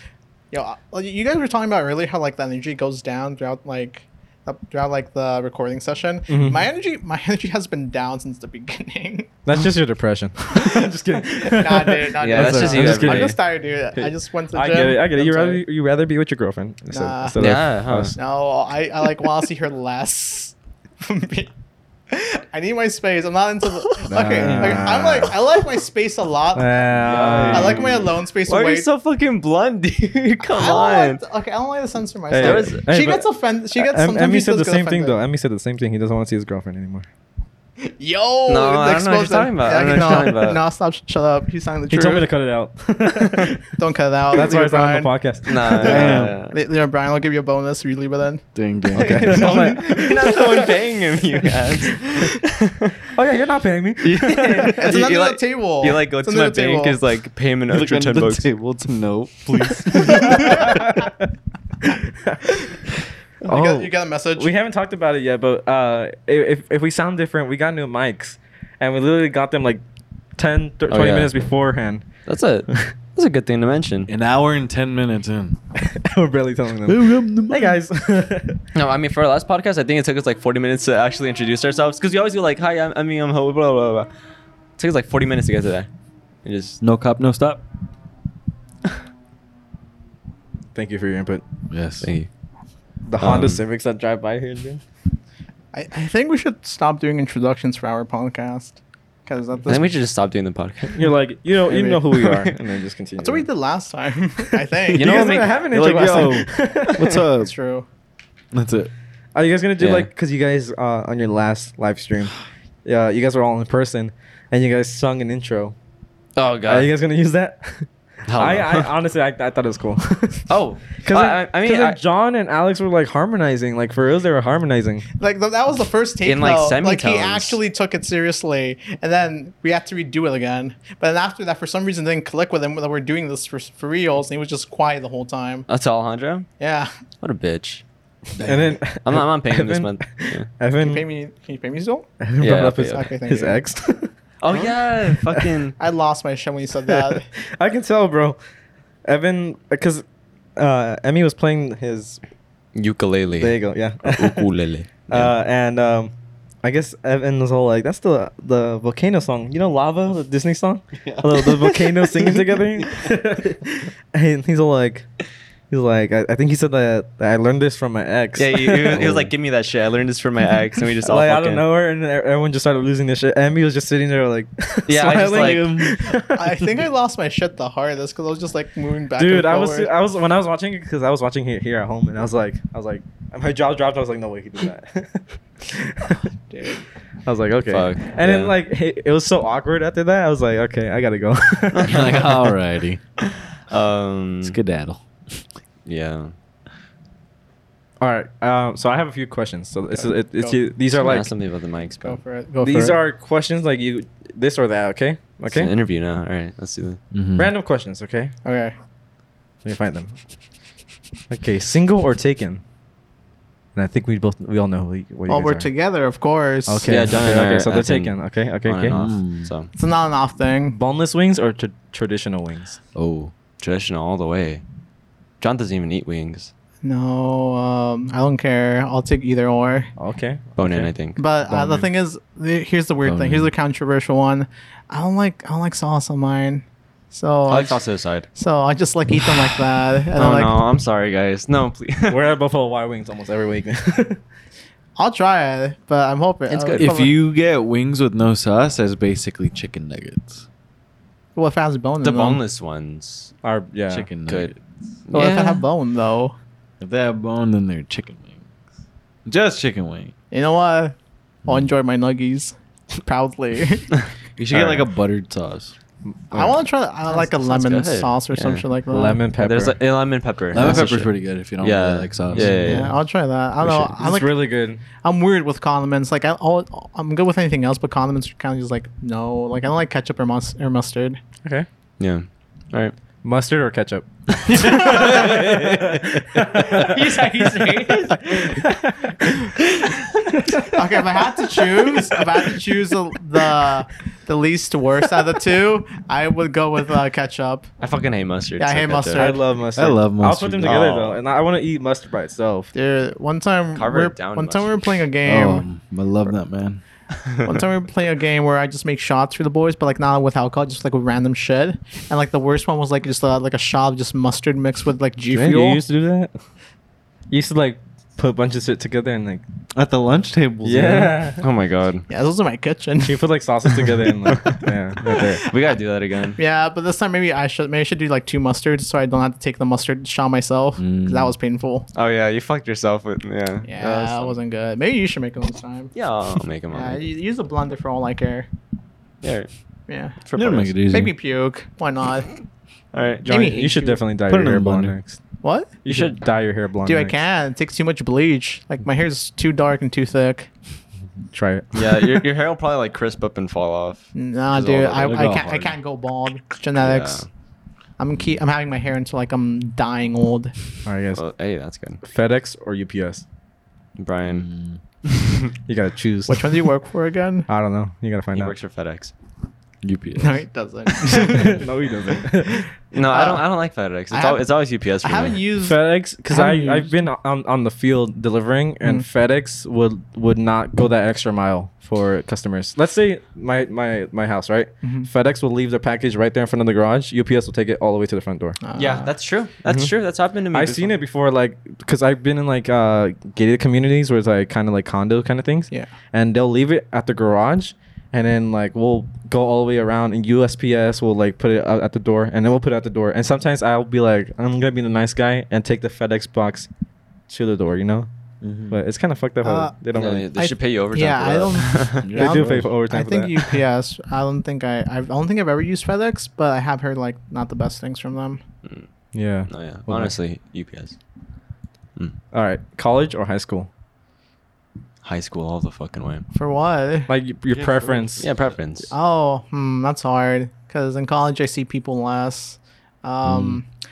Speaker 4: Yo, I- well, you guys were talking about earlier how like the energy goes down throughout like the- throughout like the recording session.
Speaker 3: Mm-hmm.
Speaker 1: Mhm.
Speaker 4: My energy, my energy has been down since the beginning.
Speaker 1: That's just your depression. just kidding.
Speaker 4: nah, dude. Nah,
Speaker 3: Yeah,
Speaker 4: dude.
Speaker 1: that's
Speaker 4: I'm
Speaker 1: just you
Speaker 4: I'm just,
Speaker 1: every
Speaker 4: I'm
Speaker 1: day.
Speaker 4: just tired, dude. I just went to the
Speaker 1: I
Speaker 4: gym.
Speaker 1: get it. I get it.
Speaker 4: I'm
Speaker 1: You rather
Speaker 4: tired.
Speaker 1: you rather be with your girlfriend. instead-
Speaker 4: Nah.
Speaker 1: instead of
Speaker 3: Yeah, huh.
Speaker 1: us.
Speaker 4: No, I, I like want to see her less. I need my space. I'm not into the. Okay, okay, I'm like I like my space a
Speaker 1: Uh,
Speaker 4: lot. I like my alone space.
Speaker 3: Why are
Speaker 4: way-
Speaker 3: you so fucking blunt, dude? Come
Speaker 4: I don't
Speaker 3: on.
Speaker 4: like to- okay, I don't like to censor myself.
Speaker 1: Hey,
Speaker 3: There was-
Speaker 1: hey,
Speaker 4: she
Speaker 1: but-
Speaker 4: gets offended. She gets.
Speaker 1: Em-
Speaker 4: sometimes
Speaker 1: Emmy
Speaker 4: she
Speaker 1: said
Speaker 4: does
Speaker 1: the
Speaker 4: get
Speaker 1: same thing though.
Speaker 4: offended.
Speaker 1: Emmy said the same thing. He doesn't want to see his girlfriend anymore.
Speaker 4: Yo,
Speaker 3: No, I don't know what
Speaker 4: expose
Speaker 3: you're
Speaker 4: him.
Speaker 3: talking about. I don't
Speaker 4: Yeah,
Speaker 3: know what you're
Speaker 4: no,
Speaker 3: talking about.
Speaker 4: no, stop. sh- Shut up. He's telling the
Speaker 1: He
Speaker 4: truth.
Speaker 1: told me to cut it out.
Speaker 4: Don't cut it out.
Speaker 1: That's why
Speaker 4: Leave
Speaker 1: it's
Speaker 4: it,
Speaker 1: not on
Speaker 4: Brian.
Speaker 1: the podcast.
Speaker 3: Nah.
Speaker 5: Damn.
Speaker 4: Le- Leave it, Brian. I'll give you a bonus. if You leave it in.
Speaker 5: Dang, dang.
Speaker 1: Okay.
Speaker 5: dang.
Speaker 1: I'm like,
Speaker 3: You're not the one paying him, you guys.
Speaker 1: oh yeah, you're not paying me.
Speaker 4: It's
Speaker 3: You- you
Speaker 4: another
Speaker 3: like-
Speaker 4: table.
Speaker 3: You like go
Speaker 4: It's
Speaker 3: to my
Speaker 4: another table.
Speaker 3: bank is like payment
Speaker 5: Look
Speaker 3: extra
Speaker 5: under
Speaker 3: ten
Speaker 5: the
Speaker 3: bucks.
Speaker 5: table to know, please.
Speaker 4: You
Speaker 1: Oh.
Speaker 4: got, you got a message.
Speaker 1: We haven't talked about it yet, but uh, if if we sound different, we got new mics, and we literally got them like 10, thir- 20
Speaker 3: yeah.
Speaker 1: minutes beforehand.
Speaker 3: That's a that's a good thing to mention.
Speaker 5: An hour and ten minutes in.
Speaker 1: We're barely telling them. hey
Speaker 5: hey
Speaker 1: guys.
Speaker 3: No, I mean for our last podcast, I think it took us like forty minutes to actually introduce ourselves because you always go like, "Hi, I'm, I'm, I'm Ho," blah blah blah. blah. It took us like forty minutes to get to that. And just
Speaker 5: No cop, no stop.
Speaker 1: Thank you for your input.
Speaker 5: Yes.
Speaker 3: thank
Speaker 1: The Honda
Speaker 3: Um,
Speaker 1: Civics that drive by here, dude.
Speaker 4: I, I think we should stop doing introductions for our podcast because
Speaker 3: you. Then we should just stop doing the podcast.
Speaker 1: You're like, you know, you
Speaker 4: Maybe.
Speaker 1: know who we are, and then just continue.
Speaker 4: that's what we did last time. I think
Speaker 3: You know
Speaker 1: guys didn't
Speaker 3: what make-
Speaker 1: have an
Speaker 5: you're
Speaker 1: intro
Speaker 5: like,
Speaker 1: last time.
Speaker 5: What's up?
Speaker 4: That's true.
Speaker 5: That's it.
Speaker 1: Are you guys gonna do
Speaker 3: Yeah.
Speaker 1: like because you guys uh, on your last live stream, yeah, you guys were all in person, and you guys sung an intro.
Speaker 3: Oh
Speaker 1: Are you guys gonna use that?
Speaker 3: Hell
Speaker 1: I,
Speaker 3: no.
Speaker 1: I honestly, I, I thought it was cool.
Speaker 3: Oh,
Speaker 1: because
Speaker 3: I- I- I mean, I-
Speaker 1: John and Alex were like harmonizing, like for real, they were harmonizing.
Speaker 4: Like th- that was the first take.
Speaker 3: In, like,
Speaker 4: though. like he
Speaker 3: semitones.
Speaker 4: actually took it seriously, and then we had to redo it again. But then after that, for some reason, it didn't click with him that we're doing this for for reals, and he was just quiet the whole time.
Speaker 3: That's Alejandro.
Speaker 4: Yeah.
Speaker 3: What a bitch.
Speaker 1: And then
Speaker 3: I'm not- I'm not paying him this
Speaker 1: Evan-
Speaker 3: month. Yeah.
Speaker 1: Evan,
Speaker 4: Can you pay me? Can you pay me still?
Speaker 1: Evan
Speaker 3: Yeah,
Speaker 1: brought
Speaker 3: I'll
Speaker 1: up
Speaker 3: pay
Speaker 1: his,
Speaker 3: you. Okay,
Speaker 4: thank
Speaker 1: his
Speaker 4: you.
Speaker 1: ex.
Speaker 3: Oh yeah, fucking.
Speaker 4: I lost my shit when you said that.
Speaker 1: I can tell, bro. Evan, because uh, Emmy was playing his.
Speaker 3: Ukulele.
Speaker 1: There you go. Yeah.
Speaker 3: Ukulele.
Speaker 1: Uh, and um, I guess Evan was all like, "That's the the volcano song. You know, lava, the Disney song.
Speaker 5: Yeah.
Speaker 1: The, the volcano singing together." and he's all like, "He's like, I, I think he said that, that I learned this from my ex."
Speaker 3: Yeah, he, he was, he was like, "Give me that shit. I learned this from my ex," and we just all
Speaker 1: like I
Speaker 3: fucking-
Speaker 1: don't know her, and e- everyone just started losing their shit. Emmy was just sitting there like,
Speaker 3: Yeah, I just,
Speaker 1: smiling.
Speaker 4: I think I lost my shit the hardest because I was just like moving back.
Speaker 1: Dude,
Speaker 4: and
Speaker 1: I was
Speaker 4: forward.
Speaker 1: I was when I was watching it because I was watching it here at home, and I was like, I was like, my jaw dropped. I was like, no way he did that.
Speaker 4: Dude.
Speaker 1: I was like, okay,
Speaker 3: Fuck,
Speaker 1: and
Speaker 3: yeah.
Speaker 1: then like it, it was so awkward after that. I was like, okay, I gotta go.
Speaker 5: like, alrighty.
Speaker 3: Um,
Speaker 5: Skedaddle.
Speaker 3: Yeah.
Speaker 1: All right, um, so I have a few questions. So this is it, it's
Speaker 4: Go.
Speaker 1: you, these are
Speaker 3: Someone
Speaker 1: like
Speaker 3: ask something about the mics, bro.
Speaker 4: Go for it. Go
Speaker 1: these
Speaker 4: for it.
Speaker 1: are questions like you this or that. Okay,
Speaker 3: It's an Hmm.
Speaker 1: okay,
Speaker 3: interview now. All right, let's do
Speaker 5: Mhm.
Speaker 1: random questions. Okay,
Speaker 4: okay.
Speaker 1: let me find them. Okay, single or taken? And I think we both we all know who you, what
Speaker 4: Well,
Speaker 1: you guys
Speaker 4: Oh, we're
Speaker 1: are.
Speaker 4: together, of course.
Speaker 1: Okay,
Speaker 3: Yeah, John and
Speaker 1: okay,
Speaker 3: I
Speaker 1: okay,
Speaker 3: are-
Speaker 1: so
Speaker 3: I
Speaker 1: they're
Speaker 3: think
Speaker 1: taken. Okay,
Speaker 3: that.
Speaker 1: okay,
Speaker 3: On and
Speaker 1: okay. Hmm.
Speaker 3: off,
Speaker 5: Mm.
Speaker 3: So
Speaker 4: It's not an off thing.
Speaker 1: boneless wings or tra- traditional wings?
Speaker 5: Oh.
Speaker 3: traditional all the way. John doesn't even eat wings.
Speaker 4: No, um, I don't care. I'll take either or.
Speaker 1: Okay.
Speaker 3: Bone in,
Speaker 1: okay.
Speaker 3: I think.
Speaker 4: But uh, the
Speaker 1: Bone.
Speaker 4: thing is, the, here's the weird
Speaker 5: Bone.
Speaker 4: thing. Here's the controversial one. I don't like I don't like sauce on mine. So
Speaker 3: I
Speaker 4: I
Speaker 3: like
Speaker 4: just,
Speaker 3: sauce to the side.
Speaker 4: so I just like eat them like that. And
Speaker 3: oh
Speaker 4: I'm like,
Speaker 3: no, I'm sorry, guys. No, please.
Speaker 1: We're at Buffalo Wild Wings almost every week.
Speaker 4: I'll try it, but I'm hoping
Speaker 3: It's
Speaker 4: I-
Speaker 3: good.
Speaker 5: If you get wings with no sauce, that's basically chicken nuggets.
Speaker 4: well, if it has bone,
Speaker 3: the
Speaker 4: in them.
Speaker 3: boneless ones.
Speaker 1: Our yeah.
Speaker 5: Chicken
Speaker 3: Good.
Speaker 5: nuggets.
Speaker 4: Well, if it have bone though,
Speaker 5: If they have bone, then they're chicken wings. Just chicken wing.
Speaker 4: you know what? I'll enjoy my nuggies proudly.
Speaker 5: You should get like a buttered sauce.
Speaker 4: I want to try uh, like a
Speaker 3: sounds
Speaker 4: lemon
Speaker 3: good.
Speaker 4: sauce or
Speaker 3: Yeah.
Speaker 4: some shit like that.
Speaker 1: lemon pepper.
Speaker 3: There's like, eh, lemon pepper.
Speaker 5: Lemon
Speaker 3: That's the
Speaker 5: pepper's
Speaker 3: shit.
Speaker 5: pretty good if you don't
Speaker 3: Yeah.
Speaker 5: really like sauce.
Speaker 3: Yeah, yeah,
Speaker 4: Yeah, I'll try that. I don't
Speaker 5: We
Speaker 4: know.
Speaker 5: should.
Speaker 4: I'm like
Speaker 1: really good.
Speaker 4: I'm weird with condiments. Like I, I'll, I'm good with anything else, but condiments are kind of just like no. Like I don't like ketchup or, mus- or mustard.
Speaker 1: Okay.
Speaker 3: Yeah. All right.
Speaker 1: Mustard or ketchup?
Speaker 3: He's- he's serious?
Speaker 4: Okay, if I had to choose, if I had to choose the the, the least worst out of the two, I would go with uh, ketchup.
Speaker 3: I fucking hate mustard.
Speaker 4: Yeah, I
Speaker 3: so
Speaker 4: hate
Speaker 3: that
Speaker 4: mustard.
Speaker 1: I love mustard.
Speaker 5: I love
Speaker 1: I'll put
Speaker 5: mustard.
Speaker 1: them together
Speaker 3: Oh.
Speaker 1: though, and I want to eat mustard by itself.
Speaker 4: Dude, one time,
Speaker 3: Carve
Speaker 4: we we're,
Speaker 3: it down,
Speaker 4: one time we were
Speaker 3: mustard.
Speaker 4: playing a game.
Speaker 5: Um, I love that man.
Speaker 4: One time we were playing a game where I just make shots for the boys, but like not with alcohol, just like with random shit. And like the worst one was like just uh, like a shot of just mustard mixed with like G
Speaker 1: Man,
Speaker 4: fuel.
Speaker 1: you used to do that. You used to like put a bunch of shit together and like
Speaker 5: At the lunch tables.
Speaker 3: Oh my god.
Speaker 4: yeah, those are my kitchen.
Speaker 1: You put like sauces together and like yeah, right there.
Speaker 3: We gotta do that again.
Speaker 4: Yeah, but this time maybe I should maybe I should do like two mustards so I don't have to take the mustard shot myself. 'cause
Speaker 5: Mm.
Speaker 4: That was painful.
Speaker 3: Oh yeah, you fucked yourself with yeah.
Speaker 4: Yeah, that wasn't good. Maybe you should make them this time.
Speaker 3: Yeah, I'll make them.
Speaker 4: Yeah, you- use a blender for all I care.
Speaker 3: Yeah.
Speaker 4: Yeah.
Speaker 3: For
Speaker 5: They'll
Speaker 3: bonus.
Speaker 5: make it easy.
Speaker 4: Make me puke. Why not?
Speaker 3: All right,
Speaker 1: John,
Speaker 4: Amy
Speaker 1: you
Speaker 4: hates
Speaker 1: should
Speaker 4: you.
Speaker 1: definitely dye
Speaker 5: Put it
Speaker 1: your hair
Speaker 5: in the
Speaker 1: blonde
Speaker 5: blender.
Speaker 1: next.
Speaker 4: What?
Speaker 1: You should dye your hair blonde.
Speaker 4: Dude, I
Speaker 1: next.
Speaker 4: can. It takes too much bleach. Like my hair's too dark and too thick.
Speaker 1: Try it.
Speaker 3: yeah, your, your hair will probably like crisp up and fall off.
Speaker 4: Nah,
Speaker 3: This is all
Speaker 4: dude.
Speaker 3: the-
Speaker 4: I,
Speaker 5: it'll
Speaker 4: I
Speaker 5: go
Speaker 4: can't I
Speaker 5: hard.
Speaker 4: can't go bald. Genetics. I'm keep I'm having my hair until like I'm dying old.
Speaker 1: All right, guys.
Speaker 3: Well, hey, that's good,
Speaker 1: FedEx or UPS?
Speaker 3: Brian.
Speaker 5: Mm.
Speaker 1: You gotta choose.
Speaker 4: Which one do you work for again?
Speaker 1: I don't know. You gotta find
Speaker 3: He
Speaker 1: out.
Speaker 3: works for FedEx.
Speaker 5: UPS.
Speaker 4: No, it doesn't.
Speaker 1: no, he doesn't.
Speaker 3: No, I don't.
Speaker 4: Uh,
Speaker 3: I don't like FedEx. It's,
Speaker 4: I
Speaker 3: al-
Speaker 4: haven't-
Speaker 3: it's always UPS. For
Speaker 4: I haven't
Speaker 3: me.
Speaker 4: used
Speaker 1: FedEx, because
Speaker 4: How
Speaker 1: I
Speaker 4: do you-
Speaker 1: I've been on, on the field delivering, and
Speaker 4: Mm.
Speaker 1: FedEx would would not go that extra mile for customers. Let's say my my my house, right?
Speaker 4: Mhm.
Speaker 1: FedEx will leave their package right there in front of the garage. UPS will take it all the way to the front door.
Speaker 3: Yeah,
Speaker 4: Uh,
Speaker 3: that's true. That's
Speaker 1: Mhm.
Speaker 3: true. That's happened to me.
Speaker 1: I've seen it before, like, because I've been in like uh gated communities where it's like kind of like condo kind of things.
Speaker 4: Yeah.
Speaker 1: And they'll leave it at the garage, and then like we'll go all the way around, and USPS will like put it out at the door, and then we'll put it at the door. And sometimes I'll be like, I'm gonna be the nice guy and take the FedEx box to the door, you know.
Speaker 2: Hmm.
Speaker 5: Mhm.
Speaker 1: But it's kind of fucked up. how
Speaker 4: Uh,
Speaker 1: they don't
Speaker 3: No,
Speaker 1: really.
Speaker 3: they
Speaker 4: I-
Speaker 3: should pay you overtime.
Speaker 4: yeah,
Speaker 3: for that.
Speaker 4: I don't-
Speaker 1: They
Speaker 4: Yeah,
Speaker 1: do
Speaker 4: I'm-
Speaker 1: pay for overtime.
Speaker 4: I
Speaker 1: for
Speaker 4: think
Speaker 1: that.
Speaker 4: UPS. I don't think I, I. don't think I've ever used FedEx, but I have heard like not the best things from them.
Speaker 3: Mm.
Speaker 1: Yeah.
Speaker 3: No, yeah.
Speaker 1: Well,
Speaker 3: Honestly, UPS. Mm.
Speaker 1: All right, college or high school?
Speaker 3: High school all the fucking way.
Speaker 4: For what?
Speaker 1: Like your, your preference.
Speaker 3: Yeah, preference.
Speaker 4: oh, hmm, that's hard. Because in college I see people less. Um,
Speaker 3: Hmm.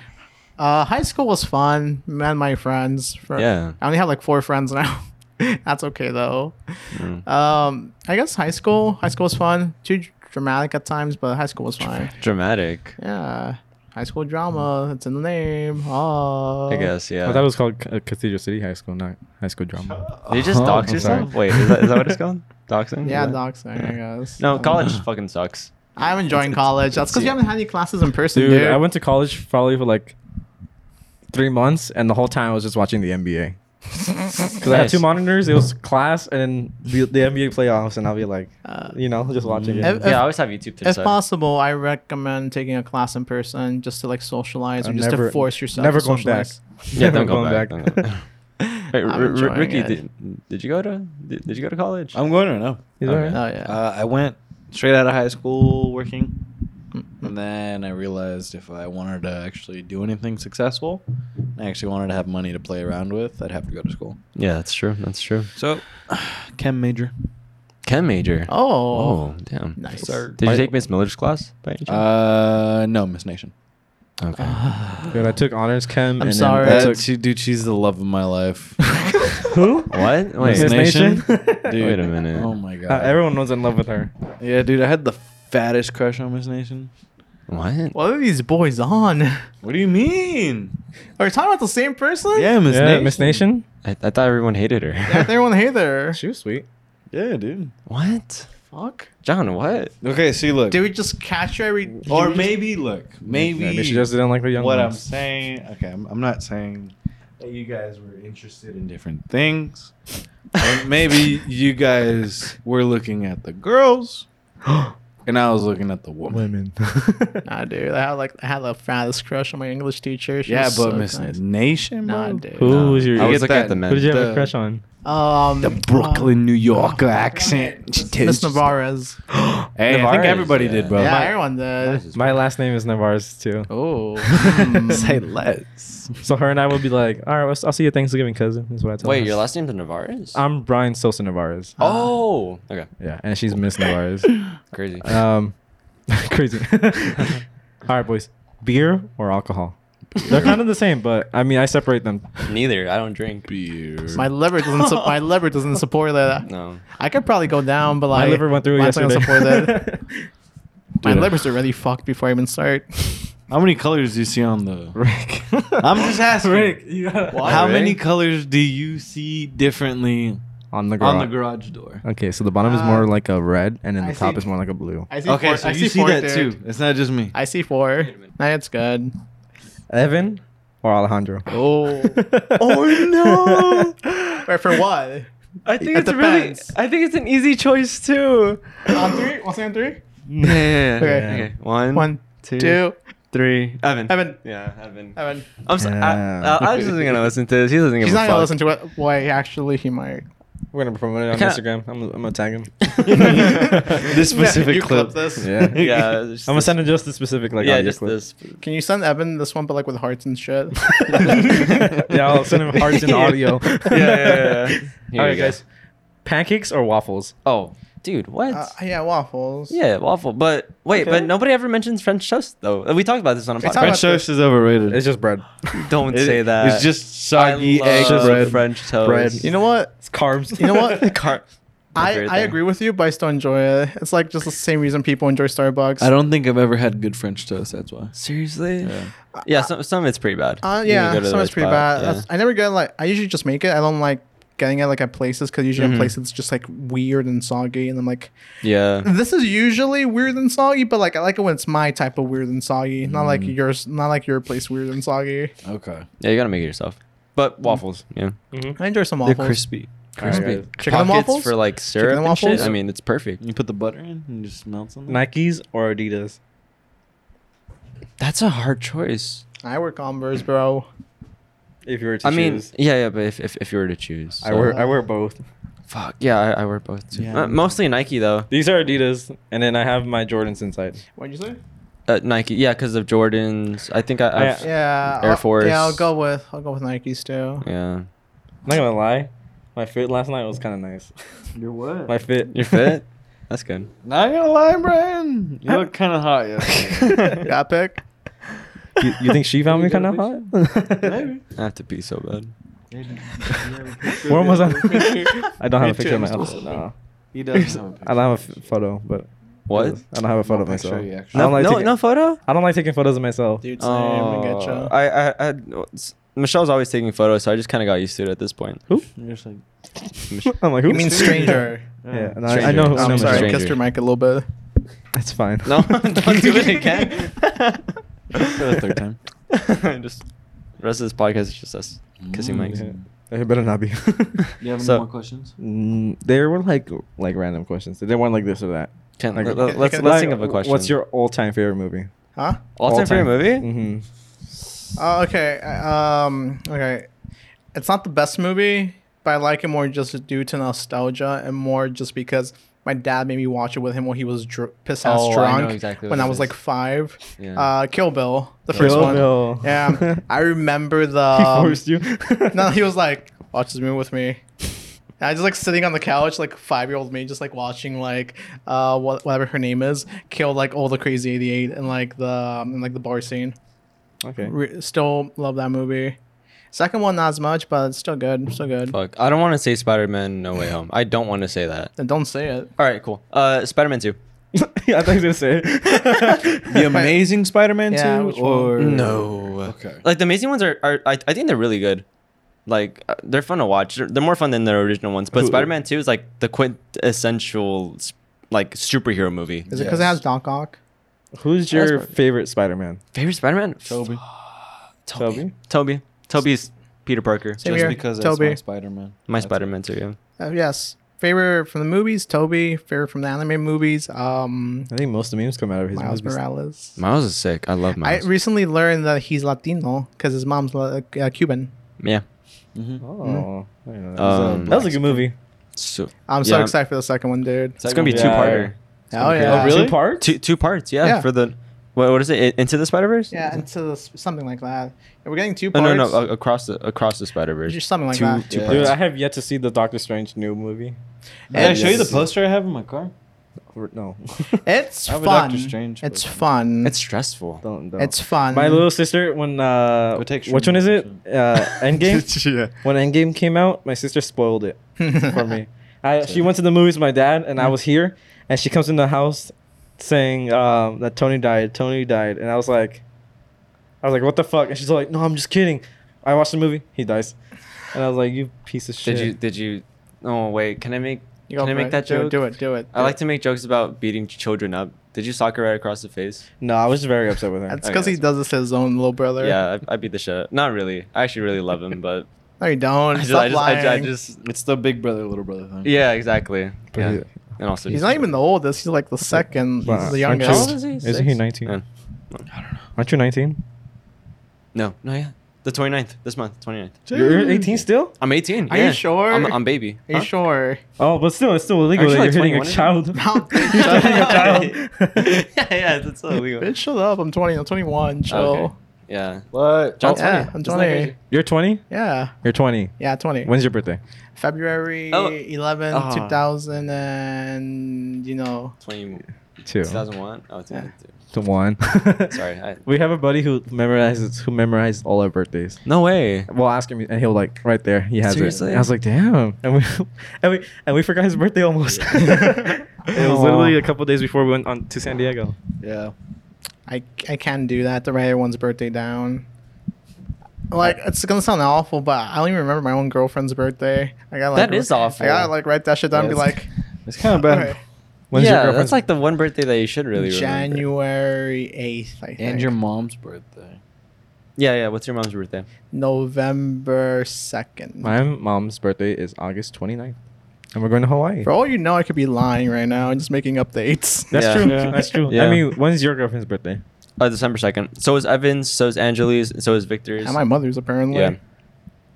Speaker 4: uh, high school was fun. Me and my friends. For,
Speaker 3: Yeah.
Speaker 4: I only have like four friends now. that's okay though.
Speaker 3: Mm.
Speaker 4: Um, I guess high school. High school was fun. Two dramatic at times, but high school was fine.
Speaker 3: Dramatic,
Speaker 4: Yeah, high school drama. It's in the name. Oh,
Speaker 3: I guess. Yeah.
Speaker 1: I thought it was called uh, Cathedral City High School, not High School Drama.
Speaker 3: Did you just
Speaker 5: Oh,
Speaker 3: dox
Speaker 1: I'm sorry.
Speaker 3: yourself? Wait, is that, is that what it's called? Doxing?
Speaker 4: Yeah,
Speaker 3: Is that-
Speaker 4: docs. I guess.
Speaker 3: No, college fucking sucks.
Speaker 4: I'm enjoying college. That's because you haven't had any classes in person,
Speaker 1: Dude,
Speaker 4: dude.
Speaker 1: I went to college probably for like three months, and the whole time I was just watching the NBA. Because I had
Speaker 3: Nice.
Speaker 1: two monitors. It was class and the, the NBA playoffs, and I'll be like,
Speaker 4: Uh,
Speaker 1: you know, just watching it.
Speaker 4: Ev-
Speaker 3: Yeah, I always have YouTube to
Speaker 4: if
Speaker 3: decide.
Speaker 4: possible, I recommend taking a class in person just to like socialize or
Speaker 1: I'm
Speaker 4: just
Speaker 1: never-
Speaker 4: to force yourself.
Speaker 1: never
Speaker 4: to
Speaker 1: going back.
Speaker 4: socialize.
Speaker 3: Yeah, don't
Speaker 1: I'm
Speaker 3: go
Speaker 1: going
Speaker 3: back.
Speaker 1: back.
Speaker 3: don't go back. Wait,
Speaker 4: I'm
Speaker 3: R- R-
Speaker 4: enjoying
Speaker 3: Ricky,
Speaker 4: it.
Speaker 3: did, did you go to did, did you go to college?
Speaker 5: I'm going right now.
Speaker 1: He's
Speaker 3: Okay.
Speaker 1: alright.
Speaker 4: Oh yeah.
Speaker 5: Uh, I went straight out of high school working,
Speaker 4: Mm,
Speaker 5: and then I realized if I wanted to actually do anything successful, I actually wanted to have money to play around with, I'd have to go to school.
Speaker 3: yeah, that's true. That's true.
Speaker 5: So, chem major.
Speaker 3: Chem major.
Speaker 4: oh.
Speaker 3: Oh, damn.
Speaker 4: Nice.
Speaker 5: Sir.
Speaker 3: Did you take Miss Miller's class by any chance?
Speaker 5: Uh, no, Miss Nation.
Speaker 3: okay.
Speaker 1: Dude, I took honors chem. and then
Speaker 4: sorry.
Speaker 1: I
Speaker 5: That-
Speaker 1: took-
Speaker 5: she- dude, she's the love of my life.
Speaker 1: Who?
Speaker 3: what? Wait.
Speaker 1: Miss
Speaker 5: Miss Nation?
Speaker 1: Nation?
Speaker 5: Dude,
Speaker 3: Wait a minute.
Speaker 5: Oh my god.
Speaker 1: Uh, everyone was in love with her.
Speaker 5: yeah, dude, I had the fattest crush on Miss Nation.
Speaker 3: What?
Speaker 4: What are these boys on?
Speaker 5: What do you mean?
Speaker 4: Are we talking about the same person?
Speaker 5: Yeah, Miss
Speaker 1: yeah,
Speaker 5: Nation.
Speaker 1: Miss Nation.
Speaker 3: I, I thought everyone hated her.
Speaker 4: Yeah, everyone hate there.
Speaker 1: She was sweet.
Speaker 5: Yeah, dude.
Speaker 3: What?
Speaker 4: Fuck.
Speaker 3: John, what?
Speaker 5: Okay, see, look.
Speaker 4: Did we just catch her every?
Speaker 5: or maybe, look, maybe.
Speaker 1: Maybe she just didn't like the young
Speaker 5: what I'm
Speaker 1: ones.
Speaker 5: saying. Okay, I'm, I'm not saying that you guys were interested in different things. Or Um, maybe you guys were looking at the girls, and I was looking at the woman.
Speaker 1: Women.
Speaker 4: Nah, dude. I had like I had the fattest crush on my English teacher. She
Speaker 5: yeah,
Speaker 4: was
Speaker 5: but
Speaker 4: so
Speaker 5: Miss
Speaker 4: nice.
Speaker 5: Nation,
Speaker 4: Nah,
Speaker 5: bro.
Speaker 4: dude.
Speaker 1: Who
Speaker 3: Nah.
Speaker 1: was your?
Speaker 3: I
Speaker 5: You
Speaker 3: was
Speaker 5: get
Speaker 3: looking
Speaker 5: that-
Speaker 3: at the men.
Speaker 1: Who did you have
Speaker 5: the-
Speaker 1: a crush on?
Speaker 4: Um, uh,
Speaker 5: The Brooklyn, New York accent. She
Speaker 4: Miss
Speaker 5: tastes-
Speaker 4: Navarez.
Speaker 5: Hey, I think
Speaker 3: Navarez,
Speaker 5: everybody
Speaker 3: yeah.
Speaker 5: did, bro.
Speaker 4: yeah,
Speaker 5: My-
Speaker 4: everyone did.
Speaker 1: My last name is Navarez too.
Speaker 4: Oh.
Speaker 5: Say less.
Speaker 1: So her and I will be like, all right, I'll- I'll see you Thanksgiving, cousin. Is what I tell
Speaker 3: Wait,
Speaker 1: her.
Speaker 3: your last name's Navarez?
Speaker 1: I'm Brian Sosa Navarez.
Speaker 3: oh, okay,
Speaker 1: Yeah, and she's Miss Navarez.
Speaker 3: crazy.
Speaker 1: Um, crazy. all right, boys. Beer or alcohol? They're kind of the same, but I mean, I separate them.
Speaker 3: Neither. I don't drink.
Speaker 5: Beer.
Speaker 4: My liver doesn't. Su- my liver doesn't support that.
Speaker 3: No.
Speaker 4: I could probably go down, but
Speaker 1: My
Speaker 4: like
Speaker 1: liver went through
Speaker 4: mine's not
Speaker 1: yesterday.
Speaker 4: gonna support that. my
Speaker 5: Dude.
Speaker 4: liver's already fucked before I even start.
Speaker 5: How many colors do you see on the?
Speaker 1: Rick.
Speaker 5: I'm just asking.
Speaker 1: Rick, you gotta-
Speaker 3: Why,
Speaker 5: How
Speaker 3: Rick?
Speaker 5: many colors do you see differently
Speaker 1: on the
Speaker 5: on the
Speaker 1: garage.
Speaker 5: garage door?
Speaker 1: Okay, so the bottom is
Speaker 4: Uh,
Speaker 1: more like a red, and then
Speaker 4: I
Speaker 1: the top
Speaker 4: see-
Speaker 1: is more like a blue.
Speaker 4: I see
Speaker 5: Okay,
Speaker 4: four,
Speaker 5: so
Speaker 4: I
Speaker 5: you see
Speaker 4: four,
Speaker 5: that
Speaker 4: dude.
Speaker 5: too. It's not just me.
Speaker 4: I see four.
Speaker 3: minute.
Speaker 4: That's good.
Speaker 1: Evan or Alejandro?
Speaker 4: Oh.
Speaker 1: oh no!
Speaker 4: Wait, for what?
Speaker 3: I
Speaker 4: think It it's really- depends.
Speaker 3: I think it's an easy choice too.
Speaker 4: on three? One second, three?
Speaker 3: Yeah. yeah, yeah.
Speaker 4: Okay.
Speaker 3: okay. One,
Speaker 4: One,
Speaker 3: two,
Speaker 4: two,
Speaker 3: three. Evan.
Speaker 4: Evan.
Speaker 3: Yeah, Evan.
Speaker 4: Evan.
Speaker 3: I'm so,
Speaker 1: Yeah.
Speaker 3: I, I, I was just gonna listen to this. He doesn't give
Speaker 4: He's
Speaker 3: a
Speaker 4: not
Speaker 3: fuck.
Speaker 4: gonna listen to it. Why? Actually, he might.
Speaker 1: We're gonna promote it on
Speaker 3: Kinda-
Speaker 1: Instagram. I'm, I'm gonna tag him.
Speaker 5: this specific
Speaker 4: you
Speaker 5: clip.
Speaker 4: clip this.
Speaker 1: Yeah. I'm
Speaker 3: Yeah, I'm
Speaker 1: gonna send him just the specific like.
Speaker 3: yeah,
Speaker 1: audio
Speaker 3: just
Speaker 1: clip.
Speaker 3: this.
Speaker 4: Can you send Evan this one, but like with hearts and shit?
Speaker 1: yeah, I'll send him hearts and audio. yeah,
Speaker 3: Yeah, yeah, yeah. Here
Speaker 1: All right,
Speaker 3: we go.
Speaker 1: guys. Pancakes or waffles?
Speaker 3: Oh, dude, what?
Speaker 4: Uh, yeah, waffles.
Speaker 3: yeah, waffle. But wait, but nobody ever mentions French toast though. We talked about this on a
Speaker 4: It's
Speaker 3: podcast.
Speaker 4: How about
Speaker 5: French toast is overrated.
Speaker 1: It's just bread.
Speaker 3: Don't
Speaker 5: It-
Speaker 3: say that.
Speaker 5: It's just
Speaker 3: I
Speaker 5: soggy
Speaker 3: love
Speaker 5: egg bread.
Speaker 3: French toast.
Speaker 5: bread.
Speaker 4: You know what?
Speaker 1: It's carbs.
Speaker 4: You know what?
Speaker 3: Car- My
Speaker 4: I,
Speaker 3: favorite
Speaker 4: I
Speaker 3: thing.
Speaker 4: agree with you, but I still enjoy it. It's like just the same reason people enjoy Starbucks.
Speaker 5: I don't think I've ever had good French toast. That's why.
Speaker 3: Seriously?
Speaker 5: Yeah.
Speaker 3: Yeah, some some it's pretty bad.
Speaker 4: Uh,
Speaker 3: You
Speaker 4: yeah,
Speaker 3: go to the
Speaker 4: so it's
Speaker 3: right
Speaker 4: pretty
Speaker 3: spot,
Speaker 4: bad.
Speaker 3: yeah.
Speaker 4: That's- I never get like. I usually just make it. I don't like getting it like at places because usually
Speaker 3: Mhm.
Speaker 4: at places it's just like weird and soggy, and I'm like,
Speaker 3: Yeah.
Speaker 4: this is usually weird and soggy, but like I like it when it's my type of weird and soggy, not like
Speaker 5: Mm.
Speaker 4: yours, not like your place weird and soggy.
Speaker 5: Okay.
Speaker 3: Yeah, you gotta make it yourself. But waffles, yeah.
Speaker 4: I enjoy some waffles.
Speaker 5: They're crispy.
Speaker 1: Mm-hmm. Crispy.
Speaker 3: Crispy.
Speaker 4: Chicken and
Speaker 3: Pockets
Speaker 4: waffles?
Speaker 3: for like syrup
Speaker 4: and
Speaker 3: and shit.
Speaker 4: waffles?
Speaker 3: I mean, it's perfect.
Speaker 5: You put the butter in and it just melts on them.
Speaker 1: Nikes or Adidas?
Speaker 3: That's a hard choice.
Speaker 4: I wear Converse, bro.
Speaker 1: If you were to
Speaker 3: I mean,
Speaker 1: choose.
Speaker 3: yeah, yeah, but if, if, if you were to choose.
Speaker 1: I
Speaker 3: so-
Speaker 1: wear I wear both.
Speaker 3: Fuck. Yeah, I, I wear both too.
Speaker 5: Yeah.
Speaker 3: Uh, mostly Nike though.
Speaker 1: These are Adidas, and then I have my Jordans inside.
Speaker 4: What'd you say?
Speaker 3: Uh, Nike, yeah, because of Jordans. I think I. I've, yeah.
Speaker 4: Yeah,
Speaker 3: Air
Speaker 4: I'll-
Speaker 3: Force.
Speaker 4: Yeah, I'll go with I'll go with Nikes too.
Speaker 1: I'm not gonna lie, my fit last night was kind of nice.
Speaker 5: You're what?
Speaker 1: My fit.
Speaker 3: You're fit. That's good.
Speaker 5: Not gonna lie, Brian. You look kind of hot. Yeah.
Speaker 4: Got pick.
Speaker 1: You, you think she found me kind of hot?
Speaker 5: Maybe.
Speaker 3: I have to pee so bad.
Speaker 1: Where was I? I don't have a picture of my
Speaker 5: too.
Speaker 1: outfit. No,
Speaker 5: He does. have a
Speaker 1: I don't have a f- photo, but
Speaker 3: What?
Speaker 1: I don't have a photo of
Speaker 5: No picture,
Speaker 1: myself.
Speaker 5: you
Speaker 1: I
Speaker 5: actually-
Speaker 3: No,
Speaker 1: don't like
Speaker 3: no,
Speaker 1: taking,
Speaker 3: no photo.
Speaker 1: I don't like taking photos of myself.
Speaker 4: Dude, same.
Speaker 3: Oh,
Speaker 4: I get you.
Speaker 3: I, I, I, Michelle's always taking photos, so I just kind of got used to it at this point.
Speaker 1: Who?
Speaker 2: You're just like,
Speaker 3: Mich-
Speaker 1: I'm like,
Speaker 4: you
Speaker 1: who?
Speaker 4: mean stranger?
Speaker 1: Yeah, and I, I
Speaker 3: Stranger.
Speaker 1: know.
Speaker 3: Oh,
Speaker 1: who-
Speaker 4: I'm
Speaker 1: no,
Speaker 4: sorry, I
Speaker 1: Michelle.
Speaker 4: kissed your mic a little bit.
Speaker 1: It's fine.
Speaker 3: no, don't do it again.
Speaker 5: For the third time.
Speaker 3: just the rest of this podcast is just us kissing
Speaker 5: Mm,
Speaker 3: mics.
Speaker 1: Yeah. It better not be.
Speaker 5: You have any
Speaker 3: So-
Speaker 5: more questions?
Speaker 1: Mm, there were like like random questions. They didn't want like this or that.
Speaker 3: Can,
Speaker 1: Like-
Speaker 3: let, let- let's
Speaker 4: Can-
Speaker 3: let's
Speaker 1: Like,
Speaker 3: think of a question.
Speaker 1: What's your all-time favorite movie?
Speaker 4: Huh?
Speaker 3: all-time favorite movie?
Speaker 1: Mm-hmm.
Speaker 4: Oh, okay. Um, okay. It's not the best movie, but I like it more just due to nostalgia and more just because my dad made me watch it with him when he was dr- piss ass
Speaker 3: Oh, I
Speaker 4: drunk
Speaker 3: know exactly what
Speaker 4: when I
Speaker 3: it
Speaker 4: was
Speaker 3: is.
Speaker 4: like five.
Speaker 3: Yeah.
Speaker 4: Uh, Kill Bill, the first
Speaker 1: Kill
Speaker 4: one.
Speaker 1: Bill.
Speaker 4: Yeah, I remember the.
Speaker 1: He
Speaker 4: um,
Speaker 1: forced Mm-hmm. you.
Speaker 4: no, he was like, watch this movie with me. And I just like sitting on the couch, like five year old me, just like watching like uh wh- whatever her name is, kill like all the crazy eighty eight and like the um, and, like the bar scene.
Speaker 1: okay.
Speaker 4: Re- still love that movie. Second one not as much, but it's still good. Still good.
Speaker 3: Fuck, I don't want to say Spider-Man: No Way Home. I don't want to say that.
Speaker 4: And don't say it.
Speaker 3: All right, cool. Uh, Spider-Man Two.
Speaker 1: yeah, I thought he was gonna say. it.
Speaker 5: The Amazing Spider-Man
Speaker 4: Yeah,
Speaker 5: 2
Speaker 4: which one?
Speaker 5: or
Speaker 3: Okay. Like the amazing ones are, are I, I think they're really good. Like uh, they're fun to watch. They're, they're more fun than the original ones. But
Speaker 1: Who-
Speaker 3: Spider-Man Two is like the quintessential s- like superhero movie.
Speaker 4: Is it because it has Doc Ock?
Speaker 1: Who's your favorite Spider-Man?
Speaker 3: Favorite Spider-Man?
Speaker 5: Toby?
Speaker 1: Toby.
Speaker 3: Toby. Toby's Peter Parker.
Speaker 4: Same
Speaker 5: Just
Speaker 4: here.
Speaker 5: because
Speaker 4: Toby.
Speaker 5: that's my Spider-Man.
Speaker 3: My
Speaker 5: That's it.
Speaker 3: Spider-Man Two. Yeah.
Speaker 4: Uh, yes. Favorite from the movies, Toby. Favorite from the anime movies, um,
Speaker 1: I think most of the memes come out of his
Speaker 4: Miles
Speaker 1: movies.
Speaker 4: Morales.
Speaker 3: Miles is sick. I love
Speaker 4: I
Speaker 3: Miles.
Speaker 4: recently learned that he's Latino because his mom's la- uh, Cuban.
Speaker 3: yeah.
Speaker 5: Mm-hmm.
Speaker 1: Oh, I didn't know that.
Speaker 3: Um,
Speaker 1: that was a good movie.
Speaker 3: so,
Speaker 4: I'm so
Speaker 3: Yeah.
Speaker 4: excited for the second one, dude.
Speaker 3: it's gonna be
Speaker 5: Yeah.
Speaker 3: two parter.
Speaker 4: Oh
Speaker 3: Okay.
Speaker 4: yeah.
Speaker 3: Oh,
Speaker 1: Two
Speaker 3: really?
Speaker 1: parts.
Speaker 3: Two two parts. Yeah.
Speaker 4: Yeah.
Speaker 3: For the what, what is it? I- Into the Spider Verse?
Speaker 4: Yeah, into the, something like that. And we're getting two
Speaker 3: Oh,
Speaker 4: parts.
Speaker 3: no, no, a- across the across the Spider Verse.
Speaker 4: just something like
Speaker 3: Two
Speaker 4: that.
Speaker 3: two
Speaker 5: Yeah.
Speaker 1: Dude,
Speaker 3: parts.
Speaker 1: I have yet to see the Doctor Strange new movie.
Speaker 5: Did I show you the poster I have in my car?
Speaker 1: Or- No,
Speaker 4: It's
Speaker 5: I have a
Speaker 4: fun.
Speaker 5: Doctor Strange
Speaker 4: it's
Speaker 5: book.
Speaker 4: fun.
Speaker 3: It's stressful.
Speaker 1: don't. don't.
Speaker 4: it's fun.
Speaker 1: My little sister, when uh,
Speaker 5: Go take
Speaker 1: which one is it?
Speaker 5: Shroom.
Speaker 1: Uh, Endgame. When Endgame came out, my sister spoiled it for me. I, she went to the movies with my dad, and I was here, and she comes in the house saying um, that Tony died. Tony died, and I was like, I was like, what the fuck? And she's like, no, I'm just kidding. I watched the movie. He dies, and I was like, you piece of shit.
Speaker 3: Did you? Did you? Oh wait, can I make?
Speaker 4: You go
Speaker 3: can I
Speaker 4: for
Speaker 3: make
Speaker 4: it.
Speaker 3: that
Speaker 4: Do it,
Speaker 3: joke?
Speaker 4: Do it. Do it.
Speaker 3: I like to make jokes about beating children up. Did you sock her right across the face?
Speaker 1: no, I was very upset with her.
Speaker 4: That's
Speaker 3: Okay,
Speaker 4: because he
Speaker 3: that's
Speaker 4: does this to his own little brother.
Speaker 3: Yeah, I, I beat the shit. Out. Not really. I actually really love him, but
Speaker 4: No, you don't.
Speaker 3: I just,
Speaker 4: Stop
Speaker 3: I just, I,
Speaker 4: lying.
Speaker 3: ju- I just,
Speaker 5: It's the big brother, little brother thing.
Speaker 3: yeah, exactly. Yeah.
Speaker 1: Pretty-
Speaker 3: And also,
Speaker 4: He's not even the oldest. He's like the second.
Speaker 1: Wow.
Speaker 4: He's the
Speaker 1: Aren't you-
Speaker 3: How old
Speaker 4: youngest.
Speaker 3: is he?
Speaker 1: Isn't he
Speaker 3: Six?
Speaker 1: 19?
Speaker 3: Yeah.
Speaker 1: Aren't you 19?
Speaker 3: No, no, yeah, the 29th this month, 29th.
Speaker 1: You're 18 still?
Speaker 3: I'm 18.
Speaker 4: Are you
Speaker 3: yeah.
Speaker 4: sure?
Speaker 3: I'm, I'm baby.
Speaker 4: Are you
Speaker 3: Huh?
Speaker 4: sure?
Speaker 1: Oh, but still, it's still illegal.
Speaker 3: Aren't
Speaker 1: That
Speaker 3: you
Speaker 1: you're
Speaker 3: like
Speaker 1: hitting a
Speaker 3: 21?
Speaker 1: child.
Speaker 4: No.
Speaker 1: hitting a child.
Speaker 3: yeah, yeah, that's so illegal.
Speaker 4: Bitch, shut up. I'm 20. I'm 21. Chill.
Speaker 3: Okay. Yeah.
Speaker 5: What?
Speaker 3: John's
Speaker 4: Yeah,
Speaker 3: 20.
Speaker 4: I'm
Speaker 3: Isn't that
Speaker 4: 20.
Speaker 3: crazy?
Speaker 1: You're 20?
Speaker 4: Yeah.
Speaker 1: You're 20.
Speaker 4: Yeah, 20.
Speaker 1: When's your birthday?
Speaker 4: February
Speaker 3: Oh.
Speaker 4: 11,
Speaker 3: Ah.
Speaker 4: 2000, and you know.
Speaker 3: 20,
Speaker 1: Two.
Speaker 3: 2001? Oh, 2002.
Speaker 1: To one.
Speaker 3: Sorry. I,
Speaker 1: We have a buddy who memorizes who memorized all our birthdays.
Speaker 3: no way.
Speaker 1: We'll ask him, and he'll like right there. He has it.
Speaker 3: Seriously?
Speaker 1: And I was like, damn. And we and we and we forgot his birthday almost. it was
Speaker 5: Aw.
Speaker 1: literally a couple days before we went on to San Diego.
Speaker 5: Yeah.
Speaker 4: I, I can do that to write everyone's birthday down. Like it's gonna sound awful, but I don't even remember my own girlfriend's birthday. I got like
Speaker 3: That is awful.
Speaker 4: I gotta like write that shit down. and Be
Speaker 5: Yeah,
Speaker 4: like,
Speaker 5: It's kind of
Speaker 4: okay,
Speaker 5: bad.
Speaker 1: When's
Speaker 3: yeah,
Speaker 1: your
Speaker 3: that's
Speaker 1: girlfriend's
Speaker 3: like the one birthday that you should really remember.
Speaker 4: January eighth. I think.
Speaker 5: And your mom's birthday.
Speaker 3: Yeah, yeah. What's your mom's birthday?
Speaker 4: November second.
Speaker 1: My mom's birthday is August 29th, and we're going to Hawaii.
Speaker 4: For all you know, I could be lying right now and just making up dates.
Speaker 1: That's
Speaker 3: Yeah.
Speaker 1: true.
Speaker 5: Yeah.
Speaker 1: That's true. I
Speaker 3: Yeah.
Speaker 1: mean, when's your girlfriend's birthday?
Speaker 3: Uh, December second. So is Evans. So is Angelis. So is Victor's.
Speaker 4: And my mother's apparently.
Speaker 3: yeah.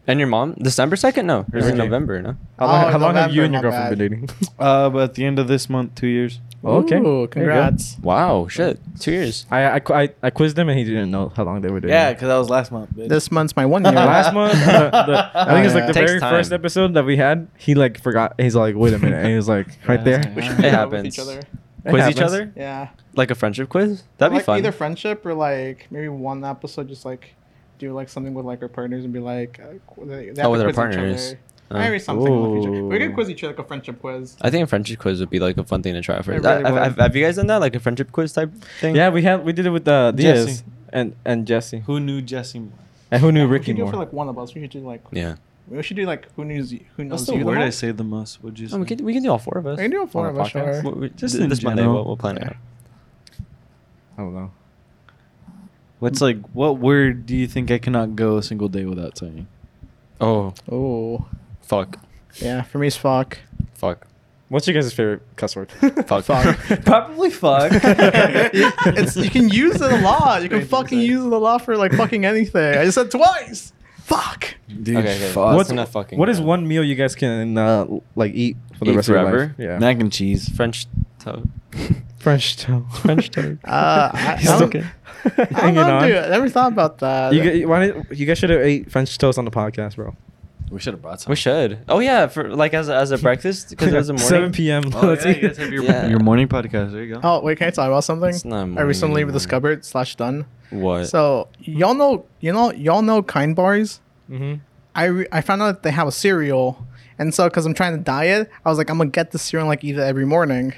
Speaker 3: And your mom? December second? No, hers is
Speaker 1: Okay.
Speaker 3: November. No.
Speaker 1: How long,
Speaker 4: Oh,
Speaker 1: how long have you
Speaker 4: November,
Speaker 1: and your
Speaker 4: my
Speaker 1: girlfriend been dating? Oh,
Speaker 5: Uh, but at the end of this month, two years.
Speaker 1: Okay. There you go.
Speaker 4: Ooh, congrats.
Speaker 3: Wow. Shit. Two years.
Speaker 1: I, I, qu- I, I quizzed him and he didn't know how long they were dating.
Speaker 5: because that was last month.
Speaker 4: This month's my one year.
Speaker 1: last month, the- the- I think it's like the
Speaker 3: Takes
Speaker 1: very
Speaker 3: time.
Speaker 1: first episode that we had. He like forgot. He's like, wait a minute, and he was like, right
Speaker 5: Yeah,
Speaker 1: there.
Speaker 5: that's
Speaker 4: We should
Speaker 5: It
Speaker 4: do that with
Speaker 3: happens.
Speaker 4: each other.
Speaker 1: It
Speaker 3: quiz each
Speaker 1: happens.
Speaker 3: other?
Speaker 4: Yeah.
Speaker 3: Like a friendship quiz? That'd be
Speaker 4: like
Speaker 3: fun.
Speaker 4: Either friendship or like maybe one episode, just like do like something with like our partners and be like, uh, qu- they, they have
Speaker 3: Oh,
Speaker 4: to
Speaker 3: with our
Speaker 4: quiz each
Speaker 3: partners.
Speaker 4: other.
Speaker 3: Uh,
Speaker 4: Maybe something in the future.
Speaker 1: ooh.
Speaker 4: We could quiz each other like a friendship quiz.
Speaker 3: I think a friendship quiz would be like a fun thing to try first.
Speaker 4: really
Speaker 3: have,
Speaker 4: would.
Speaker 3: have- have you guys done that, like a friendship quiz type thing?
Speaker 1: Yeah, we had we did it with uh, Diaz
Speaker 2: Jesse.
Speaker 1: and and Jesse.
Speaker 2: Who knew Jesse Moore?
Speaker 1: And who knew
Speaker 4: we
Speaker 1: Ricky
Speaker 4: should do it
Speaker 1: more?
Speaker 4: for like one of us. We should do like
Speaker 3: Yeah.
Speaker 4: we should do like who knows you, who knows
Speaker 2: That's the
Speaker 4: you.
Speaker 2: word
Speaker 4: the
Speaker 2: I
Speaker 4: most.
Speaker 2: say the most. Would you?
Speaker 3: No, Oh, we
Speaker 2: say?
Speaker 3: can we can do all four of us.
Speaker 4: We can do all four
Speaker 3: on
Speaker 4: of
Speaker 3: a
Speaker 4: us,
Speaker 3: podcast.
Speaker 4: sure.
Speaker 3: We- we-
Speaker 2: Just
Speaker 3: th-
Speaker 2: in
Speaker 3: this Monday,
Speaker 2: general.
Speaker 3: we'll, we'll plan it.
Speaker 4: Yeah.
Speaker 3: out.
Speaker 1: I don't know.
Speaker 5: What's like? What word do you think I cannot go a single day without saying?
Speaker 3: Oh
Speaker 4: Oh,
Speaker 3: fuck,
Speaker 4: yeah. For me, it's fuck.
Speaker 3: fuck,
Speaker 1: What's your guys' favorite cuss word?
Speaker 3: fuck,
Speaker 5: Probably fuck.
Speaker 4: it's, you can use it a lot. You can fucking use it a lot for like fucking anything. I just said twice. Fuck.
Speaker 5: Dude,
Speaker 3: Okay, okay.
Speaker 5: fuck.
Speaker 3: What's
Speaker 1: What's
Speaker 3: enough fucking?
Speaker 1: what is
Speaker 3: yeah.
Speaker 1: one meal you guys can uh, like eat for the
Speaker 3: Eat
Speaker 1: rest of your life?
Speaker 3: forever?
Speaker 1: Yeah,
Speaker 5: Mac and cheese.
Speaker 3: French toast?
Speaker 1: French toast.
Speaker 3: French toast.
Speaker 4: Uh, I,
Speaker 1: He's
Speaker 4: I'm,
Speaker 1: okay.
Speaker 4: I'm
Speaker 1: Hanging
Speaker 4: not
Speaker 1: on.
Speaker 4: dude. I never thought about that.
Speaker 1: You, gu- why did, you guys should have ate French toast on the podcast, bro.
Speaker 5: We should have brought some.
Speaker 3: We should. Oh yeah, for like as a, as a breakfast because it was a morning.
Speaker 1: 7 p.m.
Speaker 5: Oh,
Speaker 1: Let's
Speaker 5: yeah,
Speaker 1: eat.
Speaker 5: you guys have your,
Speaker 3: Yeah.
Speaker 5: your morning podcast. There you go.
Speaker 4: oh wait, can I talk about something?
Speaker 3: It's not
Speaker 4: I
Speaker 3: morning
Speaker 4: recently
Speaker 3: anymore.
Speaker 4: discovered slash done.
Speaker 3: What?
Speaker 4: So y'all know you know y'all know kind bars.
Speaker 1: Mhm.
Speaker 4: I re- I found out that they have a cereal, and so because I'm trying to diet, I was like I'm gonna get this cereal like either every morning,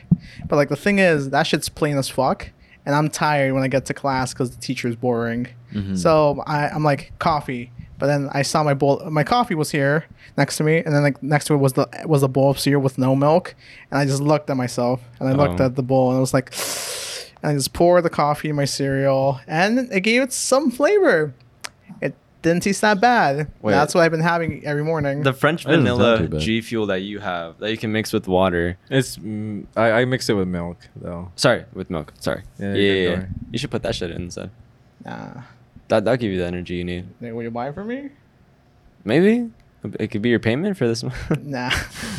Speaker 4: but like the thing is that shit's plain as fuck, and I'm tired when I get to class because the teacher is boring.
Speaker 5: Mm.
Speaker 4: So I I'm like coffee, but then I saw my bowl my coffee was here next to me, and then like next to it was the was the bowl of cereal with no milk, and I just looked at myself and I looked
Speaker 3: Oh.
Speaker 4: at the bowl and I was like. And I just pour the coffee in my cereal, and it gave it some flavor. It didn't taste that bad.
Speaker 3: Wait.
Speaker 4: That's what I've been having every morning.
Speaker 3: the French
Speaker 5: That doesn't sound
Speaker 3: vanilla
Speaker 5: too bad.
Speaker 3: G fuel that you have that you can mix with water.
Speaker 1: It's mm, I, I mix it with milk though.
Speaker 3: Sorry, with milk. Sorry.
Speaker 1: Yeah,
Speaker 3: Yeah,
Speaker 1: you're
Speaker 3: yeah,
Speaker 1: good,
Speaker 3: yeah.
Speaker 1: don't worry.
Speaker 3: You should put that shit in instead.
Speaker 4: nah.
Speaker 3: That that'll give you the energy you need.
Speaker 4: Wait, will you buy it for me?
Speaker 3: Maybe it could be your payment for this month.
Speaker 4: Nah.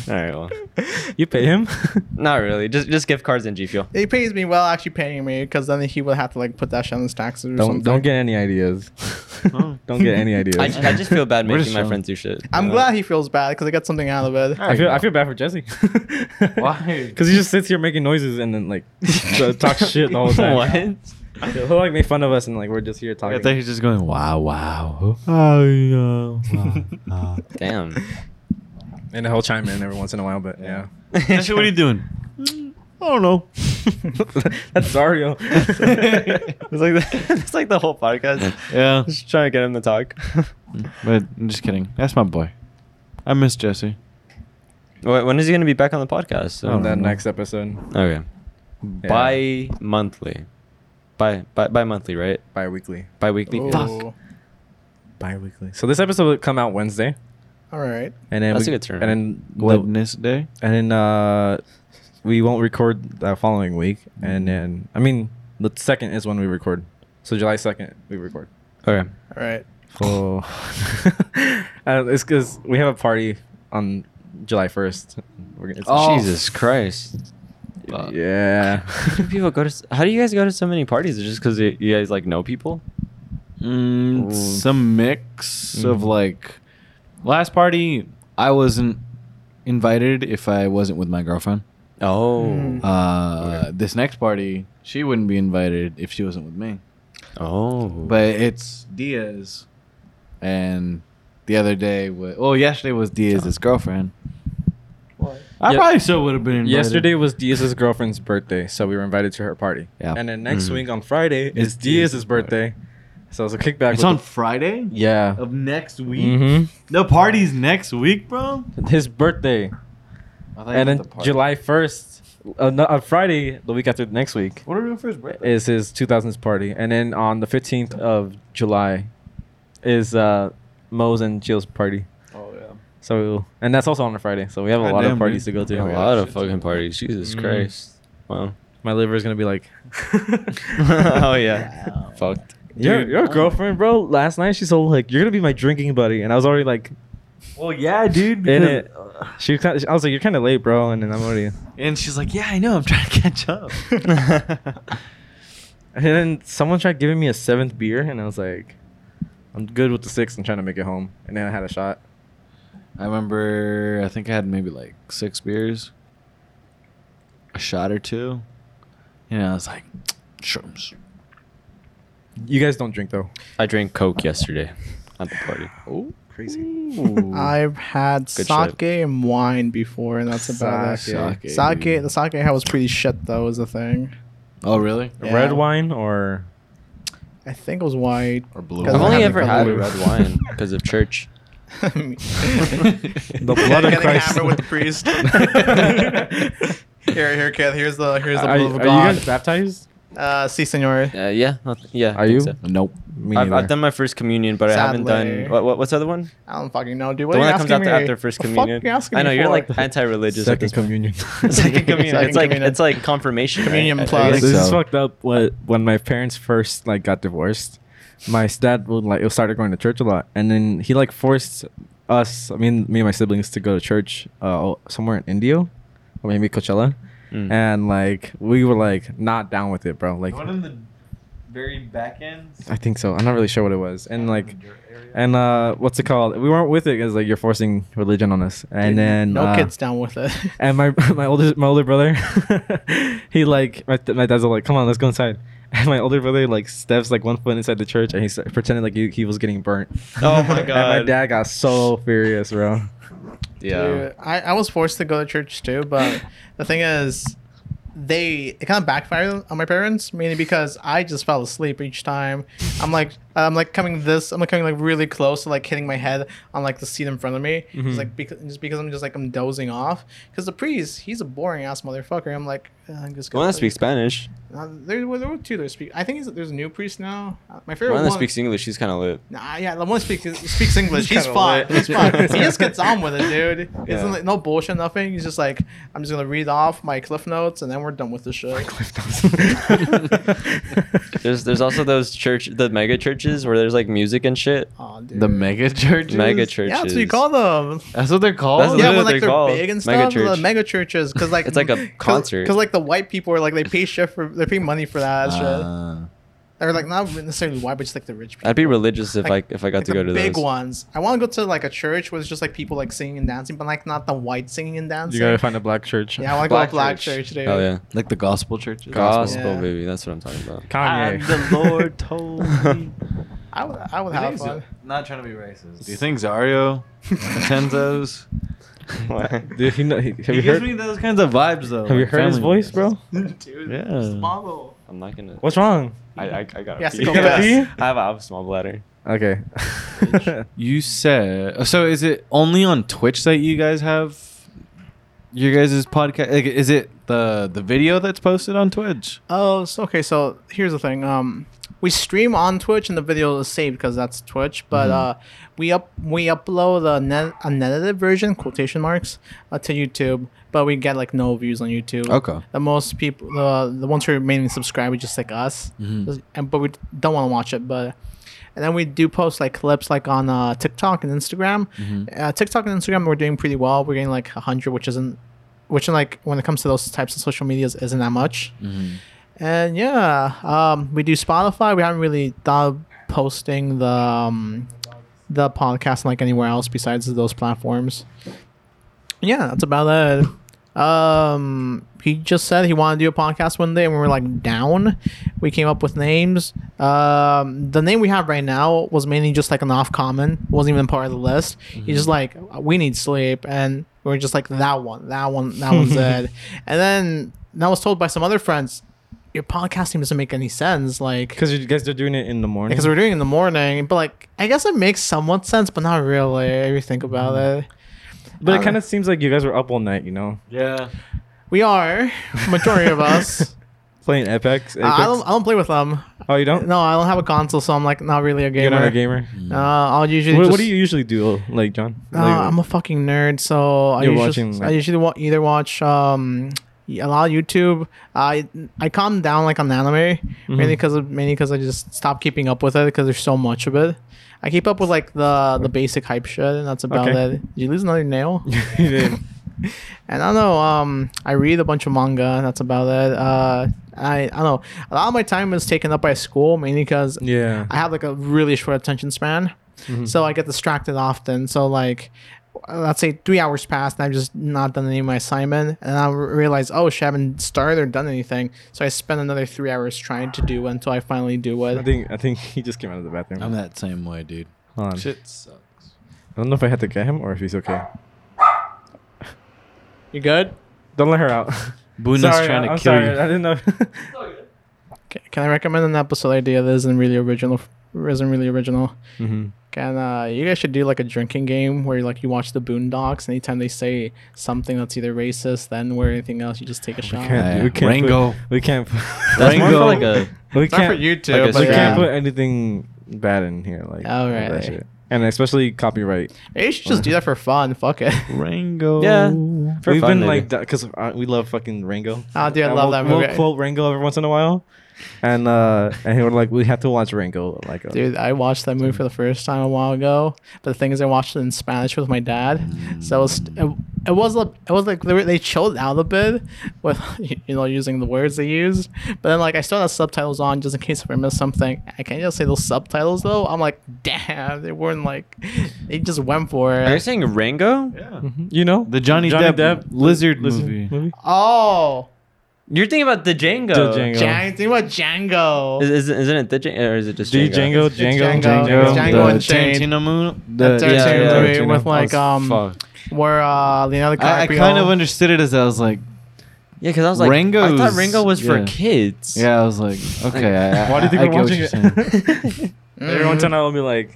Speaker 3: All right, well,
Speaker 1: You pay him?
Speaker 3: not really. Just just gift cards and G Fuel.
Speaker 4: he pays me well, actually paying me, because then he would have to like put that shit on his taxes or
Speaker 1: don't
Speaker 4: something.
Speaker 1: don't get any ideas.
Speaker 5: Oh.
Speaker 1: Don't get any ideas.
Speaker 3: I, ju- I just feel bad
Speaker 5: We're
Speaker 3: making
Speaker 5: just
Speaker 3: my
Speaker 5: showing.
Speaker 3: friends do shit. you
Speaker 4: I'm
Speaker 3: know?
Speaker 4: glad he feels bad because I got something out of it.
Speaker 1: I feel I feel bad for Jesse.
Speaker 5: Why?
Speaker 1: Because he just sits here making noises and then like so- talks shit the whole time.
Speaker 3: What?
Speaker 1: He'll like make fun of us and like we're just here
Speaker 5: I
Speaker 1: talking.
Speaker 5: think he's just going wow, wow. Oh, yeah, wow.
Speaker 3: Damn.
Speaker 1: and he'll chime in every once in a while, but yeah.
Speaker 5: Jesse, what are you doing? I don't know.
Speaker 1: That's Zario.
Speaker 3: it's like the, it's like the whole podcast.
Speaker 5: Yeah,
Speaker 3: Just trying to get him to talk.
Speaker 5: but I'm just kidding. That's my boy. I miss Jesse.
Speaker 3: Wh- when is he gonna be back on the podcast? So-
Speaker 1: On
Speaker 5: Oh.
Speaker 1: that next episode,
Speaker 3: Okay. Bi monthly. Bi bi bi monthly, right?
Speaker 1: bi-weekly,
Speaker 3: Bi weekly.
Speaker 4: Oh.
Speaker 1: bi-weekly. So this episode will come out Wednesday,
Speaker 4: All right.
Speaker 1: and then
Speaker 3: That's
Speaker 1: we,
Speaker 3: a good term.
Speaker 1: And then the-
Speaker 5: Wednesday.
Speaker 1: and then uh, we won't record the following week, and then I mean the second is when we record. So July second we record.
Speaker 3: Okay.
Speaker 4: All right.
Speaker 1: Oh, uh, it's because we have a party on July first. We're gonna. it's-
Speaker 3: Oh. Jesus Christ. Fuck.
Speaker 1: Yeah.
Speaker 3: How do people go to? s- How do you guys go to so many parties? Is it just because you you guys like know people?
Speaker 5: Mm,
Speaker 1: Ooh.
Speaker 5: some mix of
Speaker 1: Mhm.
Speaker 5: like last party. I wasn't invited if I wasn't with my girlfriend.
Speaker 3: Oh.
Speaker 4: Mm.
Speaker 5: Uh,
Speaker 3: Okay.
Speaker 5: This next party, she wouldn't be invited if she wasn't with me.
Speaker 3: Oh.
Speaker 5: But it's Diaz, and the other day was well, yesterday was Diaz's girlfriend. I
Speaker 1: Ye-
Speaker 5: probably still would have been invited.
Speaker 1: Yesterday was Diaz's girlfriend's birthday, so we were invited to her party.
Speaker 5: Yeah.
Speaker 1: And then next
Speaker 3: Mhm.
Speaker 1: week on Friday is
Speaker 5: It's
Speaker 1: Diaz's
Speaker 5: Diaz's
Speaker 1: birthday, so it's a kickback.
Speaker 5: it's
Speaker 1: with
Speaker 5: on
Speaker 1: the-
Speaker 5: Friday
Speaker 1: yeah.
Speaker 5: of next week.
Speaker 1: hmm
Speaker 2: Mm-hmm.
Speaker 5: The party's next week, bro.
Speaker 1: His birthday, and then July first, uh, no, uh, Friday, the week after next week,
Speaker 5: What are we doing for his birthday?
Speaker 1: is his 2000s party, and then on the 15th of July, is uh, Mo's and Chill's party.
Speaker 5: oh yeah.
Speaker 1: So, and that's also on a Friday. So we have a
Speaker 5: God
Speaker 1: lot
Speaker 5: damn,
Speaker 1: of parties
Speaker 5: dude.
Speaker 1: to go to.
Speaker 3: a
Speaker 5: yeah,
Speaker 3: lot of
Speaker 5: shit's
Speaker 3: fucking
Speaker 5: up.
Speaker 3: parties. Jesus
Speaker 1: Mm.
Speaker 3: Christ. Wow.
Speaker 1: My liver is gonna be like,
Speaker 3: oh yeah. Fucked.
Speaker 1: your,
Speaker 5: Dude,
Speaker 1: your
Speaker 5: oh my-
Speaker 1: girlfriend, bro. Last night she's all like, you're gonna be my drinking buddy, and I was already like,
Speaker 5: Well, yeah, dude.
Speaker 1: in
Speaker 5: because-
Speaker 1: it. She, was kinda, I was like, you're kind of late, bro, and then I'm already.
Speaker 5: And she's like, "Yeah, I know. I'm trying to catch up."
Speaker 1: And then someone tried giving me a seventh beer, and I was like, I'm good with the sixth. I'm trying to make it home, and then I had a shot.
Speaker 5: I remember. I think I had maybe like six beers, a shot or two, and I was like, "Shrooms."
Speaker 1: You guys don't drink though.
Speaker 3: I drank Coke yesterday at the party.
Speaker 1: Oh, crazy.
Speaker 4: I've had
Speaker 3: Good
Speaker 4: sake
Speaker 3: shit.
Speaker 4: and wine before, and that's about
Speaker 1: Sake.
Speaker 4: it. Sake, the sake I had was pretty shit though. Was the thing.
Speaker 5: Oh, really?
Speaker 4: Yeah.
Speaker 1: Red wine or
Speaker 4: I think it was white.
Speaker 5: Or blue?
Speaker 4: I've
Speaker 3: I've
Speaker 4: Doesn't
Speaker 3: only
Speaker 4: have
Speaker 3: ever
Speaker 4: the
Speaker 3: had
Speaker 4: color.
Speaker 3: red wine because of church.
Speaker 4: the
Speaker 1: the blood of
Speaker 4: Getting
Speaker 1: Christ.
Speaker 4: hammered with the priest. here, here, Kev. Here's the here's the
Speaker 1: are,
Speaker 4: blood
Speaker 1: are
Speaker 4: of
Speaker 1: you
Speaker 4: God.
Speaker 1: guys baptized?
Speaker 4: uh, si, senor.
Speaker 3: Uh, yeah, I th- yeah. I
Speaker 1: Are
Speaker 3: think
Speaker 1: you?
Speaker 3: so.
Speaker 5: Nope.
Speaker 1: Me
Speaker 3: I've, I've
Speaker 1: neither.
Speaker 3: done my first communion, but I haven't
Speaker 4: Sadly.
Speaker 3: done what, what, what's the other one?
Speaker 4: I don't fucking know, dude. What
Speaker 3: the
Speaker 4: are
Speaker 3: one
Speaker 4: you
Speaker 3: that comes
Speaker 4: asking
Speaker 3: after,
Speaker 4: me?
Speaker 3: after first
Speaker 4: The fuck
Speaker 3: communion.
Speaker 4: you asking
Speaker 3: I know
Speaker 4: me
Speaker 3: you're
Speaker 4: for?
Speaker 3: like anti-religious at this
Speaker 1: Second communion.
Speaker 3: point. Second communion.
Speaker 4: Second
Speaker 3: it's like
Speaker 4: communion.
Speaker 3: it's like confirmation.
Speaker 4: Communion
Speaker 3: right? I- I
Speaker 4: plus.
Speaker 1: this
Speaker 3: think
Speaker 1: is
Speaker 5: so.
Speaker 1: fucked up. What when my parents first like got divorced, my dad would like started going to church a lot, and then he like forced us. I mean, me and my siblings to go to church uh, somewhere in India, or maybe Coachella,
Speaker 3: Mm.
Speaker 1: and like we were like not down with it, bro. Like
Speaker 2: the very back end.
Speaker 1: I think so. I'm not really sure what it was, and like. And uh, what's it called? We weren't with it because like you're forcing religion on us. And then
Speaker 4: no
Speaker 1: uh,
Speaker 4: kids down with it.
Speaker 1: and my my older my older brother, he like my, th- my dad's all like, come on, let's go inside. And my older brother like steps like one foot inside the church, and he s- pretended like he, he was getting burnt.
Speaker 3: Oh
Speaker 1: And
Speaker 3: my
Speaker 1: my
Speaker 3: God.
Speaker 1: dad got so furious, bro.
Speaker 4: Dude, I, I was forced to go to church too, but the thing is, they it kind of backfired on my parents mainly because I just fell asleep each time. I'm like I'm like coming this I'm like coming like really close to like hitting my head on like the seat in front of me.
Speaker 3: Mm-hmm.
Speaker 4: It's like because just because I'm just like I'm dozing off because the priest he's a boring ass motherfucker. I'm like uh, I'm just
Speaker 3: The one
Speaker 4: gonna
Speaker 3: that speaks Spanish.
Speaker 4: Uh, there, were- there were two that speak. I think he's, there's a new priest now. Uh, My
Speaker 3: The
Speaker 4: favorite
Speaker 3: one
Speaker 4: one,
Speaker 3: that speaks English. She's kind of lit.
Speaker 4: Nah, yeah, the one speaks speaks English. He's
Speaker 3: kinda
Speaker 4: fine.
Speaker 3: lit.
Speaker 4: He's fine. He just gets on with it, dude. It's
Speaker 3: Yeah.
Speaker 4: like, no bullshit, nothing. He's just like, I'm just gonna read off my cliff notes, and then we're done with the shit.
Speaker 3: There's there's also those church the mega churches where there's like music and shit.
Speaker 4: Aw, dude.
Speaker 5: The mega churches.
Speaker 3: Mega
Speaker 4: Yeah,
Speaker 3: churches.
Speaker 4: that's what you call them.
Speaker 5: That's what they're called.
Speaker 3: That's
Speaker 4: yeah,
Speaker 3: what
Speaker 4: when
Speaker 3: they're
Speaker 4: like they're
Speaker 3: called.
Speaker 4: big and
Speaker 3: Mega
Speaker 4: stuff, the
Speaker 3: church.
Speaker 4: mega churches, because like
Speaker 3: It's like a concert.
Speaker 4: Because like the white people are like they pay shit for they pay money for that shit.
Speaker 5: Uh,
Speaker 4: They're like not necessarily white, but just like the rich people.
Speaker 3: I'd be religious if
Speaker 4: Like-
Speaker 3: I if I got
Speaker 4: like
Speaker 3: to go
Speaker 4: the
Speaker 3: to
Speaker 4: big
Speaker 3: those.
Speaker 4: ones. I want to go to like a church where it's just like people like singing and dancing, but like not the white singing and dancing.
Speaker 1: You gotta find a black church.
Speaker 4: yeah, I want to go to
Speaker 3: Black
Speaker 4: a black
Speaker 3: church.
Speaker 4: church, dude.
Speaker 3: Oh yeah,
Speaker 5: like the gospel churches.
Speaker 3: gospel
Speaker 4: Yeah.
Speaker 3: baby. That's what I'm talking about.
Speaker 1: Kanye.
Speaker 2: told
Speaker 4: I would, I would have fun.
Speaker 2: Not trying to be racist.
Speaker 5: Do you think Zario attends those?
Speaker 1: Dude, he, know- he, have
Speaker 2: He
Speaker 1: you
Speaker 2: gives
Speaker 1: heard?
Speaker 2: me those kinds of vibes though.
Speaker 1: have you heard his voice, bro?
Speaker 4: Dude,
Speaker 2: Yeah.
Speaker 4: Smoggle.
Speaker 3: I'm not gonna.
Speaker 1: What's wrong?
Speaker 3: I I, I got.
Speaker 4: Yes,
Speaker 3: pee.
Speaker 4: go
Speaker 1: back.
Speaker 3: I have I have a small bladder.
Speaker 1: Okay.
Speaker 5: You said so. Is it only on Twitch that you guys have your guys' podcast? Like, is it the the video that's posted on Twitch?
Speaker 4: Oh, so, okay. So here's the thing. Um, we stream on Twitch, and the video is saved because that's Twitch. But uh, we up we upload a net unedited version quotation marks uh, to YouTube, but we get like no views on YouTube.
Speaker 5: Okay.
Speaker 4: The most people, uh, the ones who are mainly subscribed, are just like us, Just- and but we don't want to watch it. But and then we do post like clips like on uh, TikTok and Instagram. Uh, TikTok and Instagram, we're doing pretty well. We're getting like hundred, which isn't, which like when it comes to those types of social medias, isn't that much. And yeah, um, we do Spotify. We haven't really thought of posting the um, the podcast like anywhere else besides those platforms. Yeah, that's about it. Um, he just said he wanted to do a podcast one day, and we were like down. We came up with names. Um, the name we have right now was mainly just like an off common, wasn't even part of the list. He's just like, we need sleep, and we were just like that one, that one, that one's it. And then and I was told by some other friends, your podcast name doesn't make any sense. Like,
Speaker 1: Because you guys are doing it in the morning.
Speaker 4: because we're doing it in the morning, but like I guess it makes somewhat sense, but not really. If you think about
Speaker 1: Mm.
Speaker 4: it,
Speaker 1: but
Speaker 4: Uh,
Speaker 1: it kind of seems like you guys were up all night, you know,
Speaker 5: Yeah.
Speaker 4: we are majority of us.
Speaker 1: playing Apex. Apex.
Speaker 4: Uh, I don't, I don't play with them.
Speaker 1: oh, you don't?
Speaker 4: No, I don't have a console, so I'm like not really a gamer.
Speaker 1: You're not a gamer.
Speaker 4: Uh, I'll usually.
Speaker 1: What, what
Speaker 4: just,
Speaker 1: do you usually do, like John?
Speaker 4: Uh,
Speaker 1: Like-
Speaker 4: I'm a fucking nerd, so I
Speaker 1: You're
Speaker 4: usually,
Speaker 1: watching, like-
Speaker 4: I usually wa- either watch um a lot of YouTube. I I calm down like on anime
Speaker 1: Mm-hmm.
Speaker 4: mainly because mainly because I just stop keeping up with it because there's so much of it. I keep up with like the the basic hype shit, and that's about
Speaker 1: Okay.
Speaker 4: it. Did you lose another nail?
Speaker 1: You did.
Speaker 4: And I don't know. Um, I read a bunch of manga. and That's about it. Uh, I I don't know. A lot of my time is taken up by school mainly because
Speaker 1: Yeah.
Speaker 4: I have like a really short attention span, so I get distracted often. So like, uh, let's say three hours passed and I've just not done any of my assignment, and I re- realize oh shit, I haven't started or done anything. So I spend another three hours trying to do until I finally do
Speaker 1: I
Speaker 4: it.
Speaker 1: think I think he just came out of the bathroom.
Speaker 5: I'm that same way, dude.
Speaker 1: Hold on.
Speaker 5: Shit sucks.
Speaker 1: don't know if I had to get him or if he's okay.
Speaker 4: You good?
Speaker 1: Don't let her out.
Speaker 5: Buna's
Speaker 1: Sorry,
Speaker 5: trying to
Speaker 1: I'm
Speaker 5: kill
Speaker 1: sorry,
Speaker 5: you.
Speaker 1: I didn't know.
Speaker 4: Ca- Can I recommend an episode idea that isn't really original? Isn't really original. Can uh, you guys should do like a drinking game where like you watch the Boondocks. and Anytime they say something that's either racist, then or anything else, you just take a shot.
Speaker 1: can't-
Speaker 5: Yeah,
Speaker 1: we can't put-
Speaker 5: Rango.
Speaker 1: we can't. put-
Speaker 3: That's more for
Speaker 5: Rango.
Speaker 3: like a.
Speaker 1: we
Speaker 4: It's not for
Speaker 1: can't.
Speaker 4: you two,
Speaker 3: like a
Speaker 1: We
Speaker 4: but uh,
Speaker 3: scam.
Speaker 4: yeah.
Speaker 1: can't put anything bad in here. Like
Speaker 4: All
Speaker 1: like that
Speaker 4: right.
Speaker 1: shit. And especially copyright.
Speaker 4: Maybe you should just do that for fun. Fuck it.
Speaker 5: Rango.
Speaker 3: Yeah. For
Speaker 1: We've
Speaker 3: fun,
Speaker 1: been like
Speaker 3: maybe.
Speaker 1: that because we love fucking Rango.
Speaker 4: Oh, dude, I
Speaker 1: And
Speaker 4: love
Speaker 1: we'll,
Speaker 4: that
Speaker 1: We'll
Speaker 4: movie.
Speaker 1: quote Rango every once in a while, and uh, and we're like, we have to watch Rango. Like, uh,
Speaker 4: Dude, I watched that movie for the first time a while ago. But the thing is, I watched it in Spanish with my dad, so it was it, it was like- it was like they, were, they chilled out a bit with you know using the words they used. But then like I still had subtitles on just in case if I missed something. I can't just say those subtitles though. I'm like, damn, they weren't like they just went for
Speaker 3: Are you
Speaker 4: it.
Speaker 3: saying Rango?
Speaker 1: Mm-hmm. you know
Speaker 5: The Johnny, Depp, lizard movie.
Speaker 4: Oh,
Speaker 3: You're thinking about the Django.
Speaker 1: The Django.
Speaker 4: Django, think about Django.
Speaker 3: Is, is, isn't it the Django or is it just
Speaker 1: Do you Django,
Speaker 3: Django?
Speaker 4: It's Django.
Speaker 1: Django,
Speaker 4: It's
Speaker 1: Django,
Speaker 4: Django
Speaker 5: the
Speaker 4: Unchained.
Speaker 5: Tarantino movie.
Speaker 4: That Tarantino
Speaker 3: yeah,
Speaker 4: movie
Speaker 3: Tarantino.
Speaker 4: with like um where uh Leonardo
Speaker 5: I, I
Speaker 4: DiCaprio.
Speaker 5: kind of understood it as I was like,
Speaker 3: Yeah, because I was like, I thought
Speaker 5: Rango's-
Speaker 3: Rango was for
Speaker 5: yeah.
Speaker 3: kids.
Speaker 5: yeah, I was like, okay. I,
Speaker 1: Why do you think
Speaker 5: I, I
Speaker 1: we're
Speaker 5: get what
Speaker 1: watching
Speaker 5: you're
Speaker 1: it?
Speaker 5: saying.
Speaker 4: Mm-hmm.
Speaker 1: Everyone turn out and be like,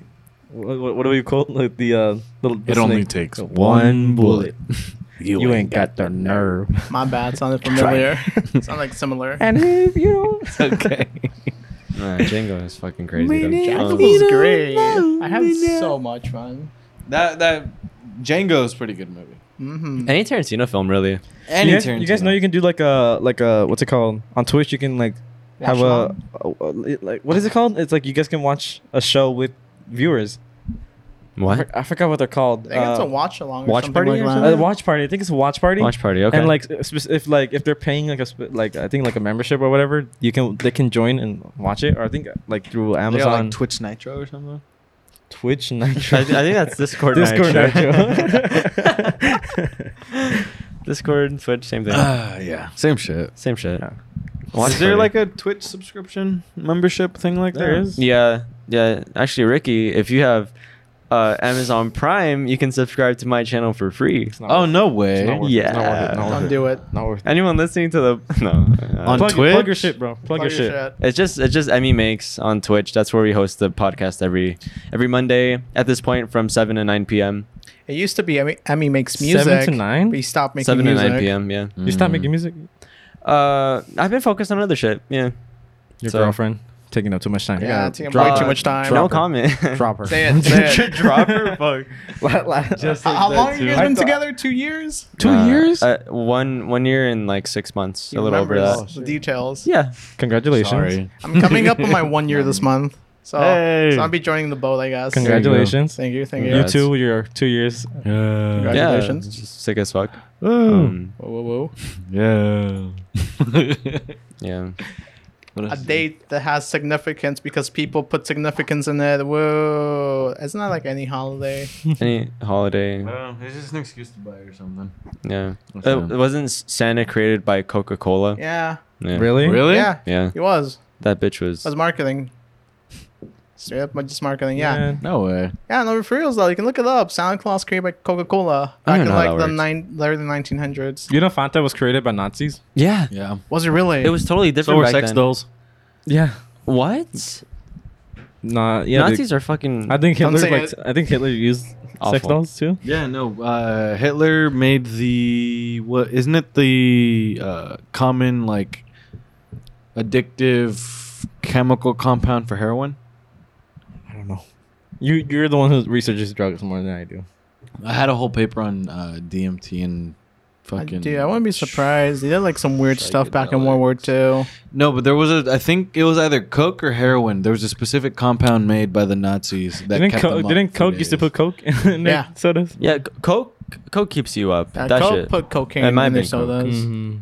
Speaker 1: what, what, what do we call like the uh, the, the
Speaker 5: It only
Speaker 1: snake?
Speaker 5: takes
Speaker 1: The
Speaker 5: one bullet.
Speaker 1: You, ain't got the nerve.
Speaker 4: My bad, sounded familiar. sounded like similar.
Speaker 1: And if you don't,
Speaker 5: okay.
Speaker 3: Nah, Django is fucking crazy.
Speaker 1: Man,
Speaker 3: though.
Speaker 1: yeah,
Speaker 4: Jack
Speaker 1: Um,
Speaker 4: was
Speaker 1: Little
Speaker 4: great.
Speaker 1: love,
Speaker 4: I had
Speaker 1: little-
Speaker 4: so much fun.
Speaker 5: That that Django's pretty good movie.
Speaker 4: hmm
Speaker 3: Any Tarantino film, really.
Speaker 5: Any
Speaker 1: you guys, you guys know you can do like a like a what's it called on Twitch? You can like have a, a- a- like what is it called? It's like you guys can watch a show with viewers. I
Speaker 3: What?
Speaker 1: for- I forgot what they're called.
Speaker 4: I think it's
Speaker 1: Uh,
Speaker 4: a watch along.
Speaker 3: watch
Speaker 4: or something
Speaker 3: party
Speaker 4: like
Speaker 3: or
Speaker 4: that.
Speaker 3: something? Uh,
Speaker 1: a watch party. I think it's a watch party.
Speaker 3: Watch party. Okay.
Speaker 1: And like spec- if like if they're paying like a sp- like I think like a membership or whatever, you can they can join and watch it. Or I think like through Amazon,
Speaker 5: Twitch Nitro or something.
Speaker 1: Twitch, Nitro.
Speaker 3: I, I think that's Discord.
Speaker 1: Discord
Speaker 3: Nitro.
Speaker 1: Nitro.
Speaker 3: Discord, Twitch, same thing.
Speaker 5: Ah, yeah, same shit.
Speaker 3: same shit.
Speaker 1: yeah.
Speaker 3: Watch
Speaker 5: Is there
Speaker 3: party.
Speaker 5: like a Twitch subscription membership thing like
Speaker 1: There
Speaker 5: that?
Speaker 1: is.
Speaker 3: Yeah, yeah. Actually, Ricky, if you have uh, Amazon Prime, you can subscribe to my channel for free.
Speaker 1: It's not
Speaker 5: Oh
Speaker 1: worth it. It's
Speaker 5: no
Speaker 1: not
Speaker 5: way.
Speaker 1: worth it. It's not worth it.
Speaker 3: Yeah.
Speaker 1: Not worth
Speaker 4: Don't do it.
Speaker 1: Not worth it.
Speaker 3: Anyone listening to the no,
Speaker 5: On
Speaker 1: plug,
Speaker 3: uh,
Speaker 1: Twitch? plug your
Speaker 5: Twitch?
Speaker 1: shit, bro. Plug,
Speaker 4: Plug
Speaker 1: your, shit.
Speaker 3: it's just it's just Emmy makes on Twitch. That's where we host the podcast every every Monday at this point from seven to nine p.m.
Speaker 4: It used to be Emmy, Emmy makes music.
Speaker 1: Seven to nine.
Speaker 4: But he stopped making
Speaker 3: seven
Speaker 4: music.
Speaker 3: to nine p.m. Yeah.
Speaker 1: You stop making music.
Speaker 3: Uh, I've been focused on other shit. Yeah.
Speaker 1: Your
Speaker 3: So-
Speaker 1: girlfriend taking up too much time. You
Speaker 4: Yeah,
Speaker 1: gotta
Speaker 4: taking
Speaker 1: drop
Speaker 4: way too
Speaker 1: her.
Speaker 4: much time.
Speaker 1: Drop
Speaker 3: no
Speaker 1: her.
Speaker 3: comment.
Speaker 1: Drop her.
Speaker 4: Say it. Say it.
Speaker 3: Drop her. Fuck.
Speaker 4: H- How long have you guys
Speaker 1: I
Speaker 4: been
Speaker 1: thought-
Speaker 4: together? Two years.
Speaker 1: Two
Speaker 3: Uh,
Speaker 1: years.
Speaker 3: Uh, one one year and like six months.
Speaker 4: He
Speaker 3: a little over
Speaker 4: remembers
Speaker 3: that.
Speaker 4: The details.
Speaker 3: Yeah.
Speaker 1: Congratulations.
Speaker 5: Sorry.
Speaker 4: I'm coming up on my one year this month, so,
Speaker 5: Hey.
Speaker 4: so I'll be joining the boat, I guess.
Speaker 1: Congratulations.
Speaker 4: Thank you. Thank you.
Speaker 1: You
Speaker 3: Congrats.
Speaker 1: two, your two years.
Speaker 5: Yeah.
Speaker 4: Congratulations.
Speaker 3: Yeah. it's just Sick as fuck.
Speaker 5: Um,
Speaker 3: Um,
Speaker 4: Whoa, whoa, whoa.
Speaker 5: yeah.
Speaker 3: yeah.
Speaker 5: What
Speaker 4: a
Speaker 5: else?
Speaker 4: date that has significance because people put significance in it. Whoa, it's not like any holiday.
Speaker 3: Any holiday.
Speaker 5: No, it's just an excuse to buy or something.
Speaker 3: Yeah.
Speaker 5: Okay.
Speaker 3: Uh, wasn't Santa created by Coca Cola?
Speaker 4: Yeah,
Speaker 3: Yeah.
Speaker 1: Really?
Speaker 5: Really?
Speaker 4: yeah,
Speaker 3: Yeah.
Speaker 4: it was.
Speaker 3: That bitch was.
Speaker 4: It was marketing. Straight up, just marketing. Yeah, yeah.
Speaker 5: No way.
Speaker 4: no, for reals though, you can look it up. Santa Claus created by Coca Cola back
Speaker 3: don't
Speaker 4: in
Speaker 3: know how
Speaker 4: like
Speaker 3: that
Speaker 4: the
Speaker 3: works.
Speaker 4: nine, later than 1900s.
Speaker 1: You know, Fanta was created by Nazis.
Speaker 3: yeah.
Speaker 5: Yeah.
Speaker 4: Was it really?
Speaker 3: It was totally different.
Speaker 5: So were
Speaker 3: back
Speaker 5: sex
Speaker 3: then.
Speaker 5: dolls.
Speaker 1: Yeah.
Speaker 3: What?
Speaker 1: Nah. Yeah. dude.
Speaker 3: Nazis are fucking.
Speaker 1: I think
Speaker 4: Don't
Speaker 1: Hitler.
Speaker 4: say
Speaker 1: Like,
Speaker 4: it.
Speaker 1: I think Hitler used sex
Speaker 3: Awful.
Speaker 1: dolls too.
Speaker 5: Yeah, no. Uh, Hitler made the what? Isn't it the uh, common like addictive chemical compound for heroin?
Speaker 1: I don't know. You you're the one who researches drugs more than I do.
Speaker 5: I had a whole paper on uh, DMT and
Speaker 4: I-
Speaker 5: fucking.
Speaker 4: Dude, I wouldn't be surprised. They did like some weird stuff back in World War II.
Speaker 5: No, but there was a. I think it was either coke or heroin. There was a specific compound made by the Nazis that
Speaker 1: didn't
Speaker 5: kept
Speaker 1: Coke,
Speaker 5: them up
Speaker 1: didn't
Speaker 5: for
Speaker 1: Coke used to
Speaker 5: days.
Speaker 1: put Coke in their
Speaker 4: Yeah.
Speaker 1: sodas?
Speaker 3: Yeah. c- Coke. Coke keeps you up.
Speaker 4: Uh,
Speaker 3: that
Speaker 4: Coke
Speaker 3: shit.
Speaker 4: put cocaine
Speaker 3: It might
Speaker 4: in their
Speaker 3: be Coke. Mm-hmm.
Speaker 4: sodas.
Speaker 5: Mm-hmm.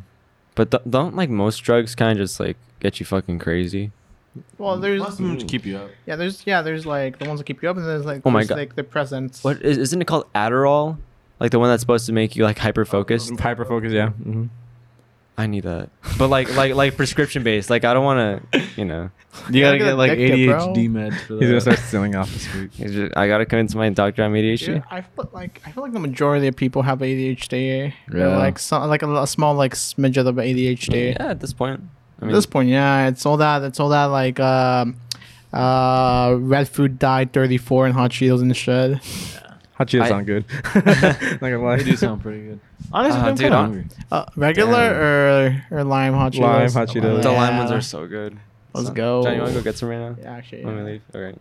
Speaker 3: But th- don't like most drugs kind of just like get you fucking crazy.
Speaker 4: Well,
Speaker 5: Most
Speaker 4: there's
Speaker 5: of them
Speaker 1: Mm.
Speaker 5: just keep you up.
Speaker 4: Yeah, there's yeah, there's like the ones that keep you up, and there's like
Speaker 3: Oh my
Speaker 4: there's,
Speaker 3: God.
Speaker 4: like the presents.
Speaker 3: What is, isn't
Speaker 1: Um,
Speaker 3: it called Adderall? Like the one that's supposed to make you like hyper focused.
Speaker 1: Hyper focus, yeah. Mhm.
Speaker 3: I need that, but like like like prescription based. Like I don't want to, you know.
Speaker 5: You
Speaker 4: Yeah, look
Speaker 5: gotta
Speaker 4: at
Speaker 5: get
Speaker 4: that
Speaker 5: like
Speaker 4: dick pic,
Speaker 5: ADHD
Speaker 4: bro.
Speaker 5: meds for that.
Speaker 1: He's gonna start stealing off the street.
Speaker 3: It's just- I gotta convince my doctor I'm ADHD.
Speaker 4: Dude, I feel like I feel like the majority of people have ADHD.
Speaker 5: Yeah.
Speaker 4: Yeah. Like some, like a, l- a small like smidget of ADHD.
Speaker 3: Yeah, at this point. I
Speaker 4: At this point, yeah, it's all that. It's all that like um, uh, red food diet, thirty four, and hot Cheetos and shit.
Speaker 1: Hot Cheetos
Speaker 3: I-
Speaker 1: sound good. Not gonna lie.
Speaker 5: They do sound pretty good. Honestly,
Speaker 3: Uh,
Speaker 5: I'm
Speaker 3: dude,
Speaker 5: dude,
Speaker 3: I'm-
Speaker 5: hungry.
Speaker 4: Uh, regular or or lime hot Cheetos.
Speaker 1: Lime hot Cheetos.
Speaker 3: the lime
Speaker 4: uh, Yeah.
Speaker 3: ones are so good.
Speaker 4: Let's
Speaker 3: So-
Speaker 4: go.
Speaker 3: Johnny, you wanna go get some right now?
Speaker 4: Yeah, actually.
Speaker 3: When we
Speaker 4: Yeah.
Speaker 3: leave, all right.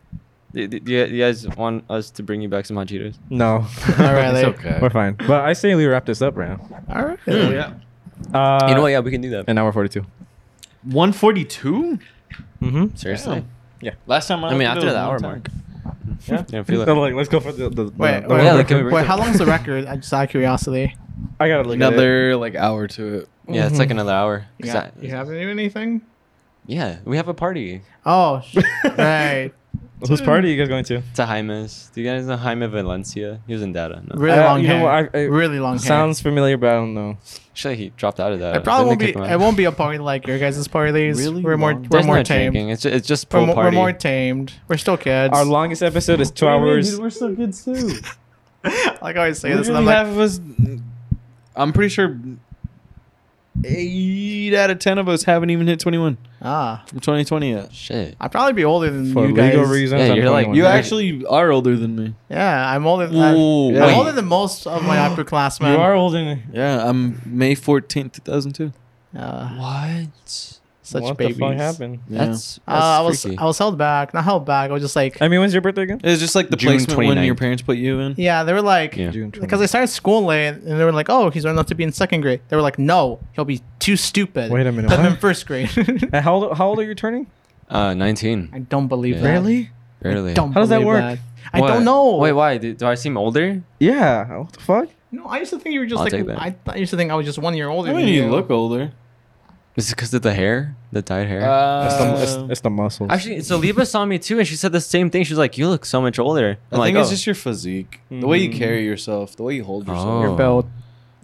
Speaker 3: Do, do, do you do you guys want us to bring you back some hot Cheetos?
Speaker 1: No.
Speaker 4: All right,
Speaker 5: It's
Speaker 4: like-
Speaker 5: okay.
Speaker 1: We're fine. But I say we wrap this up right
Speaker 4: All right.
Speaker 1: Hmm.
Speaker 5: Oh, Yeah.
Speaker 1: now. Uh,
Speaker 3: you know what? Yeah, we can do that.
Speaker 1: An hour 42.
Speaker 5: 142?
Speaker 1: Mm-hmm.
Speaker 3: Seriously.
Speaker 5: Last time I,
Speaker 3: I mean,
Speaker 5: looked
Speaker 3: after
Speaker 5: at it
Speaker 3: the hour
Speaker 5: was one
Speaker 3: mark.
Speaker 5: time.
Speaker 1: Yeah.
Speaker 3: Yeah, I feel it.
Speaker 1: So, like, let's go for the. the, the-
Speaker 4: Wait,
Speaker 1: the
Speaker 4: wait,
Speaker 3: Yeah,
Speaker 1: one
Speaker 3: like, can we
Speaker 1: record.
Speaker 3: break
Speaker 4: wait,
Speaker 3: it?
Speaker 4: how long's the record? I just out of curiosity.
Speaker 1: I gotta look at it.
Speaker 5: Another like hour to it.
Speaker 3: Yeah, it's like another hour.
Speaker 4: You,
Speaker 3: 'Cause
Speaker 4: got,
Speaker 3: I-
Speaker 4: you haven't done anything?
Speaker 3: yeah, we have a party.
Speaker 4: Oh, sh- right.
Speaker 1: Whose party are you guys going to?
Speaker 3: It's a Jaime's. Do you guys know Jaime Valencia? He was in Data. No.
Speaker 4: Really
Speaker 1: Uh,
Speaker 4: long
Speaker 1: you know
Speaker 4: hair.
Speaker 1: what, I- I-
Speaker 4: really long hair.
Speaker 1: Sounds familiar, but I don't know.
Speaker 3: Actually, he dropped out of that.
Speaker 4: It probably won't be. It won't be a party like your guys' parties.
Speaker 5: Really
Speaker 4: We're more.
Speaker 5: long-
Speaker 4: We're
Speaker 3: There's
Speaker 4: more
Speaker 3: no
Speaker 4: tamed.
Speaker 3: drinking. It's just, it's just
Speaker 4: We're,
Speaker 3: pool
Speaker 4: mo- we're
Speaker 3: party.
Speaker 4: more tamed. We're still kids.
Speaker 1: Our longest episode is two hours.
Speaker 5: we're so good too.
Speaker 4: like I always say this, and
Speaker 5: Literally
Speaker 4: I'm like,
Speaker 5: half of us. I'm pretty sure eight out of ten of us haven't even hit 21
Speaker 4: ah,
Speaker 5: from 2020 yet.
Speaker 3: Shit.
Speaker 4: I'd probably be older than
Speaker 1: for
Speaker 4: you guys.
Speaker 1: legal reasons.
Speaker 3: Yeah,
Speaker 1: I'm
Speaker 3: you're like-
Speaker 1: 21.
Speaker 5: You
Speaker 3: Yeah.
Speaker 5: actually are older than me.
Speaker 4: Yeah, I'm older. Than,
Speaker 5: Ooh,
Speaker 4: I'm
Speaker 5: wait.
Speaker 4: older than most of my upperclassmen.
Speaker 1: You are old and
Speaker 5: Yeah, I'm May 14th, 2002.
Speaker 4: Uh,
Speaker 3: What?
Speaker 4: such
Speaker 1: what
Speaker 4: babies.
Speaker 1: the fuck happened?
Speaker 5: Yeah.
Speaker 3: That's, that's
Speaker 4: Uh, I was
Speaker 3: freaky.
Speaker 4: I was held back. Not held back. I was just like,
Speaker 1: I mean, when's your birthday again?
Speaker 5: It's just like the
Speaker 3: June
Speaker 5: placement when
Speaker 3: 29th.
Speaker 5: your parents put you in.
Speaker 4: yeah, they were like,
Speaker 3: Yeah.
Speaker 1: June
Speaker 4: because I started school late, and they were like, oh, he's old enough to be in second grade. They were like, no, he'll be too stupid.
Speaker 1: Wait a minute,
Speaker 4: Put him in
Speaker 1: what?
Speaker 4: first grade.
Speaker 1: And how old, how old are you turning?
Speaker 3: Uh, 19.
Speaker 4: I don't believe
Speaker 3: Yeah.
Speaker 4: that.
Speaker 1: Really?
Speaker 3: Really?
Speaker 4: Don't
Speaker 1: How does that
Speaker 4: believe
Speaker 1: work?
Speaker 4: I
Speaker 3: What?
Speaker 4: don't know.
Speaker 3: Wait, why? Do, do I seem older?
Speaker 1: Yeah. What the fuck?
Speaker 4: No, I used to think you were just
Speaker 3: I'll
Speaker 4: like
Speaker 3: take that.
Speaker 4: I, th- I used to think I was just one year older.
Speaker 5: I mean,
Speaker 4: than
Speaker 5: you look older.
Speaker 3: Is it because of the hair? The dyed hair?
Speaker 5: Uh,
Speaker 1: It's the, it's, it's the muscles.
Speaker 3: Uh, Actually, so Liba saw me too, and she said the same thing. She's like, "You look so much older."
Speaker 5: I
Speaker 3: I'm like,
Speaker 5: think it's
Speaker 3: "Oh,
Speaker 5: just your physique, the way you carry yourself, the way you hold yourself.
Speaker 4: Your belt,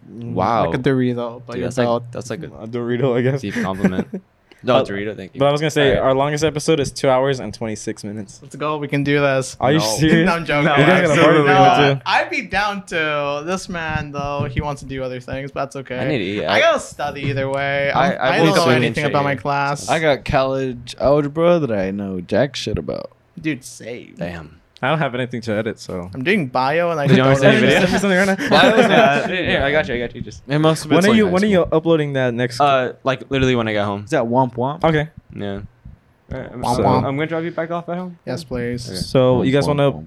Speaker 3: wow."
Speaker 4: like a Dorito, but
Speaker 3: Dude,
Speaker 4: your
Speaker 3: that's, like,
Speaker 4: belt.
Speaker 3: that's like a
Speaker 1: a Dorito, I guess.
Speaker 3: deep compliment. No,
Speaker 1: But-
Speaker 3: Dorito, thank you.
Speaker 1: But I was gonna say
Speaker 3: Alright.
Speaker 1: our longest episode is two hours and twenty six minutes.
Speaker 4: Let's go. We can do this.
Speaker 1: Are you
Speaker 3: No.
Speaker 1: serious?
Speaker 4: No, I'm joking.
Speaker 1: You guys got a party
Speaker 3: absolutely
Speaker 1: going
Speaker 4: No,
Speaker 1: too.
Speaker 4: I'd be down to this man though. He wants to do other things, but that's okay.
Speaker 3: I need to eat.
Speaker 4: I
Speaker 3: I-
Speaker 4: gotta study either way. I'm-
Speaker 3: I- I
Speaker 4: I,
Speaker 3: woke
Speaker 4: don't
Speaker 3: up
Speaker 4: know
Speaker 3: and
Speaker 4: anything
Speaker 3: shit,
Speaker 4: about my
Speaker 3: yeah.
Speaker 4: class.
Speaker 5: I got college algebra that I know jack shit about.
Speaker 4: dude saved.
Speaker 3: Damn.
Speaker 1: I don't have anything to edit, so.
Speaker 4: I'm doing bio and I.
Speaker 3: Did you want me to send you a
Speaker 1: Send
Speaker 3: video?
Speaker 1: me something right now.
Speaker 5: Why was that?
Speaker 3: Here, I got you. I got you. Just
Speaker 5: It must have been
Speaker 1: When are
Speaker 5: like
Speaker 1: you
Speaker 5: high
Speaker 1: when are
Speaker 5: school.
Speaker 1: you uploading that next?
Speaker 3: uh, like literally when I got home.
Speaker 5: Is that womp womp?
Speaker 1: okay.
Speaker 3: Yeah. Alright, I'm,
Speaker 1: Womp
Speaker 3: so-
Speaker 1: womp.
Speaker 3: I'm gonna drive you back off at home.
Speaker 4: Yes, please.
Speaker 3: Okay.
Speaker 1: So Oh, you guys want to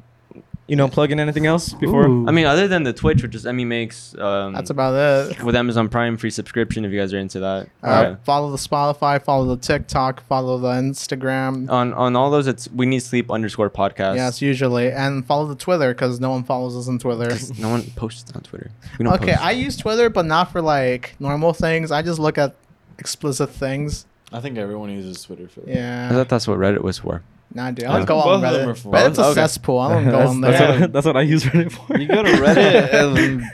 Speaker 1: you know plug in anything else before?
Speaker 4: Ooh.
Speaker 3: I mean, other than the Twitch, which is Emmy makes. Um,
Speaker 4: That's about it.
Speaker 3: with Amazon Prime free subscription if you guys are into that.
Speaker 4: Uh, follow the Spotify, follow the TikTok, follow the Instagram.
Speaker 3: Yeah. On on all those, it's we need sleep underscore podcast.
Speaker 4: Yes, usually. And follow the Twitter because no one follows us on Twitter.
Speaker 3: 'Cause no one posts on Twitter. We don't
Speaker 4: okay,
Speaker 3: post.
Speaker 4: I use Twitter, but not for like normal things. I just look at explicit things.
Speaker 5: I think everyone uses Twitter for that.
Speaker 4: Yeah.
Speaker 3: I thought that's what Reddit was for.
Speaker 4: nah, dude.
Speaker 3: Yeah.
Speaker 4: I don't go
Speaker 5: Both
Speaker 4: on
Speaker 5: of them are
Speaker 4: Reddit.
Speaker 5: for-
Speaker 4: Reddit's a
Speaker 3: Okay.
Speaker 4: cesspool. I don't go
Speaker 1: that's,
Speaker 4: on
Speaker 1: that's
Speaker 4: there.
Speaker 1: what, that's what I use Reddit for.
Speaker 5: You go to Reddit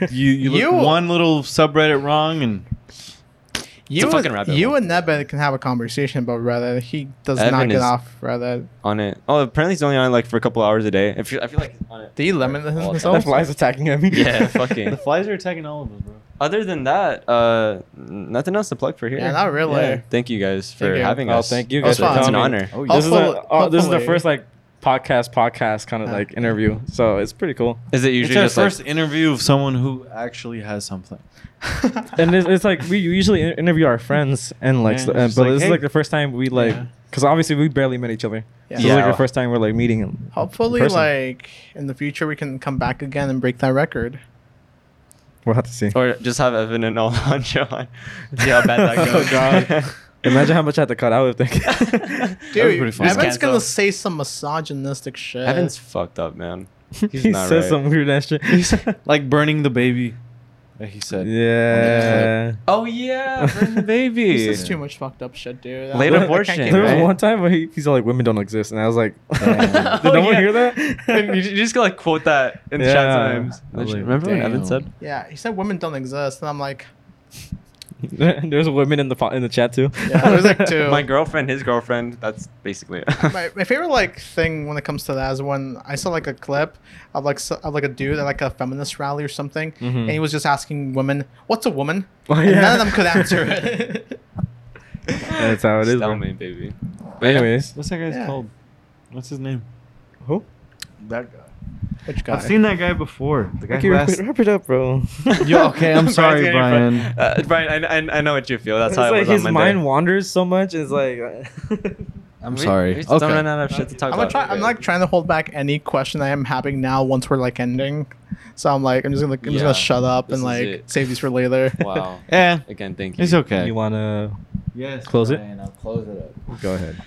Speaker 5: and you you, look
Speaker 4: You-
Speaker 5: one little subreddit wrong and
Speaker 4: You,
Speaker 3: a fucking
Speaker 4: and-
Speaker 3: rabbit
Speaker 4: you
Speaker 3: hole.
Speaker 4: and Nebed can have a conversation about Reddit. He does
Speaker 3: Evan
Speaker 4: not get
Speaker 3: is-
Speaker 4: off Reddit.
Speaker 3: on it. Oh, apparently he's only on it like for a couple hours a day. I feel, I feel like he's on it.
Speaker 4: Do you lemon
Speaker 3: All the time.
Speaker 4: himself?
Speaker 1: That fly's attacking at me.
Speaker 3: Yeah, fucking.
Speaker 5: the flies are attacking all of us, bro.
Speaker 3: Other than that, uh, n- nothing else to plug for here.
Speaker 4: Yeah, not really.
Speaker 3: Yeah. Thank you guys for
Speaker 4: Thank you.
Speaker 3: having
Speaker 1: Oh,
Speaker 3: us.
Speaker 1: thank you
Speaker 4: That was
Speaker 1: guys for
Speaker 3: It's
Speaker 4: fun.
Speaker 3: an
Speaker 1: coming.
Speaker 3: honor.
Speaker 5: Oh,
Speaker 1: This is,
Speaker 4: Hopefully-
Speaker 1: a, oh, this is the
Speaker 4: hopefully.
Speaker 1: first like podcast podcast kind of
Speaker 4: Yeah.
Speaker 1: like interview, so it's pretty cool.
Speaker 3: Is it
Speaker 5: It's
Speaker 3: usually
Speaker 5: our
Speaker 3: just
Speaker 5: first
Speaker 3: like
Speaker 5: interview of someone who actually has something.
Speaker 1: And it's, it's like we usually in- interview our friends and like,
Speaker 5: Yeah,
Speaker 1: so-
Speaker 5: it's
Speaker 1: uh,
Speaker 5: just
Speaker 1: but
Speaker 5: like,
Speaker 1: this
Speaker 5: hey.
Speaker 1: is like the first time we like,
Speaker 4: Yeah.
Speaker 1: because obviously we barely met each other.
Speaker 4: Yeah.
Speaker 1: This is like
Speaker 3: Yeah.
Speaker 1: the first time we're like meeting. in-
Speaker 4: Hopefully,
Speaker 1: person.
Speaker 4: like in the future, we can come back again and break that record.
Speaker 1: We'll have to see.
Speaker 3: or just have Evan and Alonzo on? Yeah, how bad that
Speaker 1: Oh,
Speaker 3: goes.
Speaker 1: God. Imagine how much I had to cut out of things.
Speaker 5: That'd be
Speaker 4: Dude,
Speaker 5: pretty fun.
Speaker 4: Evan's
Speaker 3: Cancel.
Speaker 4: gonna say some misogynistic shit.
Speaker 3: Evan's fucked up, man. He's
Speaker 1: he
Speaker 3: not
Speaker 1: says
Speaker 3: right.
Speaker 1: some weird ass shit.
Speaker 5: Like burning the baby. Like he said.
Speaker 1: yeah.
Speaker 3: Oh yeah, bring the
Speaker 4: This
Speaker 3: baby.
Speaker 4: is too much fucked up shit, dude.
Speaker 3: Late
Speaker 4: I can't
Speaker 3: abortion,
Speaker 4: get
Speaker 1: There was
Speaker 4: right.
Speaker 1: one time where he, he's like, "Women don't exist," and I was like,
Speaker 5: Damn.
Speaker 1: "Did
Speaker 3: Oh,
Speaker 1: no one
Speaker 3: yeah.
Speaker 1: hear that?"
Speaker 3: And you ju- you just gotta like quote that in the
Speaker 1: Yeah.
Speaker 3: chat sometimes.
Speaker 1: I was like,
Speaker 3: Remember when Evan
Speaker 5: damn.
Speaker 3: said?
Speaker 4: Yeah, he said women don't exist, and I'm like,
Speaker 1: There's women in the po- in the chat too.
Speaker 4: Yeah, there's like two.
Speaker 3: My girlfriend, his girlfriend. That's basically it.
Speaker 4: my, my favorite like thing when it comes to that is when I saw like a clip of like so, of like a dude at like a feminist rally or something, and he was just asking women, "What's a woman?"
Speaker 1: Oh,
Speaker 4: and
Speaker 1: yeah.
Speaker 4: none of them could answer it.
Speaker 1: That's how it is.
Speaker 3: Tell
Speaker 1: bro.
Speaker 3: me, baby.
Speaker 1: But anyways, Oh,
Speaker 5: What's that guy's
Speaker 4: Yeah.
Speaker 5: called? What's his name?
Speaker 1: who?
Speaker 5: That guy.
Speaker 4: Which guy?
Speaker 5: I've seen that guy before. The guy
Speaker 1: Okay,
Speaker 5: who
Speaker 1: wrap it,
Speaker 5: asked.
Speaker 1: wrap it up, bro.
Speaker 5: Yo, okay, I'm
Speaker 3: Brian's
Speaker 5: sorry,
Speaker 3: getting
Speaker 5: Brian.
Speaker 3: fr- Uh, Brian, I, I, I know what you feel. That's
Speaker 1: It's
Speaker 3: how it
Speaker 1: like
Speaker 3: was
Speaker 1: his
Speaker 3: on Monday.
Speaker 1: mind wanders so much. It's like
Speaker 5: I'm sorry.
Speaker 3: We, we
Speaker 5: Okay.
Speaker 3: Don't run out of shit to talk
Speaker 4: I'm gonna
Speaker 3: about.
Speaker 4: try. I'm like trying to hold back any question I am having now once we're like ending. So I'm like, I'm just gonna, I'm just
Speaker 3: Yeah,
Speaker 4: gonna shut up
Speaker 3: this
Speaker 4: and
Speaker 3: is
Speaker 4: like
Speaker 3: it.
Speaker 4: save these for later.
Speaker 3: Wow.
Speaker 5: Yeah,
Speaker 3: Again, thank you.
Speaker 5: Eh, it's okay.
Speaker 1: you wanna
Speaker 5: Yes.
Speaker 1: Close it?
Speaker 5: I'll close it up.
Speaker 1: go ahead.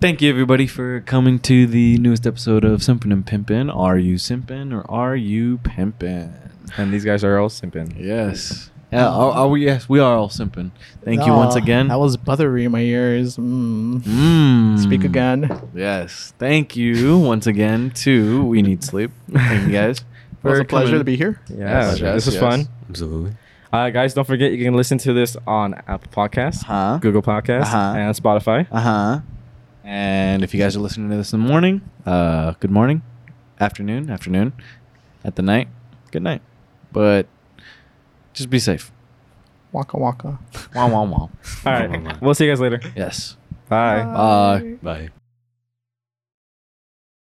Speaker 5: Thank you, everybody, for coming to the newest episode of Simpin' and Pimpin'. Are you simpin' or are you pimpin'?
Speaker 1: And these guys are all simping.
Speaker 5: Yes. Yeah, are, are we? Yes, we are all simpin'. Thank you once
Speaker 4: Aw,
Speaker 5: again.
Speaker 4: Oh, That was buttery in my ears. Mm.
Speaker 5: Mm.
Speaker 4: Speak again.
Speaker 5: Yes. Thank you once again to We Need Sleep. Thank you guys.
Speaker 4: It was
Speaker 5: for
Speaker 4: a pleasure
Speaker 5: coming.
Speaker 4: to be here.
Speaker 1: Yeah,
Speaker 5: Yes, yes,
Speaker 1: this was
Speaker 5: yes.
Speaker 1: fun.
Speaker 3: Absolutely.
Speaker 1: Uh, guys, don't forget you can listen to this on Apple Podcasts,
Speaker 5: Uh-huh.
Speaker 1: Google Podcasts,
Speaker 5: Uh-huh.
Speaker 1: and Spotify.
Speaker 5: Uh huh. And if you guys are listening to this in the morning, uh, good morning, afternoon, afternoon, at the night, good night. But just be safe.
Speaker 4: Waka waka.
Speaker 5: Wah wah wah.
Speaker 1: All right, we'll see you guys later.
Speaker 5: Yes.
Speaker 1: Bye.
Speaker 5: Bye.
Speaker 3: Bye.